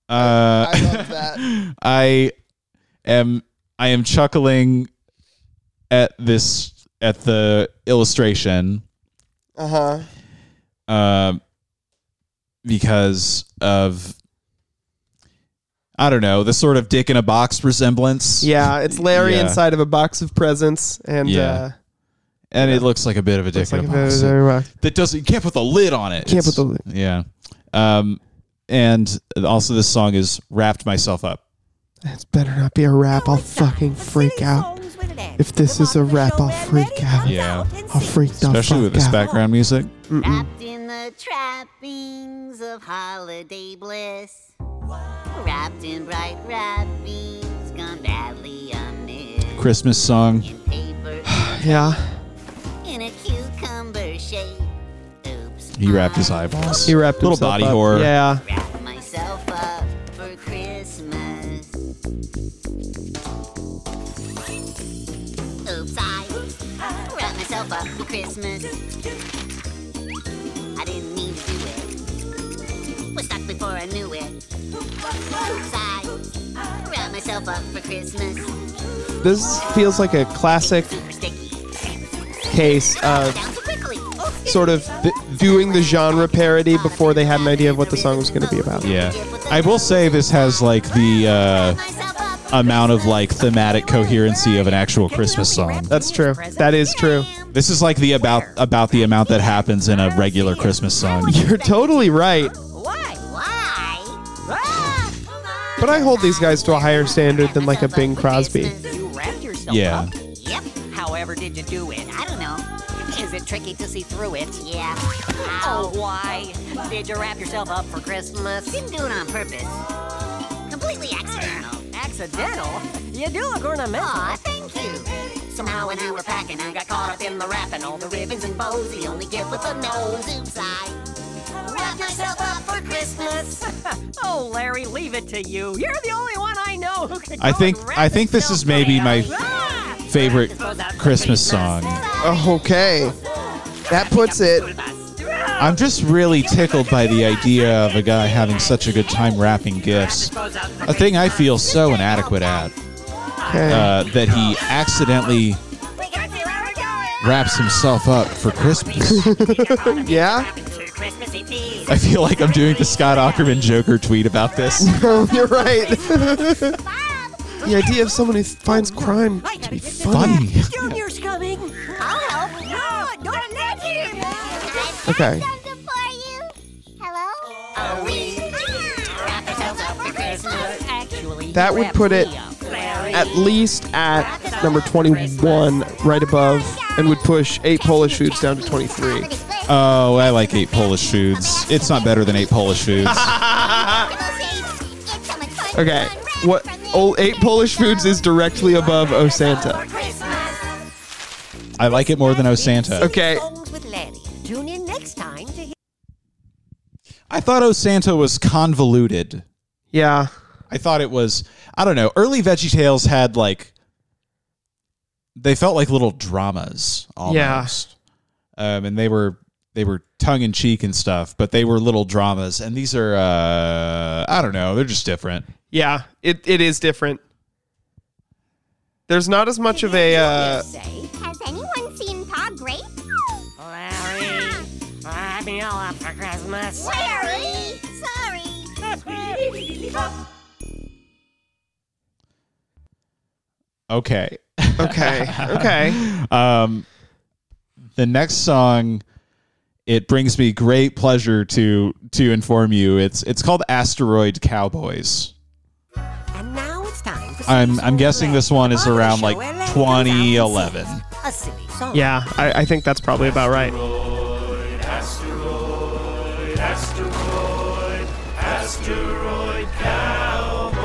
Speaker 4: Uh, I
Speaker 15: love that.
Speaker 4: [laughs] I am I am chuckling at this at the illustration
Speaker 3: Uh
Speaker 15: Uh-huh.
Speaker 3: huh.
Speaker 4: um, because of I don't know the sort of dick in a box resemblance.
Speaker 3: Yeah, it's Larry
Speaker 4: Yeah.
Speaker 3: inside of a box of presents, and
Speaker 4: yeah,
Speaker 3: uh,
Speaker 4: and it looks like a bit of a
Speaker 3: looks
Speaker 4: dick in
Speaker 3: like
Speaker 4: a
Speaker 3: a bit of
Speaker 4: box.
Speaker 3: a dick in a box.
Speaker 4: That doesn't you can't put the lid on it.
Speaker 3: Can't put the
Speaker 4: lid. Yeah, um, and also this song is wrapped myself up.
Speaker 3: it's better not be a rap. I'll fucking freak out. If this is a rap, I'll freak out.
Speaker 4: Yeah,
Speaker 3: I'll freak the
Speaker 4: especially
Speaker 3: fuck
Speaker 4: with this
Speaker 3: out.
Speaker 4: background music.
Speaker 5: Wrapped in the trappings of holiday bliss. Wrapped in bright wrappings, gone badly amiss.
Speaker 4: Christmas song.
Speaker 5: Paper
Speaker 3: yeah,
Speaker 5: in a cucumber shape.
Speaker 4: he wrapped his eyeballs.
Speaker 3: He wrapped
Speaker 4: little
Speaker 3: himself
Speaker 4: body
Speaker 3: up.
Speaker 4: horror.
Speaker 3: Yeah.
Speaker 5: Wrap myself up for Christmas. Oops, I wrapped myself up for Christmas. I didn't mean to do it. Was stuck before I knew it. Oops, I wrapped myself up for Christmas.
Speaker 3: This feels like a classic case of Uh, sort of th- doing the genre parody Uh, before they had an idea of what the song was going to be about.
Speaker 4: Yeah, I will say this has like the uh, amount of like thematic coherency of an actual Christmas song.
Speaker 3: That's true. That is true.
Speaker 4: This is like the about about the amount that happens in a regular Christmas song.
Speaker 3: You're totally right. But I hold these guys to a higher standard than like a Bing Crosby.
Speaker 5: You wrapped yourself
Speaker 3: Yeah.
Speaker 5: up? Yep. However did you do it? I don't know. Is it tricky to see through it? Yeah. Oh, why? Did you wrap yourself up for Christmas? Didn't do it on purpose. Completely accidental. Accidental? You do look ornamental. Aw, thank you. Somehow when I were packing, I got caught up in the wrapping. All the ribbons and bows, the only gift with a nose. Oops, I wrapped myself up for Christmas.
Speaker 13: [laughs] oh, Larry, leave it to you. You're the only one I know who can.
Speaker 4: I think I think this is maybe my favorite Christmas song.
Speaker 3: Okay, that puts it.
Speaker 4: I'm just really tickled by the idea of a guy having such a good time wrapping gifts. A thing I feel so inadequate at. Uh, that he accidentally
Speaker 3: [laughs]
Speaker 4: wraps himself up for Christmas.
Speaker 3: yeah? [laughs]
Speaker 4: I feel like I'm doing the Scott Ackerman Joker tweet about this.
Speaker 3: No, you're right. the idea of someone who finds crime to be funny.
Speaker 13: Junior's coming.
Speaker 5: I'll help. No, don't let him.
Speaker 3: Okay.
Speaker 5: Oh, we wrapped ourselves up for Christmas. Actually,
Speaker 3: That would put it at least at number 21, right above, and would push eight Polish foods down to Uh, 23.
Speaker 4: Oh, I like eight Polish foods. It's not better than eight Polish foods.
Speaker 3: Okay. What? Oh, eight Polish foods is directly above O Santa.
Speaker 4: I like it more than Oh Santa.
Speaker 3: Okay.
Speaker 13: with Larry. Tune in next time to hear.
Speaker 4: I thought Oh Santa was convoluted.
Speaker 3: Yeah.
Speaker 4: I thought it was I don't know. Early Veggie Tales had like they felt like little dramas almost. Um and they were they were tongue in cheek and stuff, but they were little dramas and these are uh I don't know, they're just different.
Speaker 3: Yeah, it, it is different. There's not as much of a. Uh,
Speaker 10: Has anyone seen Pod Grape? [laughs]
Speaker 11: Larry, wrap me all up for Christmas.
Speaker 10: Larry!
Speaker 11: [laughs]
Speaker 10: Sorry.
Speaker 4: Okay. [laughs]
Speaker 3: Okay. [laughs] Okay.
Speaker 4: um, the next song, it brings me great pleasure to to inform you. It's it's called Asteroid Cowboys. I'm I'm guessing this one is around like 2011.
Speaker 13: A silly song.
Speaker 3: yeah, I, I think that's probably about right.
Speaker 8: Asteroid, asteroid, asteroid cowboy.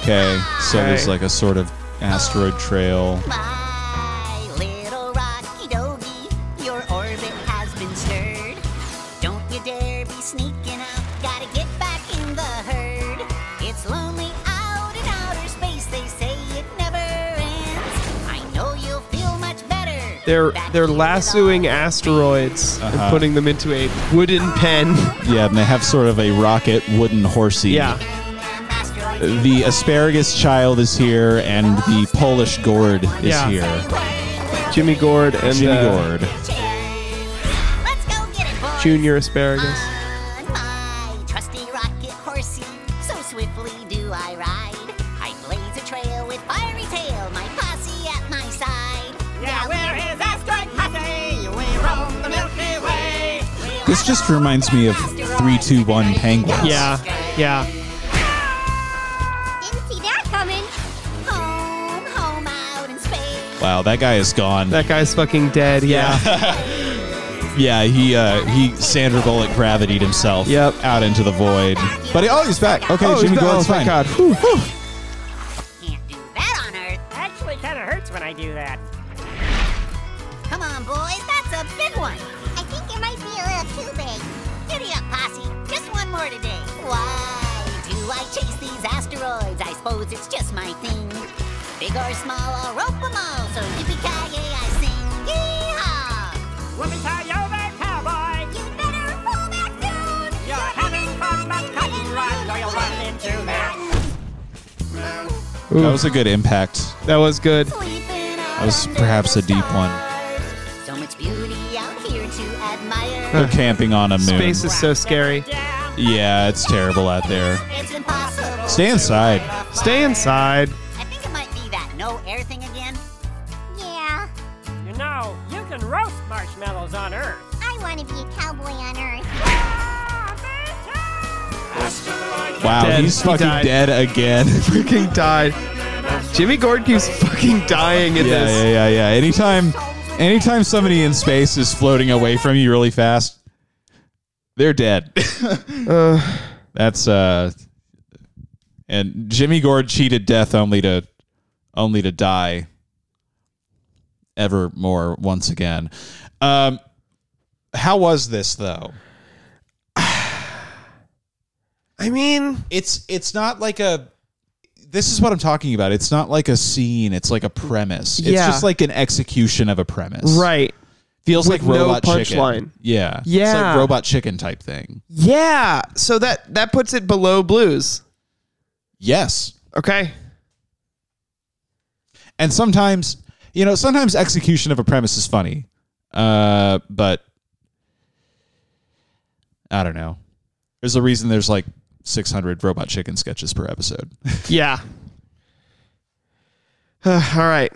Speaker 4: Okay, so
Speaker 5: Okay.
Speaker 4: there's like a sort of asteroid trail.
Speaker 5: My little rocky doggy, your orbit has been stirred. Don't you dare be sneaking out, gotta get back in the herd. It's lonely out in outer space, they say it never ends. I know you'll feel much better
Speaker 3: They're they're lassoing asteroids
Speaker 4: Uh-huh.
Speaker 3: and putting them into a wooden pen. [laughs]
Speaker 4: Yeah, and they have sort of a rocket wooden horsey.
Speaker 3: Yeah.
Speaker 4: The asparagus child is here, and the Polish gourd is
Speaker 3: Yeah.
Speaker 4: here.
Speaker 3: Jimmy Gourd and
Speaker 4: Jimmy
Speaker 3: uh,
Speaker 4: Gourd.
Speaker 3: Junior asparagus.
Speaker 5: My trusty rocket horsey, so swiftly do I ride. I blaze a trail with fiery tail, my posse at my side. Now where is Asteroid Posse? We roam the Milky Way.
Speaker 4: This just reminds me of 321 Penguins.
Speaker 3: Yeah, yeah.
Speaker 10: Didn't see that coming. Home, home out in space.
Speaker 4: Wow, that guy is gone.
Speaker 3: That guy's fucking dead. Yeah.
Speaker 4: [laughs] Yeah, he uh, he Sandra Bullock gravitied himself yep. out into the void. But he, oh, he's back. Okay,
Speaker 3: Oh, he's
Speaker 4: Jimmy
Speaker 3: back.
Speaker 4: Gold's
Speaker 3: Oh, thank
Speaker 4: fine.
Speaker 3: God.
Speaker 9: Actually, kind of hurts when I do that.
Speaker 5: Come on, boys, that's a big one. I think it might be a little too big. Giddy up, posse. Just one more today. Why do I chase these asteroids? I suppose it's just my thing. Big or small, I'll rope 'em all. So yippee-ki-yay, I sing. Yeehaw! Whoopee-ki-yo there, cowboy! You better fall back down! You're coming from a cutting run, or you'll run into that.
Speaker 4: That was a good impact.
Speaker 3: That was good.
Speaker 4: That was perhaps a deep one.
Speaker 5: So much beauty out here to admire.
Speaker 4: They're camping on a moon.
Speaker 3: Space is so scary.
Speaker 4: Yeah, it's terrible out there.
Speaker 5: It's impossible.
Speaker 4: Stay inside.
Speaker 3: Stay inside.
Speaker 5: I think it might be that no air thing again.
Speaker 10: Yeah,
Speaker 9: You know, you can roast marshmallows on Earth.
Speaker 10: I want to be a cowboy on Earth.
Speaker 4: Wow,
Speaker 3: Dead.
Speaker 4: he's
Speaker 3: He
Speaker 4: fucking
Speaker 3: died.
Speaker 4: dead again. [laughs]
Speaker 3: fucking died. Jimmy Gord keeps fucking dying
Speaker 4: yeah,
Speaker 3: in this.
Speaker 4: yeah, yeah, yeah. Anytime, anytime somebody in space is floating away from you really fast, they're dead. That's uh, and Jimmy Gord cheated death only to, only to die. Ever more once again. Um, how was this
Speaker 3: [sighs]
Speaker 4: though?
Speaker 3: I mean,
Speaker 4: it's it's not like a. This is what I'm talking about. It's not like a scene. It's like a premise. It's
Speaker 3: Yeah.
Speaker 4: just like an execution of a premise.
Speaker 3: Right.
Speaker 4: Feels
Speaker 3: With
Speaker 4: like robot
Speaker 3: no
Speaker 4: chicken.
Speaker 3: punchline.
Speaker 4: Yeah. It's
Speaker 3: Yeah.
Speaker 4: like robot chicken type thing.
Speaker 3: Yeah. So that that puts it below blues.
Speaker 4: Yes.
Speaker 3: Okay.
Speaker 4: And sometimes, you know, sometimes execution of a premise is funny. Uh, but I don't know. There's a reason there's like 600 robot chicken sketches per episode. [laughs]
Speaker 3: Yeah. [sighs] Uh, all right.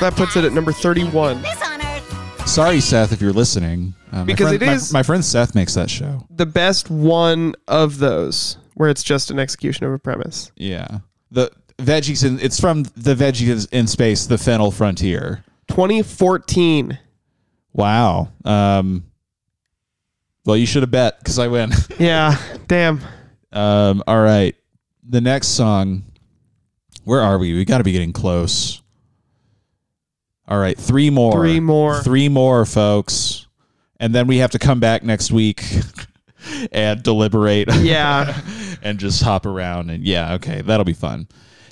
Speaker 3: That puts it at number 31.
Speaker 4: Sorry, Seth, if you're listening. Uh, my
Speaker 3: Because
Speaker 4: friend-
Speaker 3: it
Speaker 4: my-
Speaker 3: is-
Speaker 4: my friend Seth makes that show.
Speaker 3: The best one of those where it's just an execution of a premise.
Speaker 4: Yeah. The veggies in it's from the veggies in space, the fennel frontier.
Speaker 3: 2014.
Speaker 4: Wow. Um Well, you should have bet cuz I win. [laughs]
Speaker 3: Yeah. Damn.
Speaker 4: um all right. The next song Where are we? We got to be getting close. All right, three more.
Speaker 3: Three more.
Speaker 4: Three more, folks. And then we have to come back next week [laughs] and deliberate.
Speaker 3: Yeah.
Speaker 4: [laughs] and just hop around and yeah, okay, that'll be fun.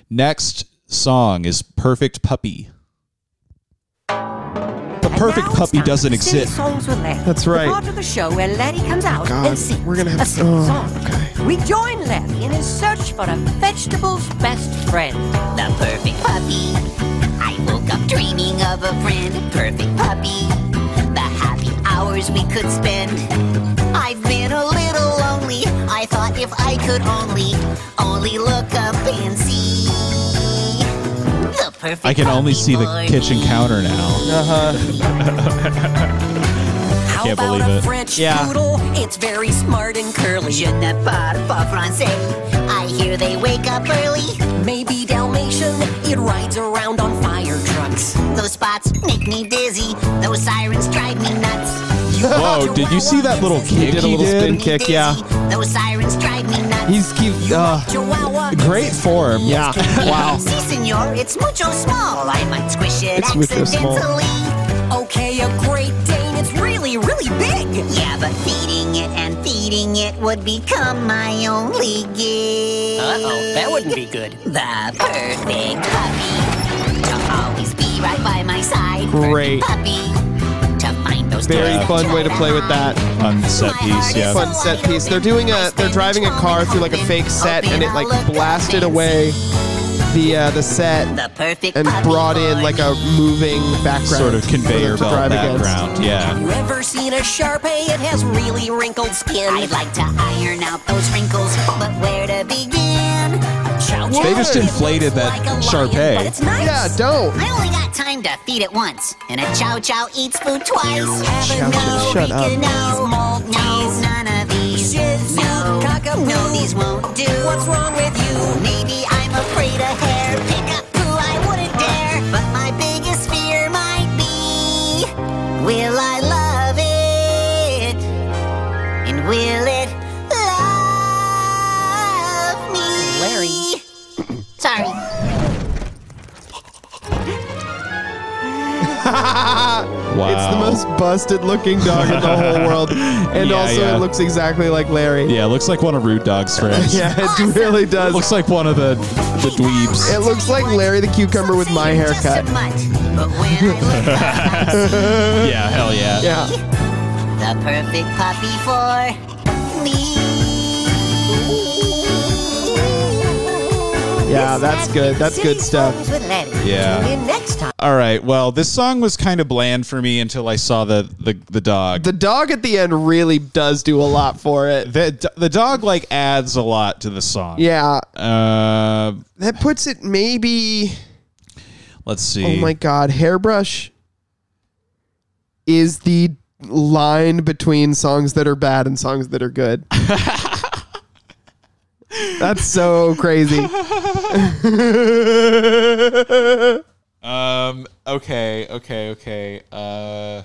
Speaker 4: Next song is Perfect Puppy. The perfect puppy doesn't
Speaker 14: Silly
Speaker 4: exist.
Speaker 14: songs with Larry.
Speaker 4: That's right.
Speaker 14: The part of the show where Larry comes out
Speaker 4: God,
Speaker 14: and sings
Speaker 3: we're gonna have-
Speaker 14: a silly
Speaker 3: oh,
Speaker 14: song. We join Larry in his search for a vegetable's best friend. The perfect
Speaker 5: puppy. I woke up dreaming of a friend, perfect puppy. The happy hours we could spend. I've been a little lonely. I thought if I could only, only look up and see. The perfect
Speaker 4: I can only see the kitchen counter now.
Speaker 3: [laughs]
Speaker 4: I can't believe
Speaker 14: a
Speaker 4: it.
Speaker 14: French
Speaker 5: [laughs]
Speaker 14: poodle. It's very smart and curly. Je ne parle pas français. I hear they wake up early. Maybe Dalmatian. It rides around on fire trucks.
Speaker 5: Those spots make me dizzy. Those sirens drive me nuts.
Speaker 4: Whoa, did you see that little kick?
Speaker 3: did a little spin kick, yeah.
Speaker 5: Those sirens drive me nuts.
Speaker 3: He's keep uh,
Speaker 5: Chihuahua.
Speaker 4: Great form.
Speaker 3: Yeah. [laughs]
Speaker 5: [laughs]
Speaker 3: wow.
Speaker 5: Si, senor, it's mucho small. I might squish it
Speaker 3: It's mucho small.
Speaker 5: accidentally.
Speaker 14: Okay, a Great Dane. It's really, really big.
Speaker 5: Yeah, but feeding it and feeding it would become my only gig.
Speaker 9: Uh-oh, that wouldn't be good.
Speaker 5: The perfect puppy to always be right by my side.
Speaker 3: Great.
Speaker 14: puppy to find those
Speaker 3: Very
Speaker 14: toys
Speaker 3: fun
Speaker 14: that
Speaker 3: way to play with that.
Speaker 4: on set piece. Yeah,
Speaker 3: Fun set piece. They're doing a they're driving a car through like a fake set and it like blasted away the uh, the set and brought in like a moving background.
Speaker 4: sort of
Speaker 3: for them
Speaker 4: conveyor
Speaker 3: to
Speaker 4: belt
Speaker 3: drive against.
Speaker 4: background. Yeah.
Speaker 14: You ever seen a Sharpay? It has really wrinkled skin. I'd like to iron out those wrinkles, but where to begin? Chow
Speaker 4: They just
Speaker 14: chow.
Speaker 4: inflated that
Speaker 14: But it's
Speaker 4: Sharpay.
Speaker 14: nice.
Speaker 3: Yeah, don't.
Speaker 14: I only got time to feed it once, and a chow chow eats food twice. Have a
Speaker 3: Chow,
Speaker 14: no,
Speaker 3: shut up.
Speaker 14: no, no, none of these. No, no, these won't do. What's wrong with you? Maybe I'm afraid of hair. Pick up poo, I wouldn't dare. But my biggest fear might be, will I love it? And will it love me? Larry. [clears throat] Sorry.
Speaker 3: It's the
Speaker 4: Wow.
Speaker 3: most busted looking dog in the whole world. And
Speaker 4: [laughs] Yeah,
Speaker 3: also
Speaker 4: yeah.
Speaker 3: it looks exactly like Larry.
Speaker 4: Yeah, it looks like one of Rude Dog's friends.
Speaker 3: [laughs] Yeah, it really does.
Speaker 4: Looks like one of the the dweebs.
Speaker 3: It looks like Larry the cucumber with my haircut. [laughs]
Speaker 4: yeah, hell yeah.
Speaker 3: Yeah.
Speaker 14: The perfect puppy for me.
Speaker 3: Yeah, that's good. That's good stuff.
Speaker 4: Yeah.
Speaker 13: Tune in next time.
Speaker 4: All right. Well, this song was kind of bland for me until I saw the the, the dog.
Speaker 3: The dog at the end really does do a lot for it.
Speaker 4: The the dog like adds a lot to the song.
Speaker 3: Yeah.
Speaker 4: Uh,
Speaker 3: That puts it maybe
Speaker 4: let's see.
Speaker 3: Oh my god, hairbrush is the line between songs that are bad and songs that are good. [laughs] That's so crazy.
Speaker 4: Um. Okay. Okay. Okay. Uh.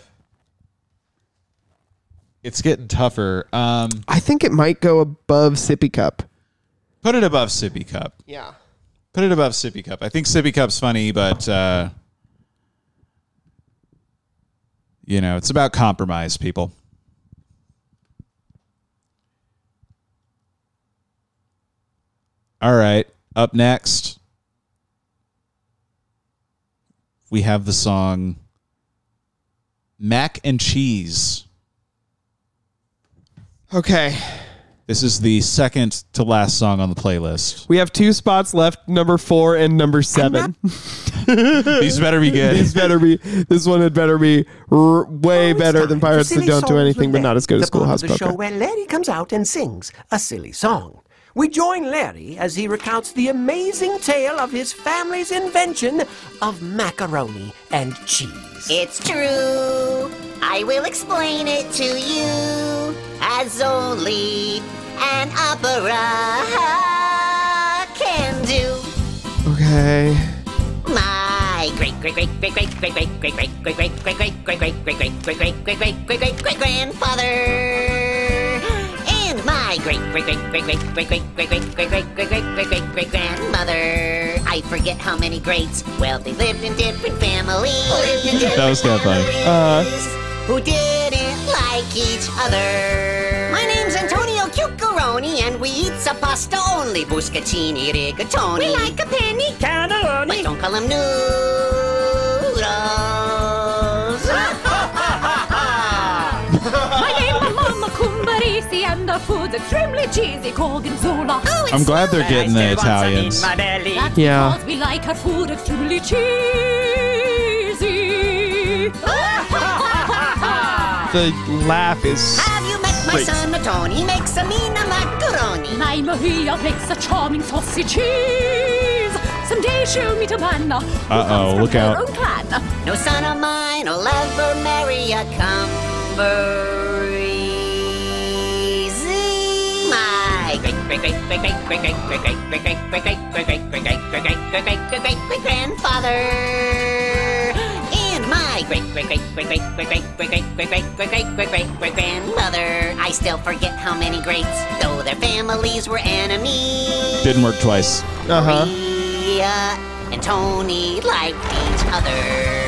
Speaker 4: It's getting tougher. Um.
Speaker 3: I think it might go above Sippy Cup.
Speaker 4: Put it above Sippy Cup.
Speaker 3: Yeah.
Speaker 4: Put it above Sippy Cup. I think Sippy Cup's funny, but uh, you know, it's about compromise, people. All right. Up next, we have the song Mac and Cheese.
Speaker 3: Okay.
Speaker 4: This is the second to last song on the playlist.
Speaker 3: We have two spots left, number four and number seven.
Speaker 4: [laughs] These better be good.
Speaker 3: These better be. This one had better be r- way better than Pirates
Speaker 6: Silly
Speaker 3: That Don't Do
Speaker 6: Songs
Speaker 3: Anything, but
Speaker 6: with
Speaker 3: not
Speaker 6: Larry,
Speaker 3: as good
Speaker 6: the
Speaker 3: as Schoolhouse
Speaker 6: part of the show
Speaker 3: Poker.
Speaker 6: where Larry comes out and sings a silly song. We join Larry as he recounts the amazing tale of his family's invention of macaroni and cheese.
Speaker 5: It's true. I will explain it to you as only an opera can do.
Speaker 3: Okay.
Speaker 5: My great great great great great great great great great great great great great great great great great great great great great great great grandfather and my great great great great great great great great great great great great great great great great grandmother. I forget how many greats. Well, they lived in different families. Lived in
Speaker 4: That was kind of funny.
Speaker 5: who didn't like each other. My name's Antonio Cuccaroni, and we eat some pasta only. Buscaccini, rigatoni. We like a penny cannelloni. But don't call them noodles.
Speaker 7: My name is Mama Kumbarisi and the food's extremely cheesy gorgonzola. Oh,
Speaker 4: I'm glad they're getting the Italians.
Speaker 7: That's
Speaker 4: Yeah.
Speaker 7: because we like our food extremely cheesy.
Speaker 3: The laugh is.
Speaker 5: Have you met my
Speaker 3: Wait.
Speaker 5: son, Tony? Makes a mina macaroni.
Speaker 7: My Maria makes a charming saucy cheese. Someday she'll meet a man.
Speaker 4: Uh oh, look out.
Speaker 5: No son of mine will ever marry a cumbereese. My great great great great great great great great great great great great great great great great great great great great great great great great grandfather. And my great great great great great great great great great great great great great great great great grandmother. I still forget how many greats, though their families were enemies.
Speaker 4: Didn't work twice.
Speaker 3: Uh huh.
Speaker 5: Leah and Tony like each other.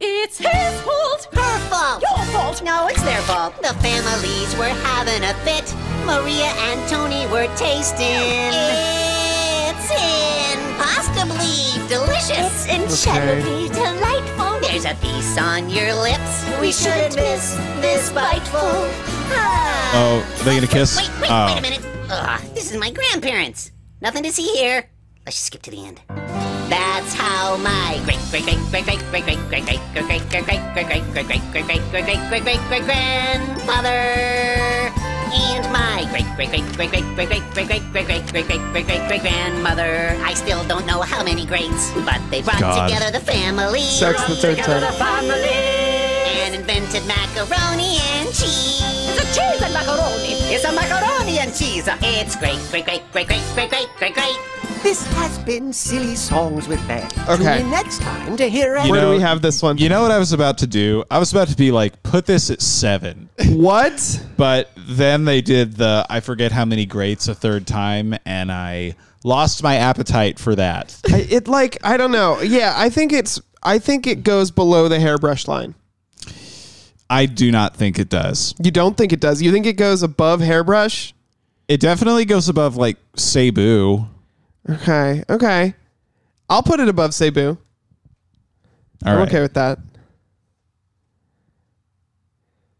Speaker 7: It's his fault.
Speaker 5: Her fault. Your fault. No, it's their fault. The families were having a fit. Maria and Tony were tasting. It's
Speaker 16: be delicious.
Speaker 5: It's incredibly
Speaker 16: delightful.
Speaker 5: There's a piece on your lips. We shouldn't miss this biteful. Ah.
Speaker 4: Oh, they gonna kiss?
Speaker 5: Wait, wait,
Speaker 4: Oh.
Speaker 5: wait a minute. Ugh, this is my grandparents. Nothing to see here. Let's just skip to the end. That's how my great great great great great great great great great great great great great great great great great great great great great great great great grandfather and my great great great great great great great great great great great great great great great great grandmother. I still don't know how many greats, but they brought
Speaker 7: God.
Speaker 5: together the family.
Speaker 7: Sucks the
Speaker 5: Brought
Speaker 7: third
Speaker 5: together
Speaker 7: time.
Speaker 5: the family and invented macaroni and cheese. It's a cheese and macaroni. It's a macaroni and cheese. It's great, great, great, great, great, great, great, great, great.
Speaker 6: This has been Silly Songs with Ben.
Speaker 4: Okay.
Speaker 6: Tune in next time to hear a-
Speaker 4: have this one? You know what I was about to do? I was about to be like, put this at [laughs] seven.
Speaker 3: What?
Speaker 4: But then they did the I forget how many greats a third time, and I lost my appetite for [laughs] that.
Speaker 3: I, it like I don't know. Yeah, I think it's I think it goes below the hairbrush line.
Speaker 4: I do not think it does.
Speaker 3: You don't think it does? You think it goes above hairbrush?
Speaker 4: It definitely goes above like Cebu.
Speaker 3: Okay, okay. I'll put it above Cebu.
Speaker 4: All
Speaker 3: I'm
Speaker 4: right.
Speaker 3: okay with that.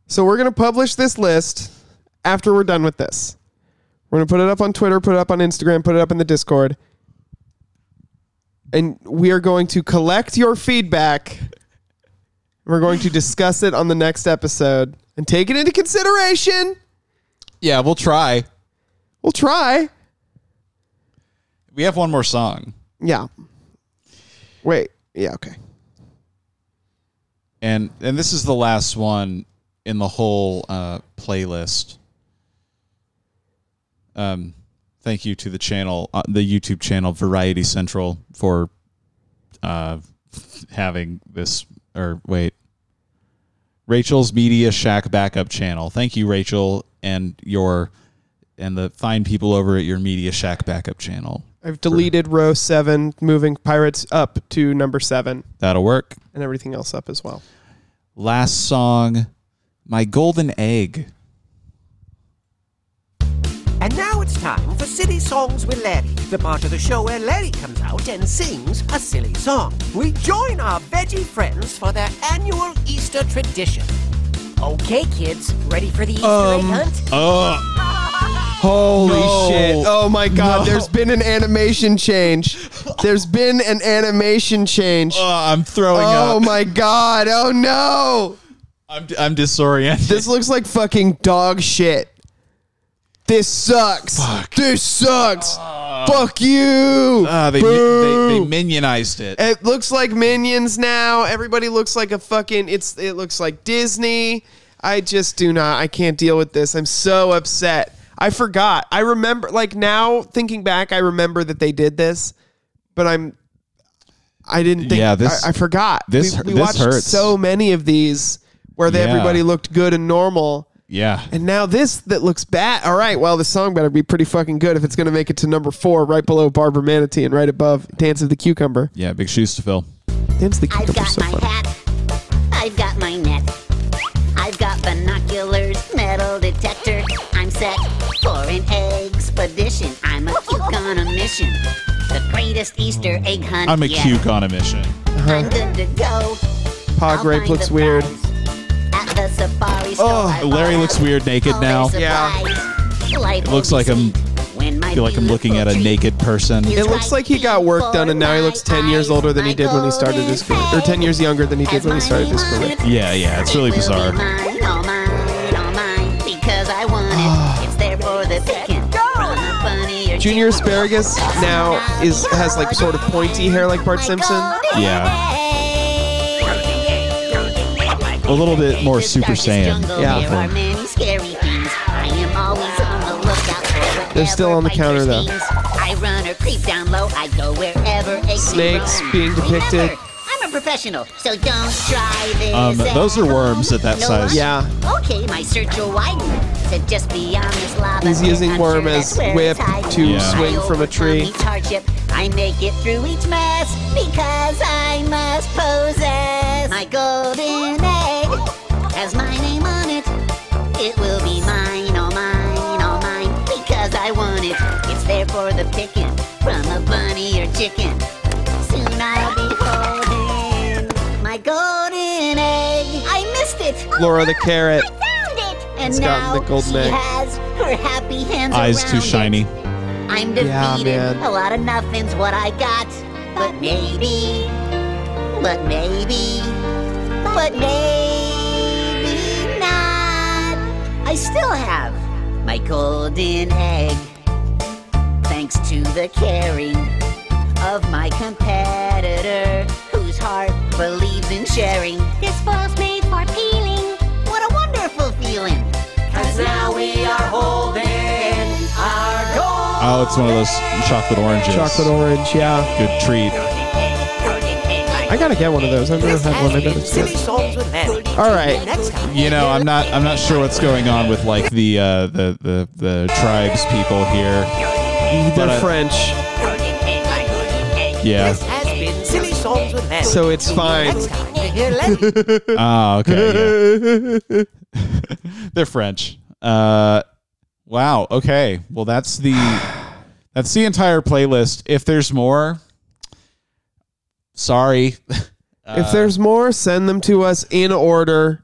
Speaker 3: So we're gonna publish this list after we're done with this. We're gonna put it up on Twitter, put it up on Instagram, put it up in the Discord. And we are going to collect your feedback. We're going to discuss it on the next episode and take it into consideration.
Speaker 4: Yeah, we'll try.
Speaker 3: We'll try.
Speaker 4: We have one more song.
Speaker 3: Yeah. Wait. Yeah, okay.
Speaker 4: And and this is the last one in the whole uh, playlist. Um, thank you to the channel, uh, the YouTube channel Variety Central for uh, having this. Or wait, Rachel's Media Shack backup channel. Thank you, Rachel, and your and the fine people over at your Media Shack backup channel.
Speaker 3: I've deleted row seven, moving pirates up to number seven
Speaker 4: That'll work.
Speaker 3: and everything else up as well.
Speaker 4: Last song, My Golden Egg.
Speaker 6: And now it's time for Silly Songs with Larry, the part of the show where Larry comes out and sings a silly song. We join our veggie friends for their annual Easter tradition.
Speaker 17: Okay, kids, ready for the Easter egg hunt?
Speaker 4: Oh.
Speaker 3: Holy
Speaker 17: No.
Speaker 3: shit. Oh my god,
Speaker 17: No.
Speaker 3: there's been an animation change. There's been an animation change.
Speaker 4: Uh, I'm throwing
Speaker 3: Oh
Speaker 4: up.
Speaker 3: my god. Oh no.
Speaker 4: I'm, I'm
Speaker 3: [laughs]
Speaker 4: disoriented.
Speaker 3: This looks like fucking dog shit. This sucks. This sucks. Fuck you.
Speaker 4: Ah, they,
Speaker 3: Boo.
Speaker 4: they, they minionized it.
Speaker 3: It looks like Minions now. Everybody looks like a fucking. It's it looks like Disney. I just do not. I can't deal with this. I'm so upset. I forgot. I remember. Like now, thinking back, I remember that they did this, but I'm. I didn't think.
Speaker 4: Yeah, this-
Speaker 3: I, I forgot.
Speaker 4: this-
Speaker 3: we, we
Speaker 4: this
Speaker 3: watched
Speaker 4: hurts.
Speaker 3: so many of these where they,
Speaker 4: Yeah.
Speaker 3: everybody looked good and normal.
Speaker 4: Yeah.
Speaker 3: And now this that looks bad. All right, well, the song better be pretty fucking good if it's going to make it to number four, right below Barbara Manatee and right above Dance of the Cucumber.
Speaker 4: Yeah, big shoes to fill.
Speaker 3: Dance of the Cucumber.
Speaker 5: I've got my hat. I've got my net. I've got binoculars, metal detector. I'm set for an expedition. I'm a cuke on a mission. The greatest Easter egg hunt
Speaker 4: I'm a
Speaker 5: yet.
Speaker 4: cuke on a mission.
Speaker 5: I'm good to go
Speaker 3: Pog rape looks weird.
Speaker 5: at the safari store.
Speaker 4: Oh, Larry looks weird naked now.
Speaker 5: Yeah. Life
Speaker 4: It looks like I'm
Speaker 5: when my
Speaker 4: feel like I'm looking at a naked person.
Speaker 3: It looks like he got work done and now he looks 10 years older than he did when he started his career. Or 10 years younger than he did when he started his career.
Speaker 4: Yeah, yeah, it's really bizarre.
Speaker 5: mine, all mine, all mine, because I want
Speaker 4: [sighs]
Speaker 5: it. It's there for the picking. From the funnier
Speaker 3: Junior Asparagus now is has like sort of pointy hair like Bart Simpson.
Speaker 4: Yeah. A little bit more Super Saiyan.
Speaker 5: jungle, there are many scary things. I am always on the lookout for
Speaker 3: They're still on the counter though.
Speaker 5: things. I run or creep down low. I go wherever eggs may
Speaker 3: Snakes
Speaker 5: roam.
Speaker 3: being depicted.
Speaker 5: Remember, I'm a professional, so don't try this.
Speaker 4: Um,
Speaker 5: at
Speaker 4: those are worms at that
Speaker 5: No
Speaker 4: size.
Speaker 5: one? Okay, my search will widen. So just beyond this lava.
Speaker 3: He's
Speaker 5: pit,
Speaker 3: using
Speaker 5: I'm
Speaker 3: worm
Speaker 5: sure
Speaker 3: as
Speaker 5: that's where
Speaker 3: whip
Speaker 5: it's hiding.
Speaker 3: to
Speaker 4: Yeah.
Speaker 3: swing from a tree.
Speaker 5: Each hardship, I make it through each mess because I must possess my golden egg. Has my name on it. It will be mine, all mine, all mine, because I want it. It's there for the picking from a bunny or chicken.
Speaker 3: Laura the carrot.
Speaker 5: Ah, Found it! And
Speaker 3: It's
Speaker 5: now
Speaker 3: gotten the golden
Speaker 5: she
Speaker 3: egg.
Speaker 5: has her happy hands
Speaker 4: Eyes
Speaker 5: around
Speaker 4: too
Speaker 5: it.
Speaker 4: shiny.
Speaker 5: I'm
Speaker 4: Yeah,
Speaker 5: defeated.
Speaker 4: man.
Speaker 5: A lot of nothing's what I got. But maybe, but maybe, but maybe not. I still have my golden egg. Thanks to the caring of my competitor, whose heart believes in sharing. This false made for peeling. What a wonderful feeling. Cause now we are holding our gold.
Speaker 4: Oh, it's one of those chocolate oranges.
Speaker 3: Chocolate orange, yeah.
Speaker 4: Good treat.
Speaker 3: I gotta get one of those. I've never had one. I gotta get.
Speaker 1: Songs with Larry.
Speaker 3: All right.
Speaker 1: Next time.
Speaker 4: You know, I'm not. I'm not sure what's going on with like the uh, the, the the tribes people here. But uh, I-
Speaker 3: They're French,
Speaker 4: Yeah.
Speaker 1: Has been silly songs with Larry.
Speaker 3: so it's fine.
Speaker 1: Next time you hear Larry.
Speaker 4: Oh, okay. yeah. [laughs] They're French. Uh, wow. Okay. Well, that's the [sighs] that's the entire playlist. If there's more, sorry. [laughs]
Speaker 3: If there's more, send them to us in order.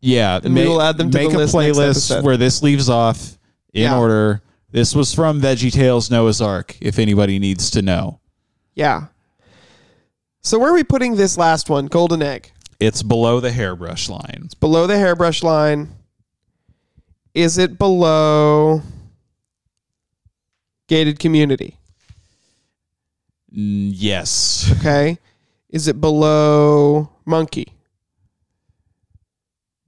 Speaker 4: Yeah,
Speaker 3: And we will add them to
Speaker 4: make
Speaker 3: the
Speaker 4: a
Speaker 3: list next
Speaker 4: playlist
Speaker 3: episode.
Speaker 4: where this leaves off in
Speaker 3: Yeah.
Speaker 4: order. This was from VeggieTales Noah's Ark. If anybody needs to know,
Speaker 3: Yeah. So where are we putting this last one? Golden egg.
Speaker 4: it's below the hairbrush line.
Speaker 3: Below the hairbrush line. Is it below gated community?
Speaker 4: Mm,
Speaker 3: [laughs]
Speaker 4: Yes.
Speaker 3: Okay. Is it below monkey?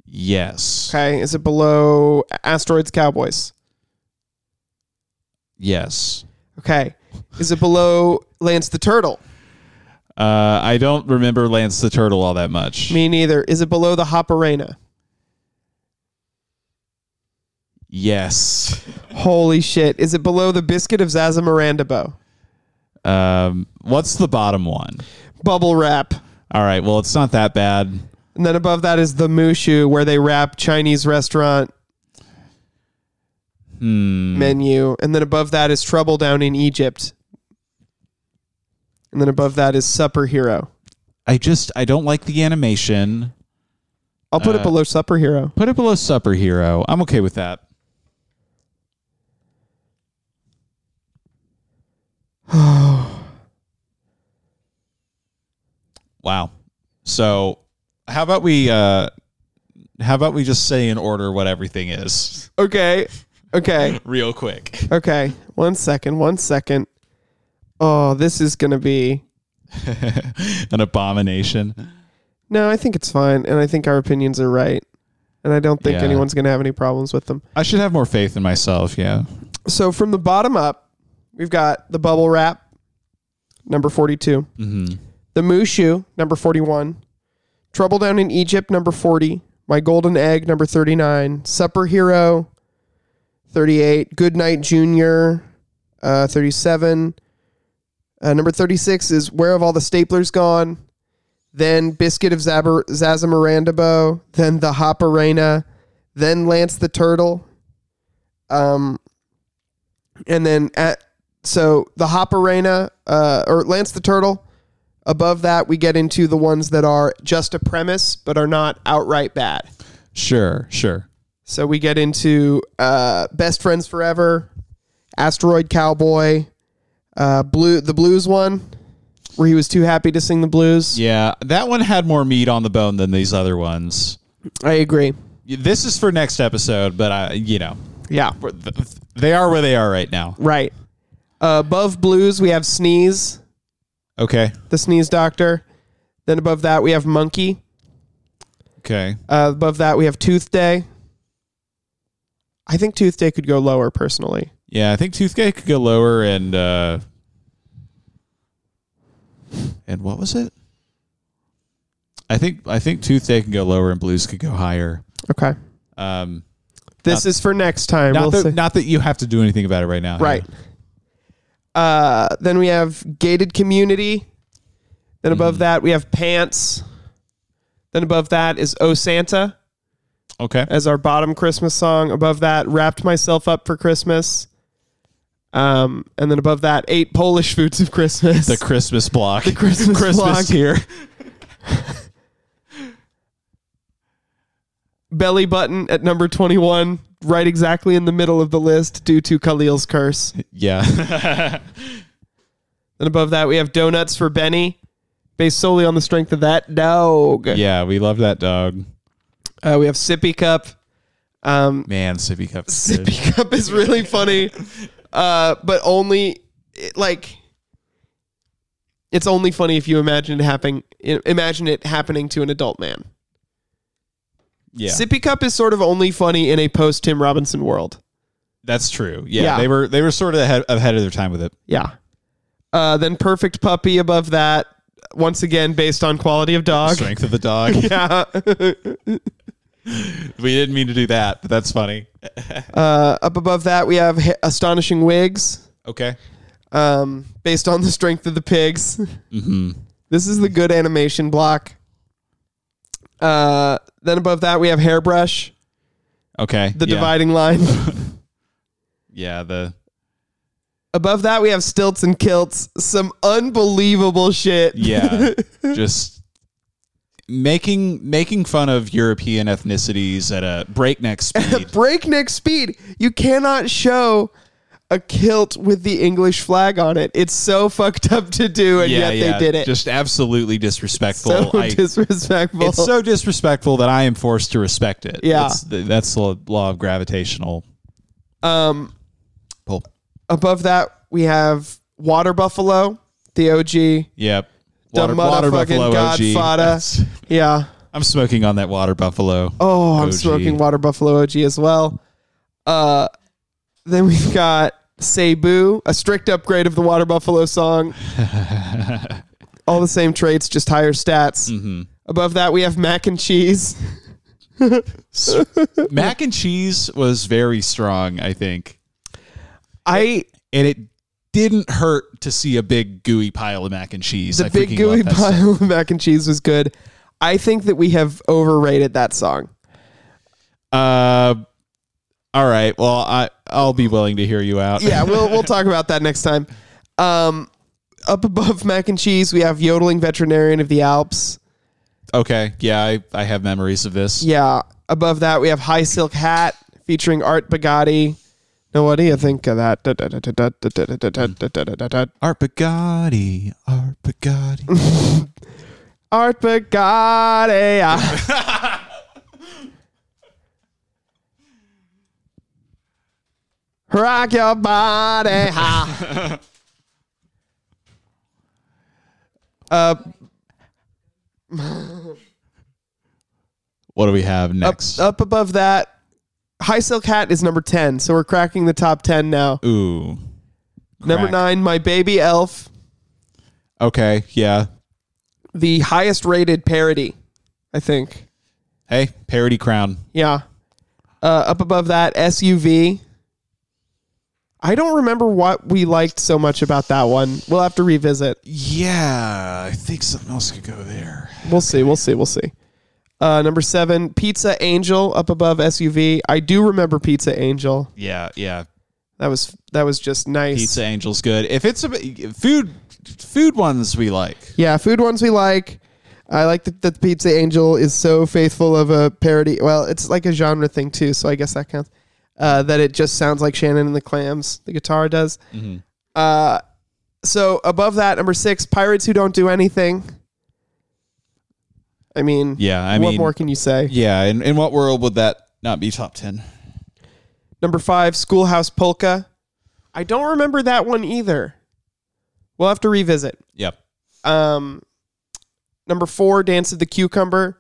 Speaker 4: Yes.
Speaker 3: Okay. Is it below asteroids cowboys?
Speaker 4: Yes.
Speaker 3: Okay. Is it below Lance the turtle?
Speaker 4: Uh, I don't remember Lance the Turtle all that much.
Speaker 3: Me neither. Is it below the hopperena?
Speaker 4: Yes.
Speaker 3: Holy shit. Is it below the biscuit of Zaza Mirandabo?
Speaker 4: Um, what's the bottom one?
Speaker 3: Bubble wrap.
Speaker 4: All right. Well, it's not that bad.
Speaker 3: And then above that is the Mushu, where they wrap Chinese restaurant
Speaker 4: Hmm.
Speaker 3: menu. And then above that is Trouble Down in Egypt. And then above that is Supper Hero.
Speaker 4: I just I don't like the animation.
Speaker 3: I'll put
Speaker 4: Uh,
Speaker 3: it below Supper Hero.
Speaker 4: Put it below Supper Hero. I'm okay with that. [sighs] wow. So, how about we uh how about we just say in order what everything is [laughs]
Speaker 3: Okay. Okay.
Speaker 4: real quick.
Speaker 3: Okay. One second. One second. Oh, this is going to be.
Speaker 4: An abomination.
Speaker 3: No, I think it's fine. And I think our opinions are right. And I don't think
Speaker 4: Yeah.
Speaker 3: anyone's going to have any problems with them.
Speaker 4: I should have more faith in myself, yeah.
Speaker 3: So from the bottom up, we've got the bubble wrap, number 42.
Speaker 4: Mhm.
Speaker 3: The Mushu, number 41. Trouble Down in Egypt, number 40. My Golden Egg, number 39. Supper Hero, 38. Good Night Junior, uh, 37. Uh, number 36 is Where Have All the Staplers Gone? Then Biscuit of Zaber- Zaza Mirandabo. Then The Hopperena. Then Lance the Turtle. Um, and then at so the Hop Arena uh, or Lance the Turtle. Above that, we get into the ones that are just a premise but are not outright bad.
Speaker 4: Sure, sure.
Speaker 3: So we get into uh, Best Friends Forever, Asteroid Cowboy, uh, Blue, the Blues one, where he was too happy to sing the blues.
Speaker 4: Yeah, that one had more meat on the bone than these other ones.
Speaker 3: I agree.
Speaker 4: This is for next episode, but I, you know,
Speaker 3: Yeah,
Speaker 4: they are where they are right now.
Speaker 3: right. Uh, above Blues, we have Sneeze.
Speaker 4: Okay.
Speaker 3: the sneeze doctor. Then above that we have monkey.
Speaker 4: Okay.
Speaker 3: Uh, above that we have tooth day. I think tooth day could go lower personally.
Speaker 4: Yeah, I think Toothcake could go lower and uh and what was it? I think I think Toothcake can go lower and Blues could go higher.
Speaker 3: Okay.
Speaker 4: Um
Speaker 3: This is for next time.
Speaker 4: not
Speaker 3: We'll
Speaker 4: that,
Speaker 3: see.
Speaker 4: not that you have to do anything about it right now.
Speaker 3: right. Uh, then we have gated community. Then above
Speaker 4: Mm-hmm.
Speaker 3: that we have pants. Then above that is Oh Santa
Speaker 4: Okay.
Speaker 3: as our bottom Christmas song. Above that, wrapped myself up for Christmas. Um, and then above that, eight Polish foods of Christmas. [laughs]
Speaker 4: The Christmas block. The [laughs]
Speaker 3: Christmas
Speaker 4: Christmas
Speaker 3: block.
Speaker 4: tier.
Speaker 3: Belly button at number 21, right exactly in the middle of the list due to Khalil's curse.
Speaker 4: Yeah.
Speaker 3: Then above that, we have Donuts for Benny, based solely on the strength of that dog.
Speaker 4: Yeah, we love that dog.
Speaker 3: Uh, we have Sippy Cup. Um,
Speaker 4: [laughs] Man, Sippy Cup. is good.
Speaker 3: Sippy Cup is really funny, uh, but only it, like it's only funny if you imagine it happening. i- Imagine it happening to an adult man.
Speaker 4: Yeah.
Speaker 3: Sippy Cup is sort of only funny in a post Tim Robinson world.
Speaker 4: That's true. Yeah,
Speaker 3: Yeah.
Speaker 4: They were they were sort of ahead, ahead of their time with it.
Speaker 3: Yeah. Uh, then Perfect Puppy above that, once again based on quality of dog.
Speaker 4: Strength of the dog.
Speaker 3: [laughs] yeah.
Speaker 4: [laughs] we didn't mean to do that, but that's funny.
Speaker 3: Uh, up above that, we have H- Astonishing Wigs,
Speaker 4: Okay.
Speaker 3: um, based on the strength of the pigs. [laughs]
Speaker 4: Mm-hmm.
Speaker 3: This is the good animation block. Uh, then above that, we have Hairbrush,
Speaker 4: Okay.
Speaker 3: the
Speaker 4: yeah.
Speaker 3: dividing
Speaker 4: [laughs]
Speaker 3: line.
Speaker 4: Yeah. The
Speaker 3: above that, we have Stilts and Kilts, some unbelievable shit. [laughs]
Speaker 4: yeah. just making making fun of European ethnicities at a breakneck speed.
Speaker 3: Breakneck speed. You cannot show a kilt with the English flag on it. It's so fucked up to do, and
Speaker 4: yeah.
Speaker 3: yet
Speaker 4: yeah.
Speaker 3: they did it.
Speaker 4: Just absolutely disrespectful.
Speaker 3: so
Speaker 4: I-
Speaker 3: disrespectful.
Speaker 4: It's so disrespectful that I am forced to respect it.
Speaker 3: Yeah.
Speaker 4: That's the, that's the law of gravitational
Speaker 3: um,
Speaker 4: pull.
Speaker 3: above that, we have Water Buffalo, the OG.
Speaker 4: Yep.
Speaker 3: The motherfucking
Speaker 4: OG.
Speaker 3: Godfather.
Speaker 4: That's-
Speaker 3: Yeah.
Speaker 4: I'm smoking on that water buffalo.
Speaker 3: Oh, I'm
Speaker 4: OG.
Speaker 3: smoking Water Buffalo OG as well. Uh, then we've got Cebu, a strict upgrade of the Water Buffalo
Speaker 4: [laughs]
Speaker 3: song. All the same traits, just higher stats.
Speaker 4: Mm-hmm.
Speaker 3: Above that, we have mac and cheese.
Speaker 4: Mac and cheese was very strong, I think.
Speaker 3: I
Speaker 4: and it didn't hurt to see a big gooey pile of mac and cheese.
Speaker 3: the
Speaker 4: I
Speaker 3: big
Speaker 4: freaking
Speaker 3: gooey
Speaker 4: love that stuff.
Speaker 3: pile of mac and cheese was good. I think that we have overrated that song.
Speaker 4: Uh, all right. Well, I I'll be willing to hear you out.
Speaker 3: Yeah, we'll we'll talk about that next time. Um, up above mac and cheese, we have yodeling veterinarian of the Alps.
Speaker 4: okay. Yeah, I, I have memories of this.
Speaker 3: Yeah. Above that, we have High Silk Hat featuring Art Bugatti. Now, what do you think of that?
Speaker 4: Hmm. Art Bugatti, Art Bugatti.
Speaker 3: [laughs] Art Bugatti. ah.
Speaker 4: [laughs]
Speaker 3: Rock your body. ha. Uh,
Speaker 4: What do we have
Speaker 3: up,
Speaker 4: next?
Speaker 3: up above that, High Silk Hat is number 10. So we're cracking the top 10 now.
Speaker 4: Ooh.
Speaker 3: Number
Speaker 4: Crack.
Speaker 3: nine, My Baby Elf,
Speaker 4: Okay. Yeah.
Speaker 3: the highest rated parody, I think.
Speaker 4: Hey, parody crown.
Speaker 3: Yeah. Uh, up above that, SUV. I don't remember what we liked so much about that one. We'll have to revisit.
Speaker 4: Yeah, I think something else could go there.
Speaker 3: We'll see. We'll see. We'll see. Uh, number seven, Pizza Angel up above SUV. I do remember Pizza Angel.
Speaker 4: Yeah, yeah.
Speaker 3: That was that was just nice.
Speaker 4: Pizza Angel's good. If it's a food food ones we like.
Speaker 3: Yeah, food ones we like. I like that that Pizza Angel is so faithful of a parody. Well, it's like a genre thing too, so I guess that counts. Uh, that it just sounds like Shannon and the Clams. The guitar does.
Speaker 4: Mm-hmm.
Speaker 3: Uh, so above that, number six, pirates who don't do anything. I mean,
Speaker 4: Yeah, I
Speaker 3: what
Speaker 4: mean-
Speaker 3: more can you say?
Speaker 4: Yeah, in, in what world would that not be top 10?
Speaker 3: Number five, Schoolhouse Polka. I don't remember that one either. We'll have to revisit.
Speaker 4: Yep.
Speaker 3: Um, number four, Dance of the Cucumber.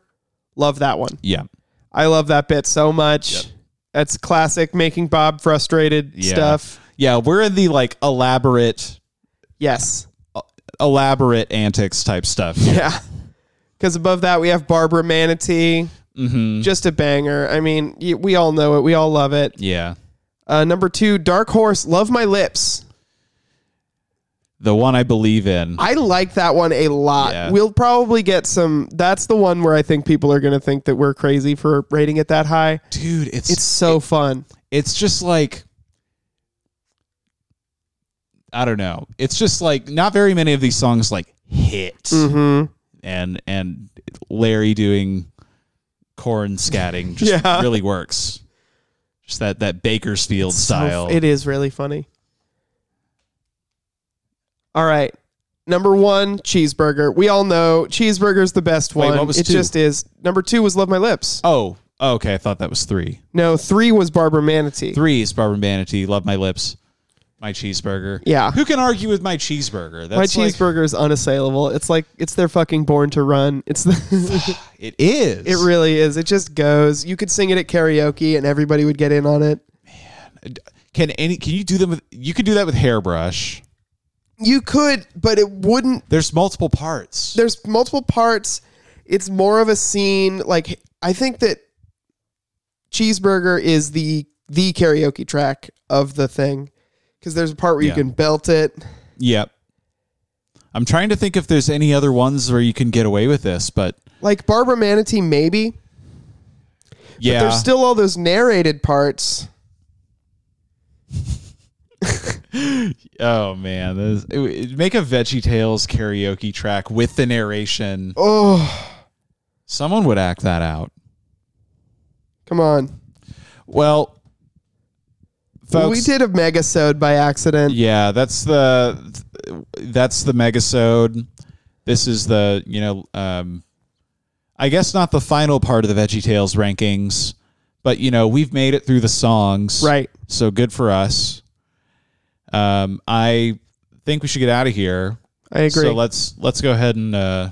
Speaker 3: Love that one.
Speaker 4: Yeah.
Speaker 3: I love that bit so much. That's classic making Bob frustrated
Speaker 4: Yeah.
Speaker 3: stuff.
Speaker 4: Yeah, we're in the like elaborate
Speaker 3: Yes.
Speaker 4: elaborate antics type stuff.
Speaker 3: Yeah. Because above that, we have Barbara Manatee.
Speaker 4: Mhm.
Speaker 3: Just a banger. I mean, y- we all know it. We all love it.
Speaker 4: Yeah.
Speaker 3: Uh, number two, Dark Horse, Love My Lips.
Speaker 4: The one I believe in.
Speaker 3: I like that one a lot.
Speaker 4: Yeah.
Speaker 3: We'll probably get some. That's the one where I think people are going to think that we're crazy for rating it that high.
Speaker 4: Dude, it's
Speaker 3: It's so fun.
Speaker 4: it's just like I don't know. It's just like not very many of these songs like hit.
Speaker 3: Mm-hmm.
Speaker 4: and and Larry doing corn scatting just
Speaker 3: Yeah. [laughs]
Speaker 4: really works. Just that that Bakersfield style.
Speaker 3: It is really funny. All right. Number one, cheeseburger. We all know cheeseburger's the best
Speaker 4: Wait,
Speaker 3: one.
Speaker 4: what was
Speaker 3: it
Speaker 4: two?
Speaker 3: just is. Number two was Love My Lips.
Speaker 4: Oh, okay. I thought that was three.
Speaker 3: No, three was Barbara Manatee.
Speaker 4: Three is Barbara Manatee. Love my lips. My cheeseburger.
Speaker 3: Yeah.
Speaker 4: Who can argue with my cheeseburger? That's
Speaker 3: My
Speaker 4: like-
Speaker 3: cheeseburger is unassailable. It's like it's their fucking born to run. It's the [laughs]
Speaker 4: It is.
Speaker 3: It really is. It just goes. You could sing it at karaoke and everybody would get in on it.
Speaker 4: Can any? Can you do them with? You could do that with hairbrush.
Speaker 3: You could, but it wouldn't
Speaker 4: There's multiple parts.
Speaker 3: there's multiple parts. It's more of a scene. Like I think that cheeseburger is the the karaoke track of the thing because there's a part where
Speaker 4: Yeah.
Speaker 3: you can belt it.
Speaker 4: Yep. I'm trying to think if there's any other ones where you can get away with this, but
Speaker 3: Like Barbara Manatee, maybe. But
Speaker 4: yeah,
Speaker 3: there's still all those narrated parts.
Speaker 4: Oh man, this, it, it- make a Veggie Tales karaoke track with the narration.
Speaker 3: Oh,
Speaker 4: Someone would act that out.
Speaker 3: come on.
Speaker 4: Well, folks,
Speaker 3: we did a megasode by accident.
Speaker 4: yeah, that's the that's the megasode. This is the you know, um, I guess not the final part of the Veggie Tales rankings, but you know we've made it through the songs,
Speaker 3: Right.
Speaker 4: So good for us. Um, I think we should get out of here.
Speaker 3: I agree.
Speaker 4: So let's let's go ahead and uh,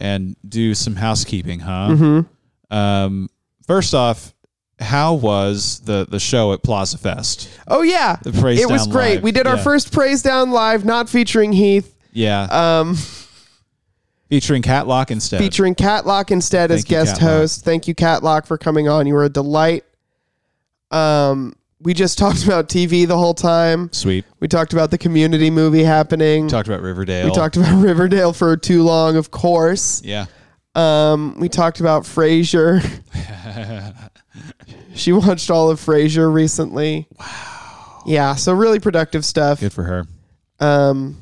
Speaker 4: and do some housekeeping, huh?
Speaker 3: Mhm.
Speaker 4: Um, first off, how was the the show at Plaza Fest?
Speaker 3: Oh yeah,
Speaker 4: The Praise
Speaker 3: it was
Speaker 4: Down
Speaker 3: great.
Speaker 4: Live,
Speaker 3: We did our
Speaker 4: yeah.
Speaker 3: first praise down live, not featuring Heath,
Speaker 4: Yeah,
Speaker 3: um,
Speaker 4: featuring Catlock instead.
Speaker 3: featuring Catlock instead as
Speaker 4: Thank you,
Speaker 3: guest
Speaker 4: Catlock.
Speaker 3: host. Thank you, Catlock, for coming on. You were a delight. Um, we just [laughs] talked about TV the whole time.
Speaker 4: Sweet.
Speaker 3: We talked about the community movie happening.
Speaker 4: We talked about Riverdale.
Speaker 3: We talked about [laughs] Riverdale for too long, of course.
Speaker 4: Yeah.
Speaker 3: Um, we talked about Frasier.
Speaker 4: [laughs]
Speaker 3: she watched all of Frasier recently. Wow. Yeah, so really productive stuff.
Speaker 4: Good for her.
Speaker 3: Um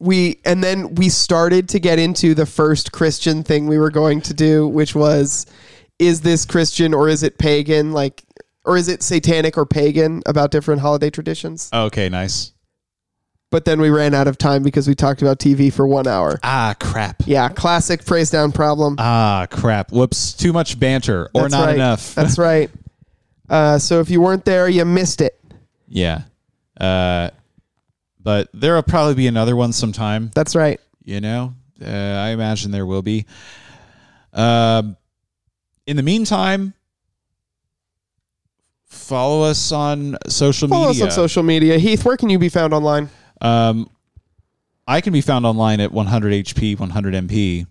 Speaker 3: we and then we started to get into the first Christian thing we were going to do, which was is this Christian or is it pagan? Like or is it satanic or pagan about different holiday traditions?
Speaker 4: Okay, nice.
Speaker 3: But then we ran out of time because we talked about TV for one hour.
Speaker 4: Ah, crap.
Speaker 3: Yeah, classic praise down problem.
Speaker 4: Ah, crap. Whoops. Too much banter or
Speaker 3: That's
Speaker 4: not
Speaker 3: right. [laughs]
Speaker 4: enough.
Speaker 3: That's right. Uh, so if you weren't there, you missed it.
Speaker 4: Yeah. Uh, but there will probably be another one sometime.
Speaker 3: That's right.
Speaker 4: You know, uh, I imagine there will be. Um, in the meantime, follow us on social
Speaker 3: Follow
Speaker 4: media.
Speaker 3: us on social media. Heath, where can you be found online?
Speaker 4: Um, I can be found online at 100 HP, 100 MP.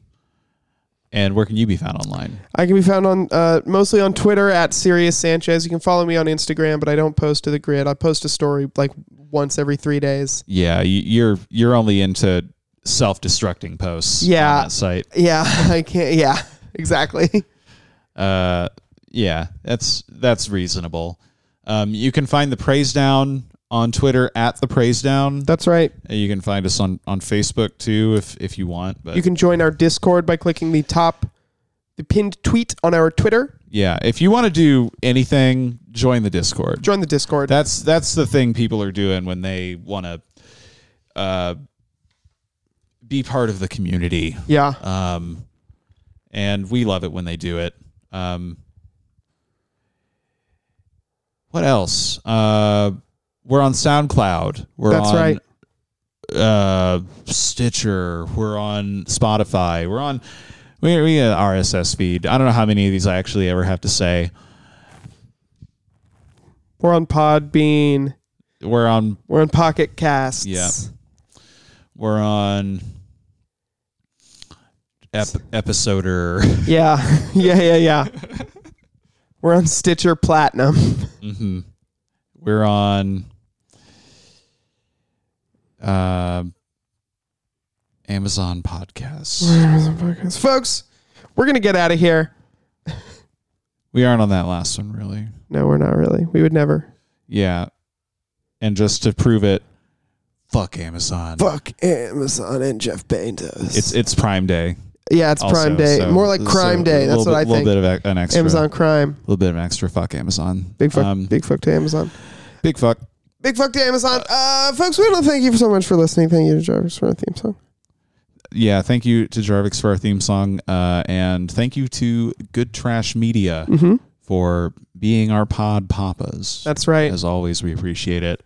Speaker 4: And where can you be found online?
Speaker 3: I can be found on uh, mostly on Twitter at Sirius Sanchez. You can follow me on Instagram, but I don't post to the grid. I post a story like once every three days.
Speaker 4: Yeah, you- you're you're only into self-destructing posts. on
Speaker 3: Yeah.
Speaker 4: that site.
Speaker 3: Yeah, [laughs] I can't. Yeah, exactly.
Speaker 4: uh yeah that's that's reasonable um you can find the praise down on twitter at the praise down
Speaker 3: That's right.
Speaker 4: you can find us on on facebook too if if you want but
Speaker 3: You can join our Discord by clicking the top, the pinned tweet on our Twitter.
Speaker 4: yeah if you want to do anything join the discord
Speaker 3: Join the Discord.
Speaker 4: that's that's the thing people are doing when they want to uh be part of the community
Speaker 3: Yeah.
Speaker 4: um and we love it when they do it um what else uh we're on soundcloud we're
Speaker 3: That's
Speaker 4: on
Speaker 3: right.
Speaker 4: uh stitcher we're on spotify we're on we, we have rss feed i don't know how many of these i actually ever have to say
Speaker 3: We're on Podbean.
Speaker 4: we're on
Speaker 3: We're on Pocket Casts.
Speaker 4: Yeah. We're on ep- episoder.
Speaker 3: [laughs]
Speaker 4: [laughs]
Speaker 3: Yeah. [laughs] Yeah. Yeah. Yeah. We're on Stitcher Platinum. [laughs]
Speaker 4: hmm We're on uh, Amazon podcasts.
Speaker 3: Folks, we're going to get out of here.
Speaker 4: We aren't on that last one, really.
Speaker 3: No, we're not really. We would never.
Speaker 4: Yeah, and just to prove it, fuck Amazon.
Speaker 3: Fuck Amazon and Jeff Bezos.
Speaker 4: It's it's Prime Day.
Speaker 3: Yeah, it's
Speaker 4: Also,
Speaker 3: Prime Day.
Speaker 4: so-
Speaker 3: More like
Speaker 4: so
Speaker 3: Crime
Speaker 4: a
Speaker 3: Day. That's
Speaker 4: little
Speaker 3: what
Speaker 4: bit-
Speaker 3: I think.
Speaker 4: Little bit of a- an extra
Speaker 3: Amazon Crime.
Speaker 4: A little bit of an extra fuck Amazon.
Speaker 3: Big fuck.
Speaker 4: Um,
Speaker 3: big fuck to Amazon.
Speaker 4: big fuck.
Speaker 3: Big fuck to Amazon. Uh, folks, we want to thank you so much for listening. Thank you to Jarvis for our theme song.
Speaker 4: Yeah, thank you to Jarvix for our theme song, uh, and thank you to Good Trash Media
Speaker 3: Mhm.
Speaker 4: for being our pod papas.
Speaker 3: That's right.
Speaker 4: As always, we appreciate it.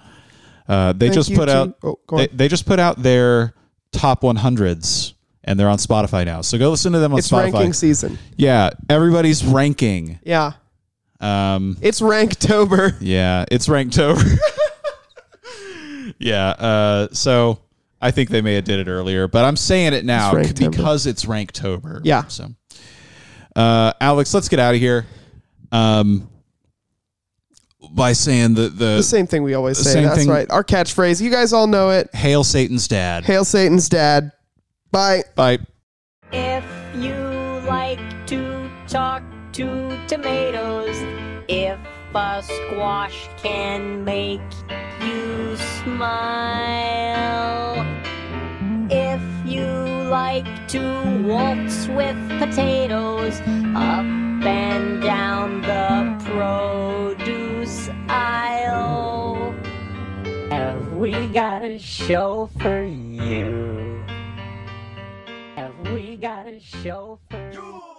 Speaker 4: Uh, they
Speaker 3: Thank
Speaker 4: just
Speaker 3: you
Speaker 4: put
Speaker 3: to-
Speaker 4: out
Speaker 3: oh, go on.
Speaker 4: they, they just put out their top 100s, and they're on Spotify now. So go listen to them on
Speaker 3: It's
Speaker 4: Spotify.
Speaker 3: ranking season.
Speaker 4: Yeah, everybody's ranking.
Speaker 3: Yeah.
Speaker 4: Um,
Speaker 3: [laughs] It's Ranktober.
Speaker 4: yeah, it's ranked [laughs] over. yeah, uh, so I think they may have did it earlier, but I'm saying it now
Speaker 3: It's Ranktober.
Speaker 4: because it's Ranktober.
Speaker 3: Yeah.
Speaker 4: So, uh, Alex, let's get out of here. Um, by saying the the,
Speaker 3: The same thing we always
Speaker 4: the
Speaker 3: say.
Speaker 4: same
Speaker 3: That's
Speaker 4: thing-
Speaker 3: right. Our catchphrase. You guys all know it.
Speaker 4: hail Satan's dad.
Speaker 3: Hail Satan's dad. Bye.
Speaker 4: Bye.
Speaker 1: If you like to talk to tomatoes, if a squash can make you smile, if you like to waltz with potatoes up and down the produce aisle, have we got a show for you? Have we got a show for you?